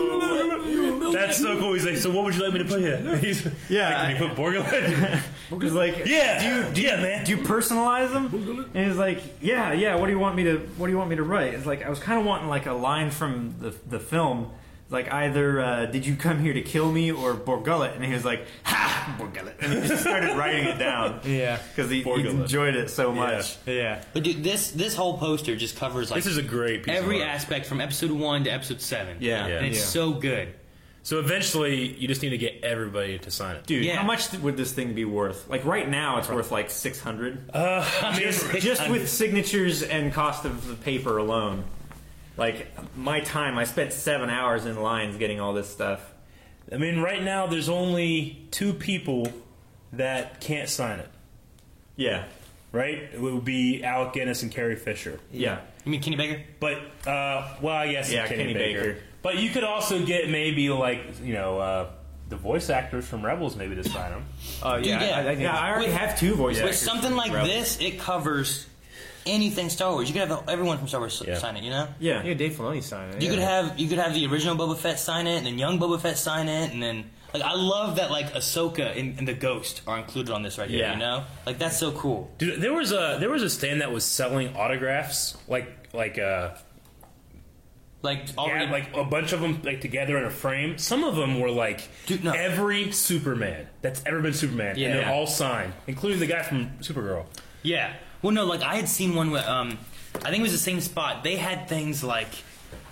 S1: That's so cool. He's like, so what would you like me to put here? He's,
S4: Yeah,
S1: like, can you put Borglin?
S4: He's like,
S1: yeah, do you, yeah, man.
S4: Do you personalize them? And he's like, yeah, yeah. What do you want me to? What do you want me to write? It's like I was kind of wanting like a line from the the film, like either uh, did you come here to kill me or Borgullet? And he was like, ha, Borgullet, and he just started writing it down.
S2: Yeah.
S4: because he, he
S1: Borgullet.
S4: enjoyed it so much.
S2: yeah,
S3: But dude, this this whole poster just covers like
S1: This is a great piece.
S3: every
S1: of art.
S3: aspect from episode one to episode seven.
S4: Yeah.
S3: and it's
S4: Yeah.
S3: so good.
S1: So eventually, you just need to get everybody to sign it.
S4: Dude,
S3: Yeah.
S4: how much th- would this thing be worth? Like right now, it's worth like six hundred.
S1: Uh, I mean,
S4: just with signatures and cost of the paper alone. Like my time, I spent seven hours in lines getting all this stuff.
S14: I mean, right now there's only two people that can't sign it.
S4: Yeah.
S14: Right? It would be Alec Guinness and Carrie Fisher.
S4: Yeah.
S3: You mean Kenny Baker?
S14: But, uh, well, yes,
S4: Yeah,
S14: Kenny,
S4: Kenny
S14: Baker.
S4: Baker.
S14: But you could also get maybe, like, you know, uh, the voice actors from Rebels maybe to sign them.
S4: Oh,
S3: Dude, yeah, With- With
S14: actors
S3: something
S14: from
S3: like
S14: Rebels.
S3: this, it covers anything Star Wars. You could have everyone from Star Wars
S14: Yeah.
S3: sign it. You know.
S4: Yeah. Yeah, Dave Filoni signed it.
S3: You
S4: yeah.
S3: could have you could have the original Boba Fett sign it, and then young Boba Fett sign it, and then like I love that like Ahsoka and, and the Ghost are included on this right here.
S14: Yeah.
S3: You know, like that's so cool.
S14: Dude, there was a there was a stand that was selling autographs, like like uh,
S3: like
S14: already like a bunch of them like together in a frame. Some of them were like every Superman that's ever been Superman, and
S3: Yeah.
S14: they're all signed, including the guy from Supergirl.
S3: Yeah. Well, no, like I had seen one where um, I think it was the same spot. They had things like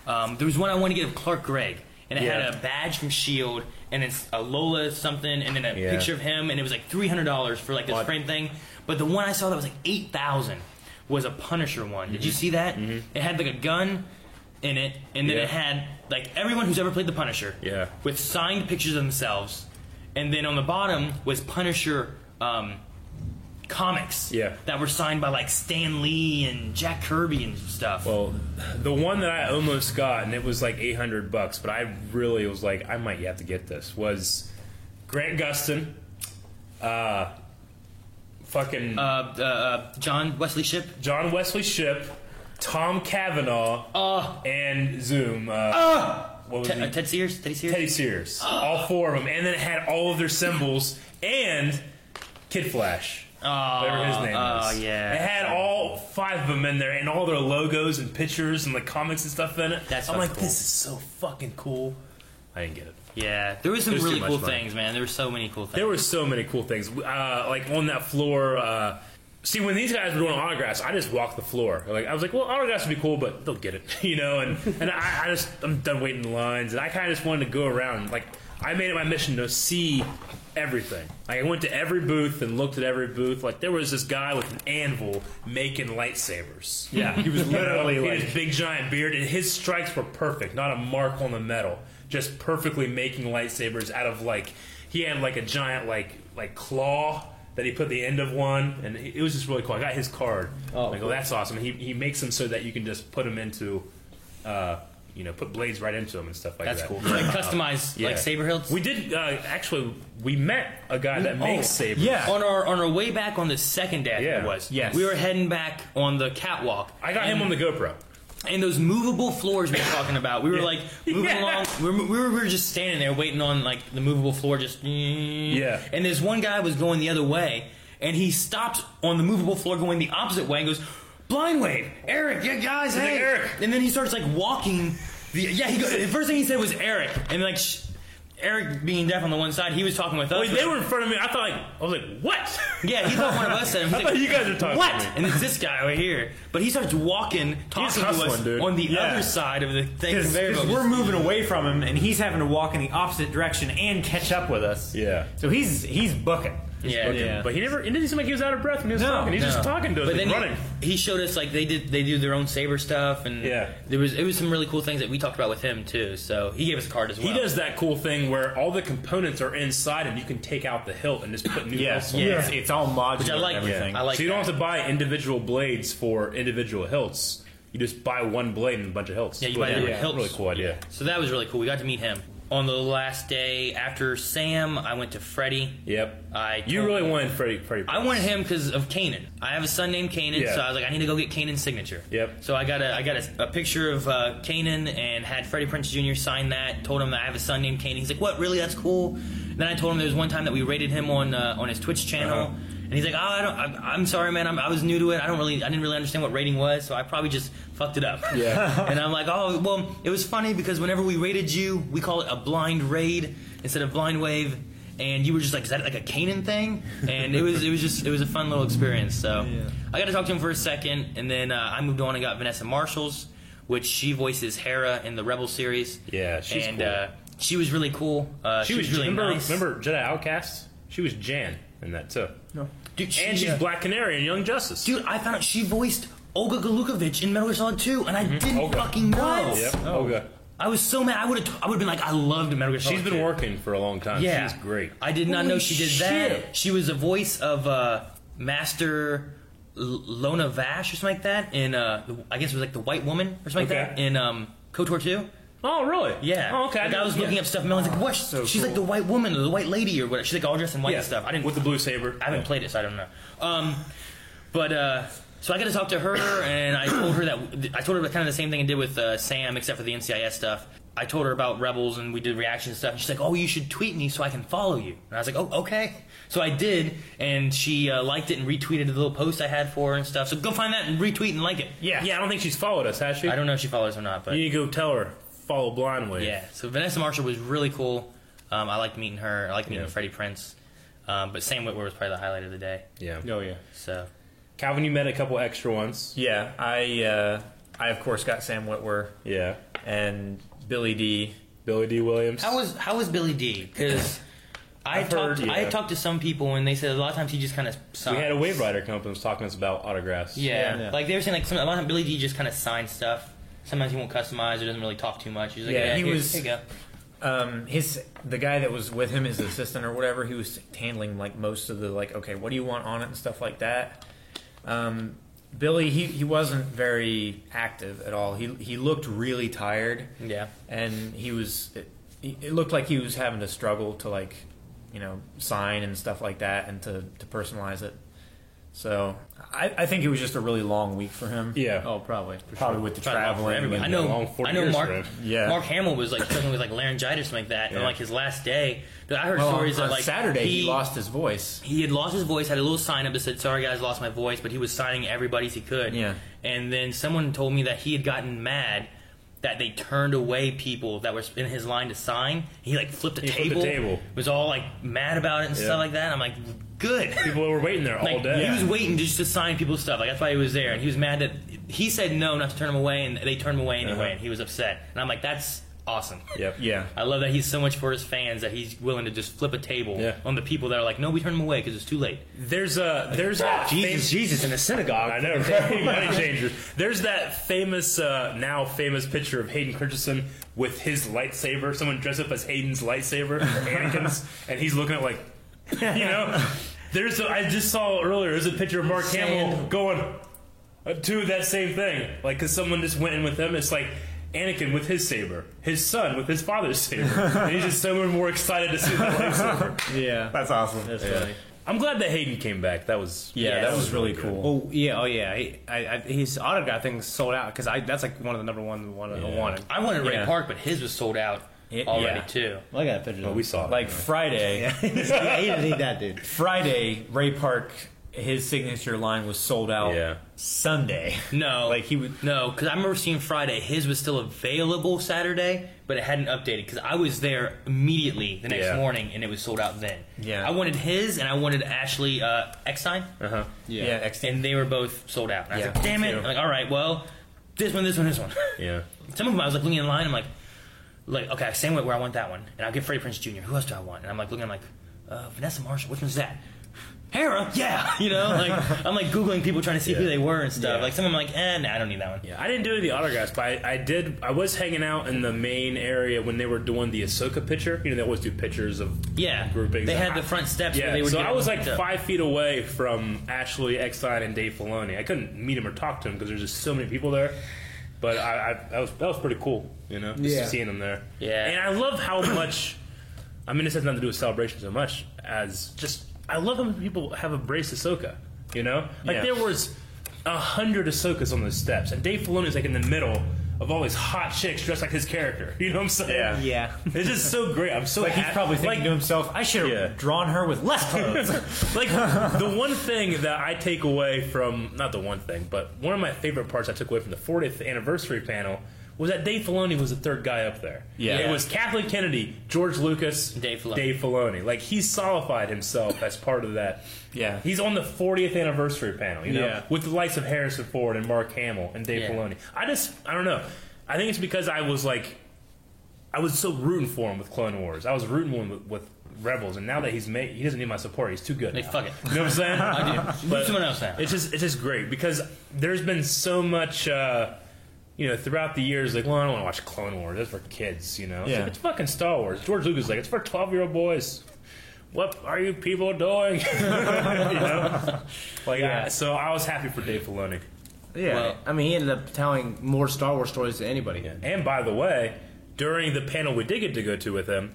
S3: um, there was one I wanted to get of Clark Gregg, and it had
S14: Yeah.
S3: a badge from Shield, E and it's a Lola something, and then a
S14: Yeah.
S3: picture of him, and it was like three hundred dollars for like this frame thing. But the one I saw that was like eight thousand was a Punisher one. Did
S14: Mm-hmm.
S3: you see that? It had like a gun in it, and then
S14: Yeah.
S3: it had like everyone who's ever played the Punisher
S14: Yeah.
S3: with signed pictures of themselves, and then on the bottom was Punisher um, comics
S14: Yeah.
S3: that were signed by like Stan Lee and Jack Kirby and stuff.
S14: Well, the one that I almost got, and it was like eight hundred bucks, but I really was like, I might have to get this. Was Grant Gustin, uh, fucking uh,
S3: uh, uh, John Wesley Ship,
S14: John Wesley Ship, Tom Cavanaugh, and Zoom. Uh, what was
S3: Ted-
S14: he?
S3: uh, Ted Sears, Teddy Sears,
S14: Teddy Sears, all four of them, and then it had all of their symbols and Kid Flash.
S3: Oh,
S14: Whatever his name
S3: oh,
S14: is.
S3: yeah.
S14: It had all five of them in there, and all their logos and pictures and the comics and stuff in it.
S3: That's
S14: I'm
S3: fucking
S14: like,
S3: cool.
S14: this is so fucking cool. I didn't get it.
S3: Yeah, there was some
S14: There's too
S3: really
S14: much
S3: cool
S14: money.
S3: things, man. There were so many cool things.
S14: There were so many cool things. Uh, like on that floor. Uh, see, when these guys were doing autographs, I just walked the floor. Like I was like, well, autographs would be cool, but they'll get it, you know. And and I, I just I'm done waiting in lines, and I kind of just wanted to go around. Like I made it my mission to see everything. Like I went to every booth and looked at every booth. Like there was this guy with an anvil making lightsabers.
S4: Yeah.
S14: he was literally
S4: He
S14: like
S4: was
S14: his big giant beard, and his strikes were perfect, not a mark on the metal. Just perfectly making lightsabers out of like he had like a giant like like claw that he put the end of one, and it it was just really cool. I got his card. Oh, like, oh
S4: cool.
S14: that's awesome. He he makes them so that you can just put them into. Uh, you know, put blades right into them and stuff like
S3: That's
S14: that.
S3: cool. Like customized, like, saber hilts.
S14: We did uh, actually. We met a guy that
S3: Oh,
S14: makes sabers.
S3: On our on our way back on the second day, I think
S14: Yeah.
S3: it was.
S14: Yes.
S3: We were heading back on the catwalk.
S14: I got him on the GoPro.
S3: And those movable floors we were talking about, we were like moving
S14: Yeah.
S3: along. We were, we, were, we were just standing there waiting on like the movable floor, just yeah. And this one guy was going the other way, and he stopped on the movable floor going the opposite way and goes, "Blind wave, Eric, yeah, guys,
S14: He's like,
S3: hey,
S14: "Eric."
S3: And then he starts like walking. The, yeah, he goes, the first thing he said was Eric, and like sh- Eric being deaf on the one side, he was talking with us.
S14: Wait, they were in front of me. I thought, like, I was like, what?
S3: Yeah, he thought one of us said. him. He's
S14: I thought
S3: like,
S14: you guys were talking
S3: What?
S14: to me.
S3: And it's this guy over here, but he starts walking, talking to us
S4: hustling, dude.
S3: on the
S4: Yeah.
S3: other side of the thing.
S4: Because
S3: conveyor belt.
S4: we're moving away from him, and he's having to walk in the opposite direction and catch up with us.
S14: Yeah.
S4: So he's he's booking.
S3: He's Yeah. booking.
S14: But he never. It didn't seem like he was out of breath when he was talking. He's just
S3: No.
S14: talking to us.
S3: But
S14: like,
S3: then
S14: running.
S3: He, he showed us like they did. They do their own saber stuff, and yeah, there was it was some really cool things that we talked about with him too. So he gave us a card as well.
S14: He does that cool thing where all the components are inside, and you can take out the hilt and just put new.
S4: Yeah,
S14: hilts on
S4: yeah.
S14: it.
S4: It's- it's all modular Which I like. and everything. I like
S14: So you don't
S4: that.
S14: have to buy individual blades for individual hilts. You just buy one blade and a bunch of hilts.
S3: Yeah, you buy
S14: Really-
S3: different hilts.
S14: Really cool idea.
S3: So that was really cool. We got to meet him on the last day after Sam. I went to Freddie.
S14: Yep.
S3: I
S14: You
S3: told-
S14: really wanted Freddy. Freddy.
S3: I wanted him because of Kanan. I have a son named Kanan,
S14: Yeah.
S3: so I was like, I need to go get Kanan's signature.
S14: Yep.
S3: So I got a I got a, a picture of uh, Kanan and had Freddie Prince Jr. sign that. Told him that I have a son named Kanan. He's like, What? Really? That's cool. Then I told him there was one time that we rated him on uh, on his Twitch channel,
S14: Uh-huh.
S3: and he's like, Oh, I don't. I'm, I'm sorry, man. I'm, I was new to it. I don't really. I didn't really understand what rating was, so I probably just fucked it up.
S14: Yeah.
S3: and I'm like, Oh, well, it was funny because whenever we rated you, we call it a blind raid instead of blind wave. And you were just like, is that like a Kanan thing? And it was, it was just, it was a fun little experience. So I got to talk to him for a second, and then uh, I moved on and got Vanessa Marshalls, which she voices Hera in the Rebel series.
S14: Yeah, she's
S3: and
S14: cool.
S3: uh, she was really cool. Uh, she, was, really
S14: remember,
S3: nice.
S14: Remember Jedi Outcast? She was Jan in that too.
S3: No. Dude,
S14: and
S3: she,
S14: she's
S3: uh,
S14: Black Canary in Young Justice.
S3: Dude, I found out she voiced Olga Galukovich in Metal Gear Solid 2, and I
S14: Mm-hmm.
S3: didn't fucking know. Oh.
S14: Yep. Olga.
S3: I was so mad. I would have. I would have been like, I loved Metal Gear Solid.
S14: She's been
S3: 2.
S14: working for a long time.
S3: Oh, Yeah.
S14: Oh, She's great.
S3: I did not
S14: Holy
S3: know she did
S14: shit.
S3: that. She was the voice of uh, Master L- Lona Vash or something like that. In uh, the- I guess it was like the White Woman or something like that in um, KOTOR 2.
S14: Oh, really?
S3: Yeah.
S14: Oh, okay.
S3: Like,
S14: didn't-
S3: I was looking
S14: yeah.
S3: up stuff and I was like, what? she's like the white woman, or the white lady, or whatever. She's like all dressed in white
S14: Yeah,
S3: and stuff. I didn't
S14: with the blue saber.
S3: I haven't played it, so I don't know. Um, but uh, so I got to talk to her, and I told her that I told her kind of the same thing I did with uh, Sam, except for the NCIS stuff. I told her about Rebels, and we did reaction stuff. And she's like, "Oh, you should tweet me so I can follow you." And I was like, "Oh, okay." So I did, and she uh, liked it and retweeted the little post I had for her and stuff. So go find that and retweet and like it.
S14: Yeah. Yeah, I don't think she's followed us, has she?
S3: I don't know if she follows or not, but
S14: You need to go tell her. Follow Blind Wave.
S3: yeah, so Vanessa Marshall was really cool. Um, I liked meeting her. I liked meeting Freddie Prince. Um, but Sam Whitwer was probably the highlight of the day.
S14: Yeah.
S4: Oh yeah.
S3: So
S14: Calvin, you met a couple extra ones.
S4: Yeah, I uh, I of course got Sam Witwer.
S14: Yeah.
S4: And Billy D.
S14: Billy D. Williams.
S3: how was how was Billy D? Because I
S14: I've
S3: talked
S14: heard,
S3: I
S14: yeah.
S3: talked to some people and they said a lot of times he just kind of
S14: We had a Wave Rider come up and was talking to us about autographs.
S3: Yeah. like they were saying like some, a lot of times Billy D just kind of signs stuff. Sometimes he won't customize or doesn't really talk too much. He's like, yeah,
S4: he
S3: here-
S4: was.
S3: here you go.
S4: Um, his the guy that was with him, his assistant or whatever, he was handling like most of the like, okay, what do you want on it and stuff like that. Um, Billy, he, he wasn't very active at all. He he looked really tired.
S3: Yeah.
S4: and he was. It, it looked like he was having to struggle to like, you know, sign and stuff like that, and to to personalize it. So I, I think it was just a really long week for him.
S14: Yeah.
S4: Oh, probably. Probably with the
S3: Tried to offer
S4: traveling.
S3: everybody.
S4: and-
S3: I know. I know. Mark.
S4: Yeah.
S3: Mark Hamill was like struggling with like laryngitis or something like that, and
S4: Yeah.
S3: like his last day. Dude, I heard
S4: Well, on-
S3: stories
S4: on
S3: that like
S4: Saturday he lost his voice.
S3: He had lost his voice. Had a little sign up that said, "Sorry guys, lost my voice," but he was signing everybody's he could.
S4: Yeah.
S3: And then someone told me that he had gotten mad that they turned away people that were in his line to sign. He like flipped a
S14: He flipped
S3: table.
S14: a table.
S3: Was all like mad about it and
S14: Yeah.
S3: stuff like that. And I'm like, good.
S14: People were waiting there all
S3: Like,
S14: day.
S3: He was waiting just to sign people's stuff. Like that's why he was there, and he was mad that he said no, not to turn him away, and they turned him away anyway,
S14: Uh-huh.
S3: and he was upset. And I'm like, that's awesome.
S14: Yep. Yeah.
S3: I love that he's so much for his fans that he's willing to just flip a table
S14: Yeah.
S3: on the people that are like, no, we turn him away because it's too late.
S14: There's a there's a
S3: Jesus,
S14: Jesus in a synagogue. I know, right? Money changers. There's that famous uh, now famous picture of Hayden Christensen with his lightsaber. Someone dressed up as Hayden's lightsaber, Anakin's, and he's looking at like, you know. There's a, I just saw earlier. There's a picture of Mark Hamill going uh, to that same thing, like because someone just went in with him. It's like. Anakin with his saber, his son with his father's saber, and he's just so much more excited to see the lightsaber.
S4: Yeah.
S14: That's awesome. That's
S4: funny.
S14: I'm glad that Hayden came back. That was
S2: Yeah, that was really
S14: good.
S2: cool. Oh yeah, oh yeah. He, I, I, his autograph thing sold out because I that's like one of the number one one I wanted.
S3: I wanted Ray
S2: Yeah.
S3: Park, but his was sold out already
S2: yeah.
S3: too.
S2: Well, I got pictures.
S4: But
S2: of
S4: we
S2: him.
S14: saw it.
S4: Like Friday.
S2: I didn't need that dude.
S4: Friday, Ray Park, his signature line was sold out.
S14: Yeah.
S4: Sunday.
S3: No,
S4: like he would.
S3: No, because I remember seeing Friday. His was still available Saturday, but it hadn't updated because I was there immediately the next
S14: Yeah.
S3: morning, and it was sold out then.
S14: Yeah.
S3: I wanted his, and I wanted Ashley uh, Eckstein. Uh
S2: uh-huh.
S3: huh.
S14: Yeah. Yeah,
S3: And they were both sold out. And I was
S14: Yeah.
S3: like, damn it!
S14: Me too.
S3: I'm like, all right, well, this one, this one, this one.
S14: Yeah.
S3: Some of them I was like looking in line. I'm like, like okay, same way where I want that one, and I'll get Freddie Prince Jr. Who else do I want? And I'm like looking, I'm like, uh, Vanessa Marshall. Which one's that? Hera, yeah, you know, like I'm like googling people trying to see who they were and stuff.
S14: Yeah.
S3: Like some of them, I'm like, eh, nah, I don't need that one.
S14: I didn't do any of the autographs, but I, I did. I was hanging out in the main area when they were doing the Ahsoka picture. You know, they always do pictures of
S3: Yeah,
S14: groupings.
S3: They had the front steps.
S14: Yeah,
S3: where they would
S14: so
S3: get
S14: I was like
S3: hooked up.
S14: five feet away from Ashley Eckstein and Dave Filoni. I couldn't meet him or talk to him because there's just so many people there. But I, I that was that was pretty cool, you know, just
S3: Yeah.
S14: seeing him there.
S3: Yeah.
S14: and I love how much. I mean, this has nothing to do with celebration so much as just I love how many people have embraced Ahsoka. You know, like
S4: Yeah.
S14: there was a hundred Ahsokas on those steps, and Dave Filoni's like in the middle. Of all these hot chicks dressed like his character, you know what I'm saying?
S4: Yeah. Yeah.
S14: It's just so great. I'm so
S4: like he's
S14: happy-
S4: probably thinking
S14: like-
S4: to himself, I should have drawn her with less clothes.
S14: like the one thing that I take away from not the one thing, but one of my favorite parts I took away from the 40th anniversary panel was that Dave Filoni was the third guy up there.
S4: Yeah.
S14: it was Kathleen Kennedy, George Lucas, Dave Filoni. Dave Filoni. Like he solidified himself as part of that.
S4: Yeah.
S14: he's on the 40th anniversary panel. You know,
S4: Yeah.
S14: with the likes of Harrison Ford and Mark Hamill and Dave
S4: Yeah.
S14: Filoni. I just I don't know. I think it's because I was like I was so rooting for him with Clone Wars. I was rooting with, with Rebels, and now that he's made, he doesn't need my support. He's too good. Hey,
S3: fuck it.
S14: You know what I'm saying?
S3: I do.
S14: But
S3: Leave someone else now.
S14: It's just it's just great because there's been so much. Uh, you know, throughout the years, like, well, I don't want to watch Clone Wars. That's for kids, you know? It's,
S4: Yeah.
S14: like, it's fucking Star Wars. George Lucas is like, it's for 12 year old boys. What are you people doing? you know? Like, yeah. so I was happy for Dave Filoni.
S2: Yeah, I mean, he ended up telling more Star Wars stories than anybody.
S14: And by the way, during the panel we did get to go to with him,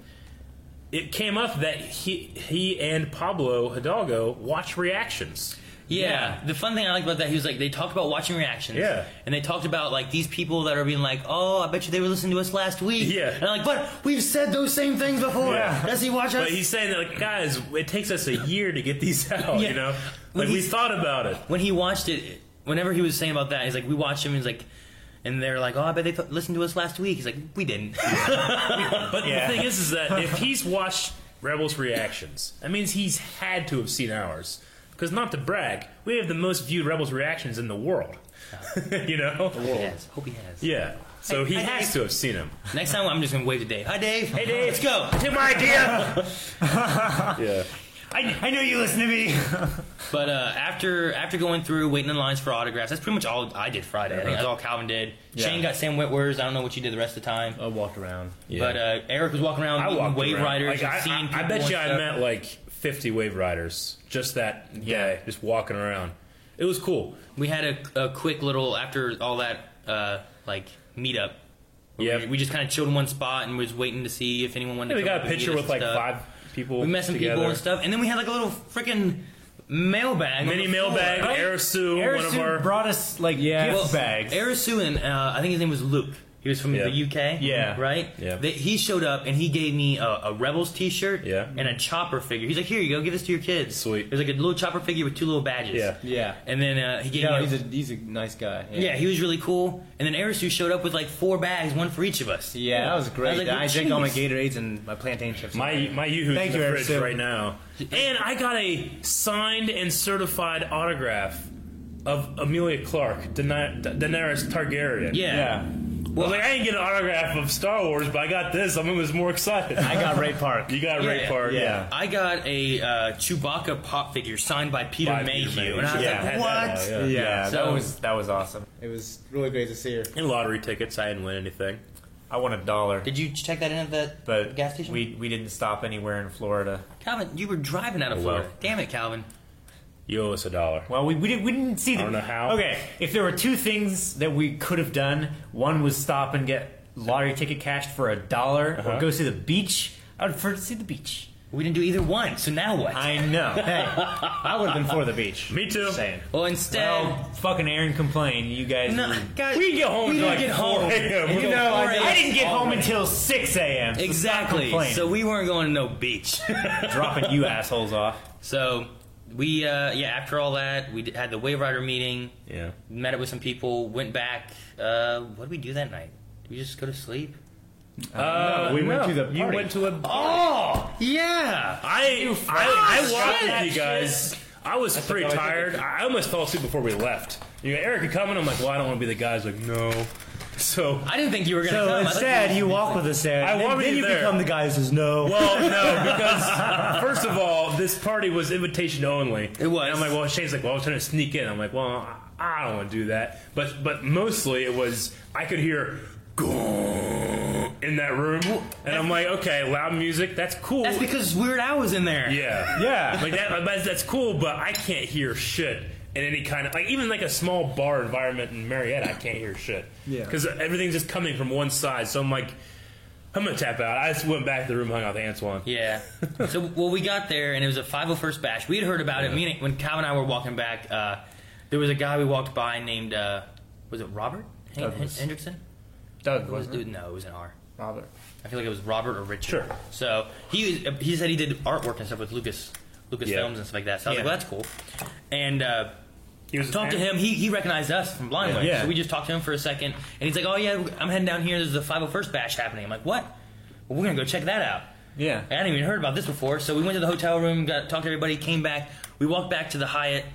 S14: it came up that he he and Pablo Hidalgo watch reactions.
S3: Yeah. The fun thing I like about that, he was like, they talked about watching reactions.
S14: Yeah.
S3: And they talked about, like, these people that are being like, oh, I bet you they were listening to us last week.
S14: Yeah.
S3: And I'm like, but we've said those same things before. Does he watch us?
S14: But he's saying that, like, guys, it takes us a year to get these out,
S3: Yeah.
S14: you know?
S3: When
S14: Like, we
S3: he's-
S14: thought about it.
S3: when he watched it, whenever he was saying about that, he's like, we watched him, and he's like, and they're like, oh, I bet they th- listened to us last week. He's like, we didn't.
S14: But the thing is, is that if he's watched Rebels reactions, that means he's had to have seen ours. Because not to brag, we have the most viewed Rebels reactions in the world. you know, the
S3: world. Yes, hope he has.
S14: Yeah. So
S3: Hey,
S14: he
S3: hey,
S14: has
S3: Dave.
S14: to have seen him.
S3: Next time, I'm just gonna wave to Dave. Hi, Dave. Hey,
S14: Dave.
S3: Let's go.
S14: Take my idea. yeah.
S4: I, I know you listen to me.
S3: But uh, after after going through waiting in lines for autographs, that's pretty much all I did Friday. I think that's all Calvin did.
S2: Yeah.
S3: Shane got Sam Whitworth. I don't know what you did the rest of the time. I walked around. But uh, Eric was walking around
S14: Oh, I
S3: meeting
S14: walked
S3: wave
S14: around.
S3: riders.
S14: Like,
S3: and
S14: I,
S3: seeing
S14: I, I
S3: people
S14: bet
S3: and
S14: you I
S3: stuff.
S14: met like 50 wave riders just that day, just walking around. It was cool.
S3: We had a, a quick little after all that uh, like meetup. Yeah, we, we just kind of chilled in one spot and was waiting to see if anyone wanted.
S14: Yeah,
S3: to
S14: we
S3: come
S14: got
S3: up and
S14: a
S3: meet
S14: picture
S3: us
S14: with
S3: and
S14: like
S3: stuff.
S14: five people.
S3: We met some
S14: together.
S3: people and stuff, and then we had like a little freaking mailbag,
S14: Mini mailbag, Arisu, one of Arisu our-
S3: brought us like yeah,
S14: gift bags.
S3: Arisu and uh, I think his name was Luke. He was from
S14: Yeah.
S3: the UK,
S14: Yeah.
S3: right.
S14: Yeah.
S3: They- he showed up and he gave me a, a Rebels T-shirt, yeah. and a Chopper figure. He's like, "Here you go, give this to your kids." Sweet. There's like a little Chopper figure with two little badges.
S2: Yeah. Yeah.
S3: And then uh, he gave
S2: Yeah,
S3: me.
S2: he's a he's a nice guy.
S3: yeah. he was really cool. And then Arisu showed up with like four bags, one for each of us.
S2: Yeah, that was great. I,
S3: like, "Well,
S2: drank all my
S3: jeez."
S2: Gatorades and my plantain chips.
S14: My my Yoo-hoo's in the fridge right now. And I got a signed and certified autograph of Amelia Clark, Dana- Da- Daenerys Targaryen.
S3: Yeah. Yeah.
S14: Well, I was like, I didn't get an autograph of Star Wars, but I got this. I mean, I was more excited. I
S2: got Ray Park.
S14: You got Ray Park. Yeah.
S3: I got a uh, Chewbacca pop figure signed by Peter
S14: By Peter
S3: Mayhew,
S14: Mayhew.
S3: and I was
S14: Yeah, I had
S3: like,
S14: that,
S3: "What?"
S14: yeah, yeah. Yeah,
S3: So-
S14: that was-
S2: That was awesome. It was really great to see her.
S14: And lottery tickets. I didn't win anything.
S4: I won a dollar.
S3: Did you check that in at that
S4: but
S3: gas station?
S4: We we didn't stop anywhere in Florida.
S3: Calvin, you were driving out of
S4: Oh, well.
S3: Florida. Damn it, Calvin.
S14: You owe us a dollar.
S4: Well, we, we, didn't, we didn't see them.
S14: I don't know how.
S4: Okay, if there were two things that we could have done, one was stop and get lottery ticket cashed for a dollar
S14: Uh-huh.
S4: or go see the beach. I would prefer to see the beach.
S3: We didn't do either one, so now what?
S4: I know. Hey, I would have been for the beach. Me too. Saying.
S3: Well, instead.
S4: fucking Aaron complained. You guys.
S3: No,
S4: were-
S3: guys,
S4: we didn't get home
S3: we
S4: until
S3: didn't
S4: like
S3: get
S4: 4
S3: home.
S4: a.m.
S3: And you
S4: You know,
S3: know,
S4: I didn't get home
S3: already-
S4: until 6 a.m. so stop
S3: Exactly.
S4: complaining.
S3: So we weren't going to no beach.
S4: Dropping you assholes off.
S3: So we, uh, yeah, after all that, we d- had the Wave Rider meeting.
S14: Yeah.
S3: Met up with some people, went back. Uh, what did we do that night? Did we just go to sleep?
S14: Uh,
S3: we
S14: no,
S3: went to the
S14: You
S3: party.
S14: went to a.
S3: Oh yeah.
S14: I I, I walked
S3: shit.
S14: with you guys. I was pretty
S3: how I
S14: tired. I almost fell asleep before we left. You go, Eric, you coming? I'm like, well, I don't want to be the guy's like, no. So
S3: I didn't think you were gonna
S14: So
S3: come. I thought
S14: instead,
S3: were-
S14: you walk
S4: with us there.
S14: I walked with you there.
S4: guy who says no.
S14: Well, no, because first of all, this party was invitation only. It was. And I'm like, well, Shane's like, well, I was trying to sneak in. I'm like, well, I- I don't want to do that. But but mostly it was I could hear "Gong" in that room, and I'm like, okay, loud music, that's cool.
S3: That's because Weird Al was in there.
S14: Yeah,
S3: Yeah.
S14: Like that, but that's cool. But I can't hear shit in any kind of like even like a small bar environment in Marietta. I can't hear shit.
S2: Yeah.
S14: because everything's just coming from one side. So I'm like, I'm gonna tap out. I just went back to the room, hung out with Antoine.
S3: Yeah. so well, we got there and it was a 501st bash. We had heard about it. Me and, when Calvin and I were walking back, uh, there was a guy we walked by named uh, was it Robert Hen- Hen-
S2: Douglas.
S3: Hendrickson?
S2: Doug,
S3: It was
S2: wasn't it?
S3: dude. No, it was an R.
S2: Robert.
S3: I feel like it was Robert or Richard. Sure. So he was, he said he did artwork and stuff with Lucas Lucas
S2: Yeah.
S3: Films and stuff like that. So I was
S2: Yeah.
S3: like, well, that's cool. And uh,
S14: was
S3: talked to
S14: a fan?
S3: him. He, he recognized us from Blind
S14: Yeah.
S3: Wave.
S14: Yeah.
S3: So we just talked to him for a second, and he's like, oh yeah, I'm heading down here. There's a 501st bash happening. I'm like, what? Well, we're gonna go check that out.
S4: Yeah.
S3: I hadn't even heard about this before. So we went to the hotel room, got talked to everybody, came back. We walked back to the Hyatt,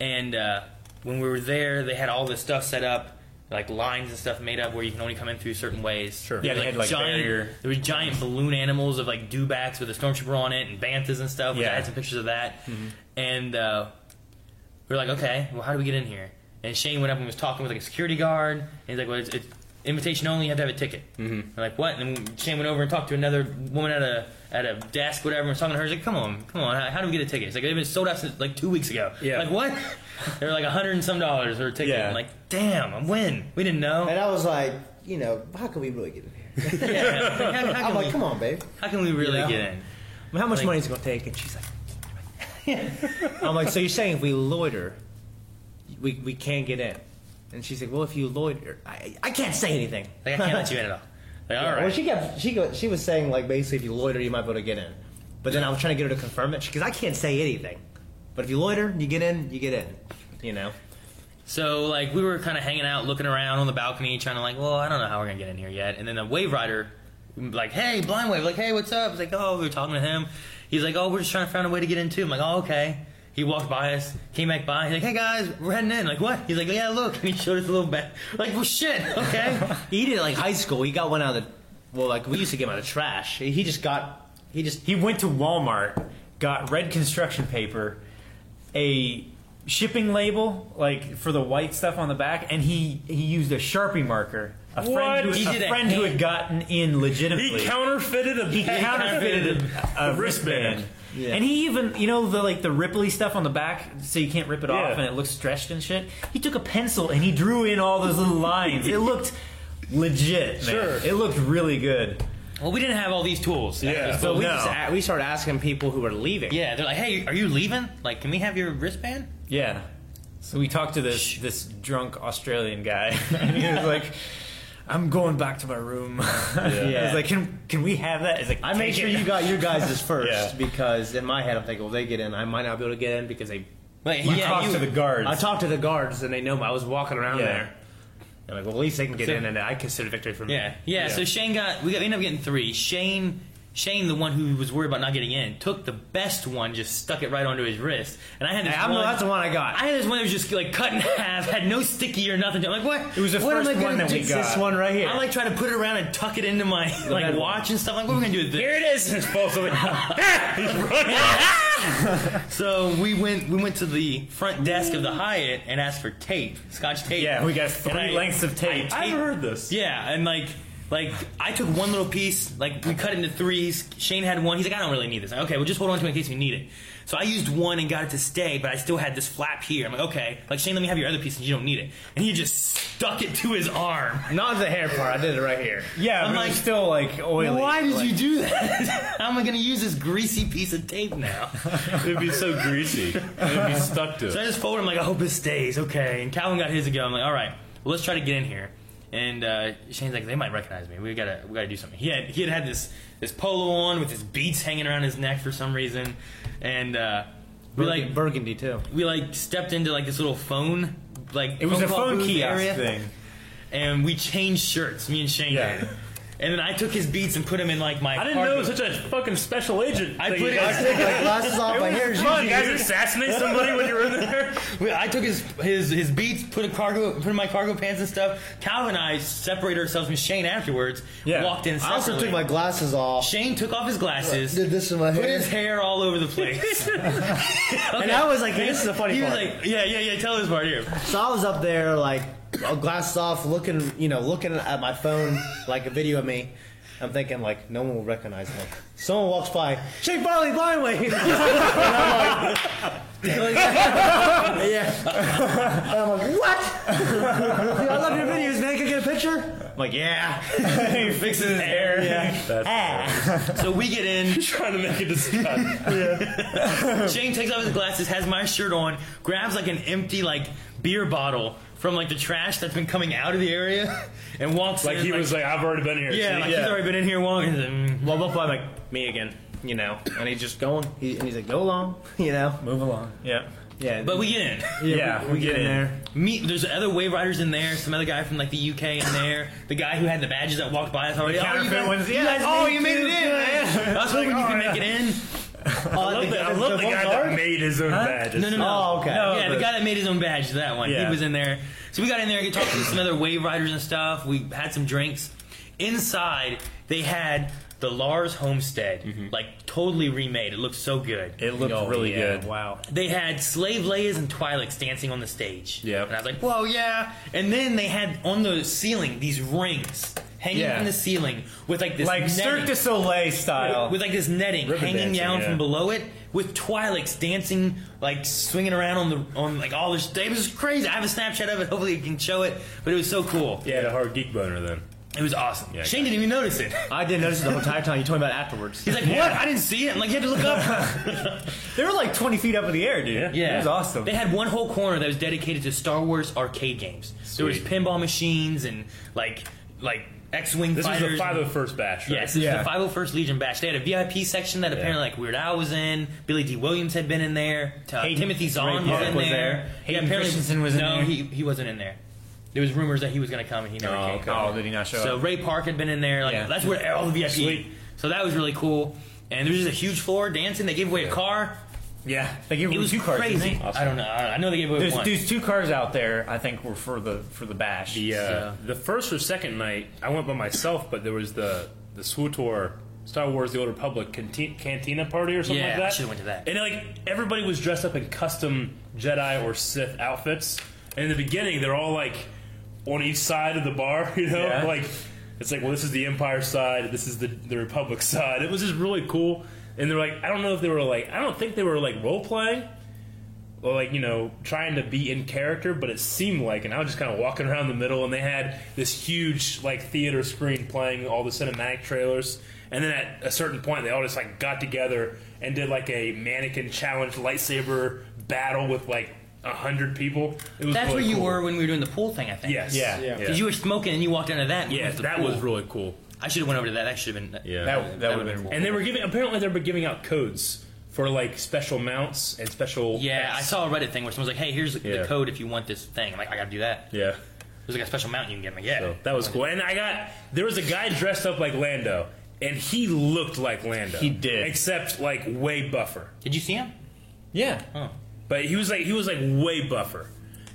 S3: and uh, when we were there, they had all this stuff set up. like lines and stuff made up where you can only come in through certain ways. Sure.
S15: Yeah, they had, like,
S3: giant,
S15: barrier.
S3: There were giant balloon animals of like dewbacks with a stormtrooper on it and banthas and stuff. Yeah. Mm-hmm. I
S15: Yeah.
S3: had some pictures of that, and uh, we were like, okay, well, how do we get in here? And Shane went up and was talking with like a security guard, and he's like, well, it's, it's invitation only. You have to have a ticket. Mm-hmm. They're like, what? And then Shane went over and talked to another woman at a at a desk, whatever, and was talking to her. He's like, come on, come on, how, how do we get a ticket? It's like, they've been sold out since like two weeks ago. Yeah. Like, what? they were like a hundred and some dollars for a ticket. I'm like, damn, I'm win. We didn't know.
S16: And I was like, you know, how can we really get in here?
S3: how- how
S16: I'm
S3: can
S16: like,
S3: we-
S16: come on, babe.
S3: How can we really
S16: Yeah.
S3: get in?
S2: Well, how much
S3: Like-
S2: money is it going to take? And she's like, I'm like, so you're saying if we loiter, we, we can't get in? And she's like, well, if you loiter, I, I can't say anything.
S3: Like, I can't let you in at all. Like, all right.
S2: Well, she kept she go- she was saying like basically if you loiter, you might be able to get in. But then I was trying to get her to confirm it because I can't say anything. But if you loiter, you get in, you get in. You know.
S3: So like we were kind of hanging out, looking around on the balcony, trying to like, well, I don't know how we're gonna get in here yet. And then the wave rider, like, hey, blind wave, like, hey, what's up? It's like, oh, we were talking to him. He's like, oh, we're just trying to find a way to get in too. I'm like, oh, okay. He walked by us, came back by. He's like, hey guys, we're heading in. Like, what? He's like, yeah, look. And he showed us a little bag. Like, well, shit. Okay.
S2: he did it like high school. He got one out of the well, like we used to get him out of the trash. He just got he just
S4: he went to Walmart, got red construction paper, a shipping label like for the white stuff on the back, and he he used a sharpie marker. A
S1: What?
S4: friend, who,
S1: He
S4: a
S1: did a
S4: friend who had gotten in legitimately.
S1: He counterfeited a
S4: He counterfeited a, a wristband.
S1: Yeah.
S4: And he even, you know, the like the Ripley stuff on the back, so you can't rip it
S1: Yeah.
S4: off, and it looks stretched and shit. He took a pencil and he drew in all those little lines. It looked legit, man.
S2: Sure.
S4: It looked really good.
S3: Well, we didn't have all these tools.
S2: So we just a- we started asking people who were leaving.
S3: Yeah, they're like, hey, are you leaving? Like, can we have your wristband?
S4: Yeah. So we talked to this this drunk Australian guy, and he was like, "I'm going back to my room." I was like, "Can can we have that?" It's like,
S2: I made
S4: "Take
S2: sure
S4: it."
S2: you got your guys' first
S4: Yeah.
S2: because in my head I'm thinking, well, they get in, I might not be able to get in because they.
S3: Wait,
S4: You yeah, talked you- to the guards.
S2: I talked to the guards, and they know me. I was walking around
S4: Yeah.
S2: there. They're like, well, at least they can get
S3: So-
S2: in, and I consider victory for me.
S3: Yeah, yeah. So Shane got we got we ended up getting three. Shane, Shane, the one who was worried about not getting in, took the best one, just stuck it right onto his wrist, and I had this
S2: Hey, I'm the-
S3: one.
S2: that's the one I got.
S3: I had this one that was just like cut in half, had no sticky or nothing. I'm like, what?
S2: It was the
S3: what
S2: first
S3: am I gonna
S2: one that
S3: do?
S2: we got. This one right here.
S3: I like try to put it around and tuck it into my like
S2: red
S3: watch and stuff. Like, what are we gonna do with this? Here it
S1: is. It's both of
S3: so we went we went to the front desk of the Hyatt and asked for tape, Scotch tape.
S4: Yeah, we got
S3: And
S4: three
S3: I-
S4: lengths of tape.
S3: I taped-
S4: heard this.
S3: yeah, and like like I took one little piece, like we cut it into threes. Shane had one. He's like, I don't really need this. I'm like, okay, well just hold on to it in case we need it. So I used one and got it to stay, but I still had this flap here. I'm like, okay, like Shane, let me have your other piece since you don't need it. And he just stuck it to his arm.
S2: Not the hair part. I did it right here.
S4: Yeah,
S3: I'm
S4: but it
S3: like,
S4: was still like oily.
S3: Why did
S4: Like-
S3: you do that? How am I going to use this greasy piece of tape now?
S1: It'd be so greasy. It'd be stuck to
S3: So I
S1: it.
S3: just folded. I'm like, I hope it stays. Okay. And Calvin got his ago. I'm like, all right, well, let's try to get in here. And uh, Shane's like, they might recognize me. We gotta, we gotta do something. He had, he had had this, this polo on with his beats hanging around his neck for some reason, and uh, we
S2: Burgundy,
S3: like,
S2: burgundy too.
S3: we like stepped into like this little phone, like
S2: It was a
S3: call
S2: phone
S3: booth
S2: kiosk thing.
S3: and we changed shirts. Me and Shane did. And then I took his beats and put them in like my.
S1: I didn't know it was
S3: apartment.
S1: such a fucking special agent.
S3: I
S1: thing
S3: put
S1: you
S3: it-
S1: guys
S3: I took my
S1: did.
S3: glasses off,
S1: It
S3: my
S1: was
S3: hair's
S1: fun.
S3: usually
S1: You guys
S3: here.
S1: assassinate somebody when you're in there.
S3: Well, I took his his his beats, put a cargo, put in my cargo pants and stuff. Calvin and I separated ourselves from Shane afterwards. walked in.
S16: I also
S3: separately.
S16: took my glasses off.
S3: Shane took off his glasses.
S16: Did this in my
S3: Put
S16: hair.
S3: his hair all over the place.
S16: And I was like, this is the funny
S3: he
S16: part.
S3: was like, yeah, yeah, yeah. Tell this part here.
S16: So I was up there, like glasses off, looking, you know, looking at my phone, like a video of me. I'm thinking, like, no one will recognize me. Someone walks by, Shake Barley, blind way. and I'm like, yeah. And I'm like, what? Dude, I love your videos, man. Can I get a picture?
S2: I'm like, yeah.
S3: he fixes his hair. so we get in.
S1: trying to make a disguise.
S3: Shane takes off his glasses, has my shirt on, grabs like an empty like beer bottle from like the trash that's been coming out of the area, and walks
S1: Like
S3: in,
S1: he was like, I've already been here. See?
S3: Yeah, like he's mm. already been in here long.
S2: Well, blah blah. Like me again. You know, and he's just going.
S16: He, and he's like, go along, you know.
S2: Move along.
S4: Yeah.
S16: Yeah.
S3: But we get in.
S16: Yeah,
S4: we, get, in there.
S3: Meet. There's other wave riders in there. Some other guy from like the UK in there. The guy who had the badges that walked by us already.
S4: Counterfeit
S3: you guys,
S4: ones,
S3: you
S4: yeah.
S3: guys
S4: Oh,
S3: made
S4: you made it in, man.
S3: I was hoping
S4: Like,
S3: you
S4: oh,
S3: could
S4: yeah.
S3: make it in.
S14: I love, the, I love the guy that made his own
S3: Huh?
S14: badges.
S3: No, no, no.
S14: No,
S3: Oh, yeah, the
S14: but-
S3: guy that made his own badge, that one.
S14: Yeah.
S3: He was in there. So we got in there and talked to some other wave riders and stuff. We had some drinks. Inside, they had the Lars Homestead,
S14: Mm-hmm.
S3: like totally remade. It looked so good. It
S14: looked
S4: Oh,
S14: really good.
S3: Wow. They had Slave Layas and Twi'leks dancing on the stage.
S14: Yeah.
S3: And I was like, whoa, yeah. And then they had on the ceiling these rings hanging
S14: Yeah.
S3: from the ceiling with like this
S14: Like Cirque
S3: netting-
S14: du Soleil style.
S3: with, like this netting
S14: Ribbon
S3: hanging
S14: dancing,
S3: down
S14: yeah.
S3: from below it with Twi'leks dancing, like swinging around on the on like all this. It was crazy. I have a Snapchat of it. Hopefully, you can show it. But it was so cool.
S14: Yeah, the hard geek boner then.
S3: It was awesome.
S14: Yeah, I
S3: Shane didn't even notice it.
S4: I didn't notice it the entire time. You told me about it afterwards.
S3: He's like, "What? I didn't see it." I'm like, "You had to look up."
S4: they were like 20 feet up in the air, dude.
S3: Yeah,
S4: It was awesome.
S3: They had one whole corner that was dedicated to Star Wars arcade games. There was
S14: Sweet.
S3: pinball machines and like like X-wing
S14: This was the
S3: fighters.
S14: 501st bash, right?
S3: Yes, this
S14: Yeah.
S3: was the 501st Legion bash. They had a VIP section that apparently like Weird Al was in. Billy D. Williams had been in there. Uh,
S4: Hayden-
S3: Timothy
S4: Ray
S3: Zahn was
S4: Park
S3: in
S4: was there.
S3: there.
S4: Hayden Christensen was in
S3: no,
S4: there.
S3: he he wasn't in there. There was rumors that he was going to come and he never
S4: Oh,
S3: came.
S4: okay. Oh, did he not show
S3: So
S4: up?
S3: Ray Park had been in there. Like
S4: Yeah.
S3: that's where all the VIP.
S4: Sweet.
S3: So that was really cool. And there was just a huge floor dancing. They gave away a car.
S4: Yeah, they gave
S3: It
S4: away
S3: was
S4: two cars. didn't
S3: crazy.
S4: they?
S3: I don't know. I don't- I know they gave away
S4: There's,
S3: one.
S4: there's two cars out there. I think were for the for the bash.
S14: The uh, the first or second night, I went by myself, but there was the the SWTOR Star Wars: The Old Republic canti- cantina party or something
S3: Yeah,
S14: like
S3: I
S14: that.
S3: should've went to that.
S14: And like everybody was dressed up in custom Jedi or Sith outfits. And in the beginning, they're all like on each side of the bar, you know,
S4: Yeah.
S14: like it's like, well, this is the Empire side, this is the the Republic side. It was just really cool. And they're like, I don't know if they were like, I don't think they were like role playing well, like you know, trying to be in character, but it seemed like, and I was just kind of walking around the middle, and they had this huge like theater screen playing all the cinematic trailers, and then at a certain point, they all just like got together and did like a mannequin challenge lightsaber battle with like a hundred people. It was
S3: That's
S14: really
S3: where you
S14: cool.
S3: were when we were doing the pool thing, I think.
S14: Yes. Yeah. Yeah.
S3: Because you were smoking and you walked into that. and
S14: Yeah,
S3: went to the
S14: that
S3: pool.
S14: was really cool.
S3: I should have went over to that. That should have been. Yeah.
S14: That, would have been. And they were giving apparently they were giving out codes for like special mounts and special.
S3: Yeah, I
S14: pets.
S3: saw a Reddit thing where someone was like, "Hey, here's
S14: Yeah.
S3: the code if you want this thing." I'm like, "I gotta do that."
S14: Yeah.
S3: There's like a special mountain you can get. I'm like, yeah.
S14: So Oh, that was cool. And I got there was a guy dressed up like Lando, and he looked like Lando. He did, except like way buffer.
S3: Did you see him?
S14: Yeah, but he was like he was like way buffer.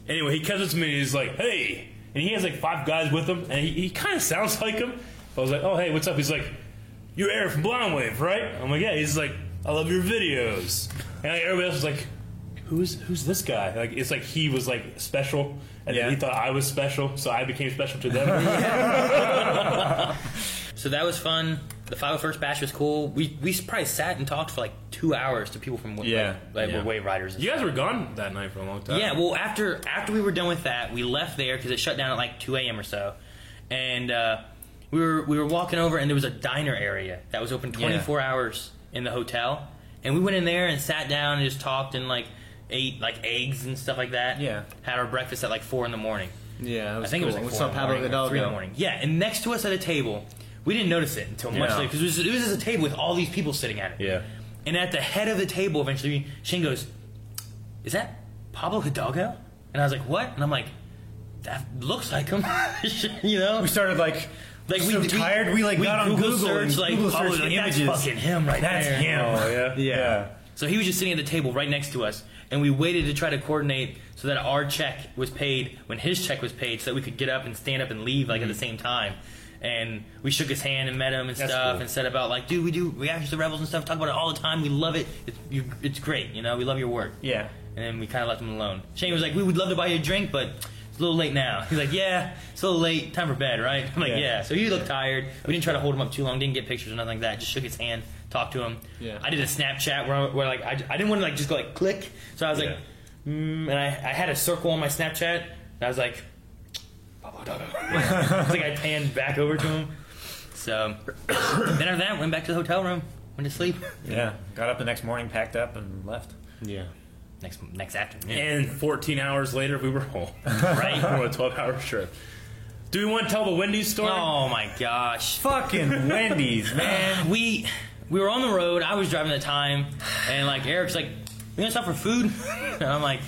S14: Anyway, he comes up to me and he's like, "Hey," and he has like five guys with him, and he, he kind of sounds like him. I was like, "Oh, hey, what's up?" He's like, "You're Eric from Blonde Wave, right?" I'm like, "Yeah." He's like, "I love your videos," and like, everybody else was like. Who's who's this guy? Like it's like he was like special, and then he thought I was special, so I became special to them.
S3: So that was fun. The 501st bash was cool. We we probably sat and talked for like two hours to people from
S14: Yeah.
S3: like,
S14: Yeah.
S3: Wave Riders. and
S14: You guys
S3: stuff.
S14: were gone that night for a
S4: Uh,
S14: long time.
S3: Yeah, well, after after we were done with that, we left there because it shut down at like 2 a.m. or so, and uh, we were we were walking over, and there was a diner area that was open 24 hours in the hotel, and we went in there and sat down and just talked and like ate like eggs and stuff like that. Yeah, had our breakfast at like four in the morning.
S4: Yeah,
S3: I think it was like
S4: What's
S3: four
S4: up,
S3: in the
S4: Pablo
S3: morning, or
S4: Hidalgo?
S3: three in the morning. Yeah, and next to us at a table, we didn't notice it until much
S4: Yeah.
S3: later because it was, it was just a table with all these people sitting at it.
S14: Yeah.
S3: And at the head of the table, eventually, Shane goes, "Is that Pablo Hidalgo?" And I was like, "What?" And I'm like, "That looks like him." you know? We
S4: started like.
S3: Like we
S4: so tired, we, like, got on Google
S3: searched,
S4: and
S3: like
S4: Google
S3: Pablo,
S4: searched
S3: like,
S4: images.
S3: That's fucking him right
S4: That's
S3: there.
S4: him. Oh, yeah? Yeah. Yeah.
S3: So he was just sitting at the table right next to us, and we waited to try to coordinate so that our check was paid when his check was paid, so that we could get up and stand up and leave like at the same time. And we shook his hand and met him and
S14: Mm-hmm. That's
S3: stuff,
S14: cool.
S3: and said about like, dude, we do reactions to Rebels and stuff. Talk about it all the time. We love it. It's, you, it's great. You know, we love your work.
S4: Yeah.
S3: And then we kind of left him alone. Shane was like, we would love to buy you a drink, but it's a little late now. He's like, yeah, it's a little late. Time for bed, right? I'm like,
S4: Yeah.
S3: yeah. So he looked tired. We didn't try to hold him up too long. Didn't get pictures or nothing like that. Just shook his hand, talked to him.
S4: Yeah.
S3: I did a Snapchat where, I, where like I, I didn't want to like just go like click. So I was like, mm, and I, I had a circle on my Snapchat. And I was like, it's like I panned back over to him. So then after that, went back to the hotel room, went to sleep.
S4: Yeah, got up the next morning, packed up, and left.
S3: Yeah. Next next afternoon.
S14: And 14 hours later, we were home.
S3: Right.
S14: on a 12 hour trip. Do we want to tell the Wendy's story?
S3: Oh my gosh.
S4: Fucking Wendy's, man.
S3: We we were on the road. I was driving at the time, and like Eric's like, "We gonna stop for food?" And I'm like,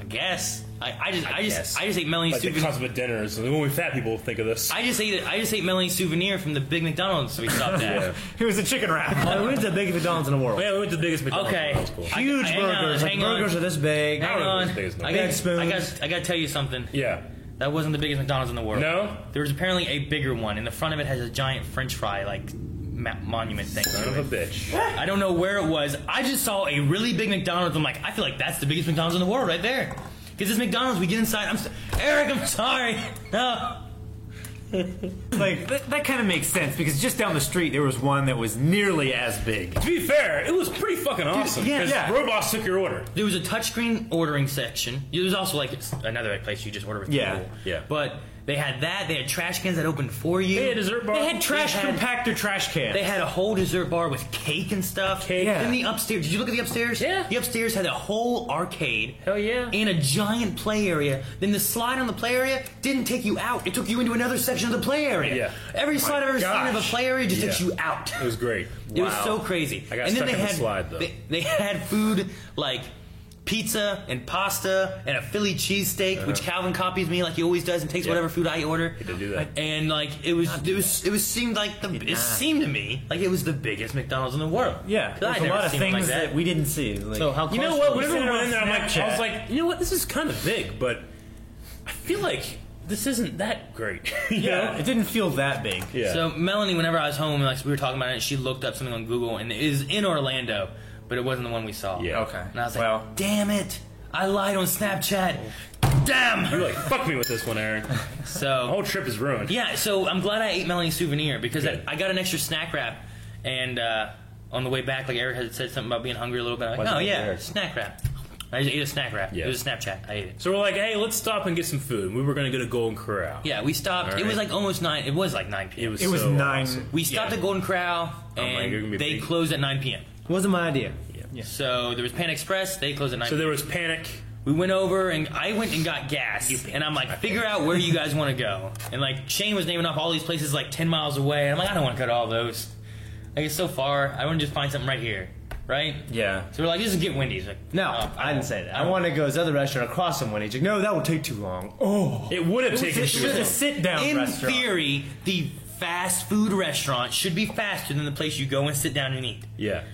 S3: "I guess." I, I just, I,
S14: guess.
S3: just, I just ate Melanie's
S14: like
S3: souvenir.
S14: It comes with dinners, and only fat people think of this.
S3: I just ate, I just ate Melanie's souvenir from the big McDonald's we stopped at.
S14: Yeah.
S3: It was a chicken wrap.
S2: Well, we went to the biggest McDonald's in the world.
S14: Yeah, we went to the biggest McDonald's.
S3: Okay.
S14: That was cool.
S2: Huge
S3: I- hang on,
S2: burgers. like
S3: hang on.
S2: burgers are this big.
S3: Hang on. I
S2: Big
S3: got,
S2: spoons.
S3: I got, I got to tell you something.
S14: Yeah.
S3: That wasn't the biggest McDonald's in the world.
S14: No?
S3: There was apparently a bigger one, and the front of it has a giant French fry like ma- monument thing. Son
S14: of a bitch.
S3: I don't know where it was. I just saw a really big McDonald's. I'm like, I feel like that's the biggest McDonald's in the world right there. Because this McDonald's, we get inside. I'm s Eric. I'm sorry. No.
S4: like that, that kind of makes sense because just down the street there was one that was nearly as big.
S14: To be fair, it was pretty fucking awesome.
S3: yeah,
S14: 'cause
S3: yeah.
S14: Robots took your order.
S3: There was a touchscreen ordering section. There was also like another place you just order with
S14: Yeah,
S3: people.
S14: yeah.
S3: But they had that. They had trash cans that opened for you.
S4: They had dessert bar.
S3: They had trash
S4: They had- compactor trash cans.
S3: They had a whole dessert bar with cake and stuff. Cake.
S4: Yeah.
S3: Then the upstairs. Did you look at the upstairs? Yeah. The upstairs had a whole arcade. Hell yeah. And a giant play area. Then the slide on the play area didn't take you out. It took you into another section of the play area.
S14: Yeah.
S3: Every
S14: My
S3: slide I've ever seen of a
S14: gosh.
S3: play area just
S14: Yeah.
S3: takes you out.
S14: It was great.
S3: It was
S14: Wow.
S3: so crazy.
S14: I got
S3: and then
S14: stuck
S3: they
S14: in
S3: had
S14: the slide though.
S3: They, they had food like pizza and pasta and a Philly cheesesteak, which
S14: Uh-huh.
S3: Calvin copies me like he always does and takes
S14: Yeah.
S3: whatever food I order.
S14: He did do that.
S3: And like it was, it was, it was seemed like the it
S4: not.
S3: seemed to me like it was the biggest McDonald's in the world.
S4: Yeah,
S3: 'Cause
S4: there's
S3: I'd
S4: a
S3: never
S4: lot of
S3: seen one
S4: things
S3: like that.
S4: that. we didn't see. Like,
S3: So how
S14: You know what? Whenever
S4: Sitting
S14: we went
S4: on
S14: in there, I'm like, I
S4: Snapchat.
S14: was like, you know what? This is kind of big, but I feel like this isn't that great. you
S4: yeah,
S14: know?
S4: it didn't feel that big.
S3: So Melanie, whenever I was home, like we were talking about it, she looked up something on Google, and it is in Orlando, but it wasn't the one we saw. Yeah.
S4: Okay.
S3: And I was like, damn it, I lied on Snapchat.
S4: Oh.
S3: Damn.
S14: You're like, fuck me with this one, Aaron.
S3: So
S14: the whole trip is ruined.
S3: Yeah, so I'm glad I ate Melanie's souvenir because I, I got an extra snack wrap, and uh, on the way back, like Eric had said something about being hungry a little bit. I'm like,
S14: Wasn't
S3: oh
S14: it
S3: yeah,
S14: Eric?
S3: snack wrap. I just ate a snack wrap.
S14: Yeah.
S3: It was a Snapchat. I ate it.
S14: So we're like, hey, let's stop and get some food. We were gonna go to Golden Corral.
S3: Yeah, we stopped.
S14: All
S3: It was
S14: right.
S3: like almost nine. It was like nine p.m.
S14: It was It was so nine. awesome.
S3: We stopped at Golden Corral,
S14: I'm like, you're
S3: and
S14: gonna be
S3: they
S14: big.
S3: closed at nine p.m.
S2: Wasn't my idea.
S3: So there was Pan Express. They closed at nine.
S14: So there
S3: p.m.
S14: was panic.
S3: We went over and I went and got gas, and I'm like, figure out where you guys want to go. And like Shane was naming off all these places like ten miles away, and I'm like, I don't want to go to all those. Like it's so far. I want to just find something right here, right?
S4: Yeah.
S3: So we're like, just get Wendy's. Like, "Oh,
S2: No, I didn't say that. I wanted to go to his other restaurant across from Winnie's. Like, no, that would take too long. Oh,
S14: it would
S3: It was a- it was a
S2: sit-down
S3: In
S2: restaurant.
S3: theory, the fast food restaurant should be faster than the place you go and sit down and eat.
S14: Yeah.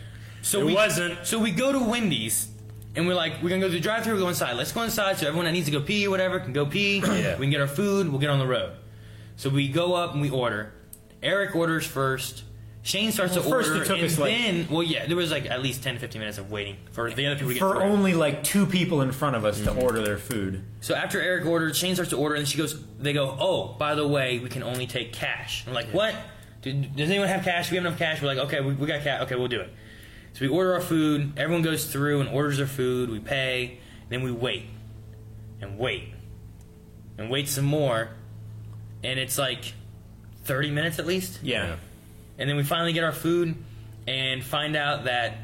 S3: So
S14: It
S3: we,
S14: wasn't.
S3: So we go to Wendy's. And we're like, we're gonna go to the drive thru, we go inside. Let's go inside so everyone that needs to go pee or whatever can go pee.
S14: Yeah.
S3: We can get our food, we'll get on the road. So we go up and we order. Eric orders first. Shane starts
S4: Well,
S3: to
S4: first
S3: order.
S4: it took
S3: and
S4: us, like-
S3: then, well, yeah, there was like at least 10 to 15 minutes of waiting for the other people to get
S4: For
S3: through.
S4: only like two people in front of us to order their food.
S3: So after Eric ordered, Shane starts to order, and she goes, "They go, oh, by the way, we can only take cash." I'm like, "What? Do, does anyone have cash? Do we have enough cash?" We're like, "Okay, we, we got cash. Okay, we'll do it." So we order our food. Everyone goes through and orders their food. We pay, then we wait and wait and wait some more, and it's like thirty minutes at least.
S4: Yeah.
S3: And then we finally get our food and find out that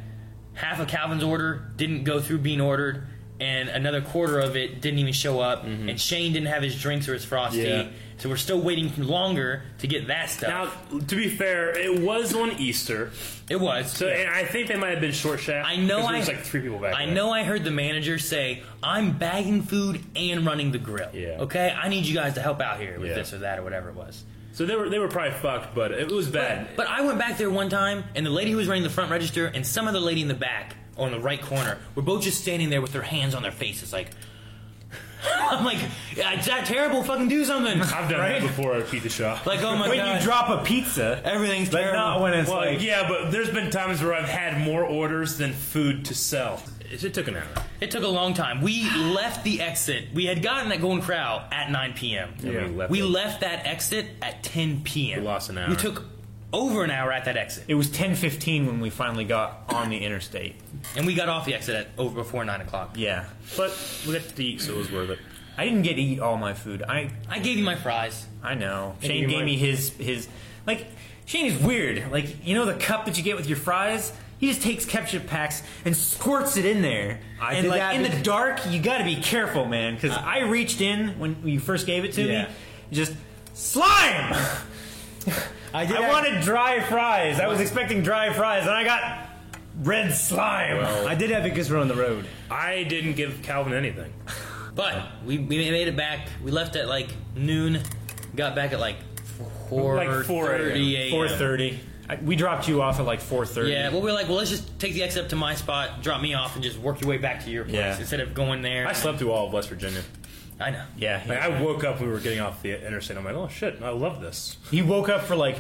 S3: half of Calvin's order didn't go through being ordered, and another quarter of it didn't even show up, and Shane didn't have his drinks or his frosty.
S14: Mm-hmm. Yeah.
S3: So we're still waiting longer to get that stuff.
S14: Now, to be fair, it was on Easter.
S3: It was.
S14: So, and I think they might have been short staffed.
S3: I know
S14: There
S3: I
S14: was like three people back.
S3: I
S14: there.
S3: know I heard the manager say, "I'm bagging food and running the grill." Yeah. Okay, I need you guys to help out here with
S14: Yeah.
S3: this or that or whatever it was.
S14: So they were they were probably fucked, but it was bad.
S3: But I went back there one time, and the lady who was running the front register and some other lady in the back on the right corner were both just standing there with their hands on their faces, like. I'm like, "Yeah, it's that terrible. Fucking do something.
S14: I've done that before at a pizza shop.
S3: Like, oh my
S4: when
S3: god.
S4: you drop a pizza,
S3: everything's
S4: but
S3: terrible.
S4: not when it's
S14: well,
S4: like
S14: yeah, but there's been times where I've had more orders than food to sell. It, it took an hour.
S3: It took a long time. We left the exit. We had gotten that Golden Corral at 9 p.m.
S14: Yeah.
S3: We, left, that exit at 10 p.m. We
S14: lost an hour.
S3: We took over an hour at that exit,
S4: It was 10:15 when we finally got on the interstate.
S3: and we got off the exit at over before 9 o'clock.
S4: Yeah,
S14: but we got to eat, so it was worth it.
S4: I didn't get to eat all my food. I
S3: I gave you my fries.
S4: I know.
S3: Hey,
S4: Shane
S3: you
S4: gave
S3: might-
S4: me his his like. Shane is weird. Like you know the cup that you get with your fries. He just takes ketchup packs and squirts it in there.
S2: I
S4: and
S2: did
S4: like
S2: that
S4: in the
S2: because-
S4: dark, you got to be careful, man. Because I reached in when you first gave it to
S2: Yeah.
S4: me, just slime.
S2: I did.
S4: I
S2: have-
S4: wanted dry fries. I was expecting dry fries, and I got red slime.
S2: I did that because we're on the road.
S14: I didn't give Calvin anything.
S3: But we, we made it back. We left at like noon. Got back at like four
S14: like 4
S3: 30 a.m.
S14: Four thirty. We dropped you off at like four thirty.
S3: Yeah, well, we were like, well, let's just take the exit up to my spot, drop me off, and just work your way back to your place
S14: Yeah.
S3: instead of going there.
S14: I slept through all of West Virginia.
S3: I know.
S14: Yeah, like, I woke up. We were getting off the interstate. I'm like, oh shit, I love this.
S4: He
S14: woke up for like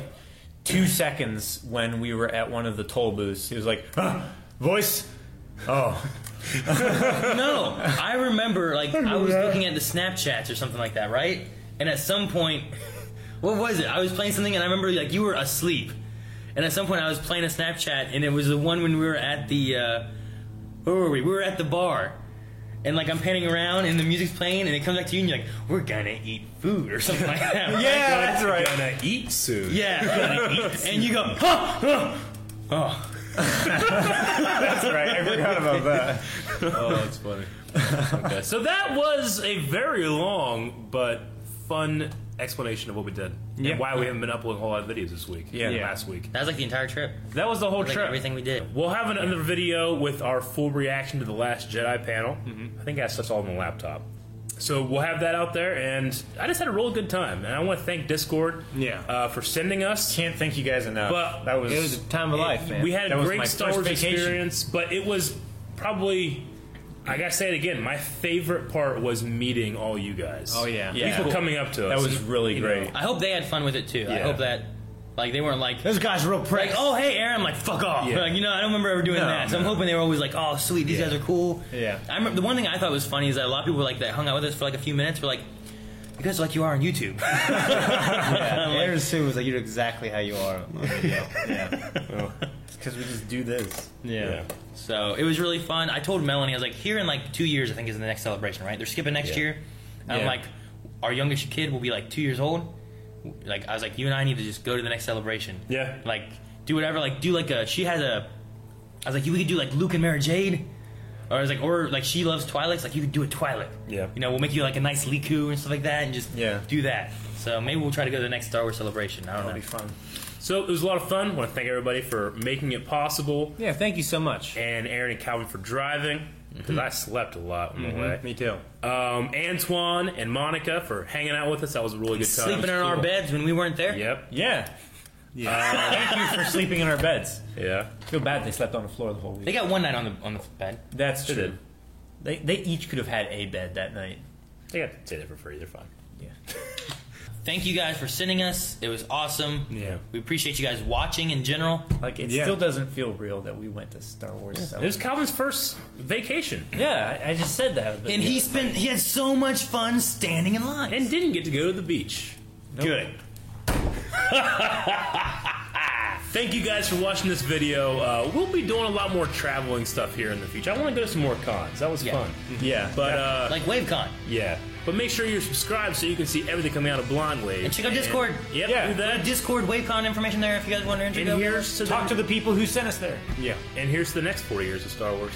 S14: two seconds when we were at one of the toll booths. He was like, huh, voice. Oh,
S3: no, I remember like I was looking at the Snapchats or something like that, right? And at some point, what was it? I was playing something, and I remember like you were asleep. And at some point, I was playing a Snapchat, and it was the one when we were at the uh, where were we? We were at the bar. And like I'm panning around, and the music's playing, and it comes back to you, and you're like, "We're gonna eat food or something like that." right?
S14: yeah, that's right. Gonna eat soon.
S3: Yeah, gonna eat soon. and you go, huh, huh, oh.
S14: that's
S4: right. I forgot about that.
S14: oh, that's funny. Okay, so that was a very long but fun explanation of what we did
S3: Yeah.
S14: and why we haven't been uploading a whole lot of videos this week.
S3: Yeah.
S14: and
S3: Yeah.
S14: last week.
S3: That was like the entire trip.
S14: That was the whole
S3: That was, like,
S14: trip.
S3: everything we did.
S14: We'll have another video with our full reaction to the Last Jedi panel. I think that's that's all on the laptop. So we'll have that out there, and I just had a real good time, and I want to thank Discord, yeah, uh, for sending us. Can't thank you guys enough. But
S4: That was- It was a time of life, man.
S14: We had
S4: That
S14: a
S4: was
S14: great
S4: my
S14: Star
S4: first
S14: Wars
S4: vacation.
S14: experience, but it was probably. I gotta say it again. My favorite part was meeting all you guys.
S3: Oh, yeah. Yeah.
S14: people coming up to
S3: That
S14: us.
S3: was
S14: really great.
S3: I hope they had fun with it too. I
S14: Yeah.
S3: hope that like they weren't like
S14: Those guys are real
S3: Like, oh hey Aaron, I'm like fuck off.
S14: Yeah.
S3: Like you know, I don't remember ever doing
S14: No,
S3: that. So I'm
S14: no.
S3: hoping they were always like, oh sweet, these guys are cool.
S14: Yeah.
S3: I remember the one thing I thought was funny is that a lot of people like that hung out with us for like a few minutes were like, you guys are like you are on YouTube.
S2: Yeah, Aaron Sue was like, "You're exactly how you are." on video." yeah, because we just do this.
S3: Yeah. So it was really fun. I told Melanie, I was like, here in like two years, I think is the next celebration, right? They're skipping next
S2: Yeah.
S3: year. And I'm
S2: Yeah.
S3: like, our youngest kid will be like two years old. Like I was like, you and I need to just go to the next celebration.
S14: Yeah.
S3: Like do whatever. Like do like a. She has a. I was like, we could do like Luke and Mary Jade. Or I was like, or like she loves Twilight. Like you could do a Twilight.
S14: Yeah.
S3: You know, we'll make you like a nice Liku and stuff like that, and just yeah. do that. So maybe we'll try to go to the next Star Wars celebration. I don't know. That'll be
S14: fun. So it was a lot of fun. want to thank everybody for making it possible. Yeah, thank you so much. And Aaron and Calvin for driving because I slept a lot on the
S3: Mhm,
S14: way. Me too. Um, Antoine and Monica for hanging out with us. That was a really good time.
S3: Sleeping in our beds when we weren't there.
S14: Yep. Yeah.
S4: Thank you for sleeping in our beds.
S14: Yeah.
S4: Feel bad they slept on the floor the whole week.
S3: They got one night on the on the bed.
S4: That's
S3: They
S4: true.
S3: did.
S4: They, they each could have had a bed that night.
S14: They got to stay there for free. They're fine.
S3: Thank you guys for sending us. It was awesome.
S14: Yeah.
S3: We appreciate you guys watching in general.
S4: Like It still doesn't feel real that we went to Star Wars.
S14: It was Calvin's first vacation.
S4: Yeah, I, I just said that.
S3: And he spent he had so much fun standing in line.
S14: And didn't get to go to the beach. Good. Thank you guys for watching this video. Uh, we'll be doing a lot more traveling stuff here in the future. I want to go to some more cons. That was fun. Yeah. But uh,
S3: like WaveCon.
S14: Yeah. But make sure you're subscribed so you can see everything coming out of Blonde Wave.
S3: And check out Discord.
S14: Yep. Do that.
S3: Discord WaveCon information there if you guys want to
S14: And
S3: go.
S14: here's to talk to the
S4: people who sent us there.
S14: Yeah. And here's to the next 40 years of Star Wars.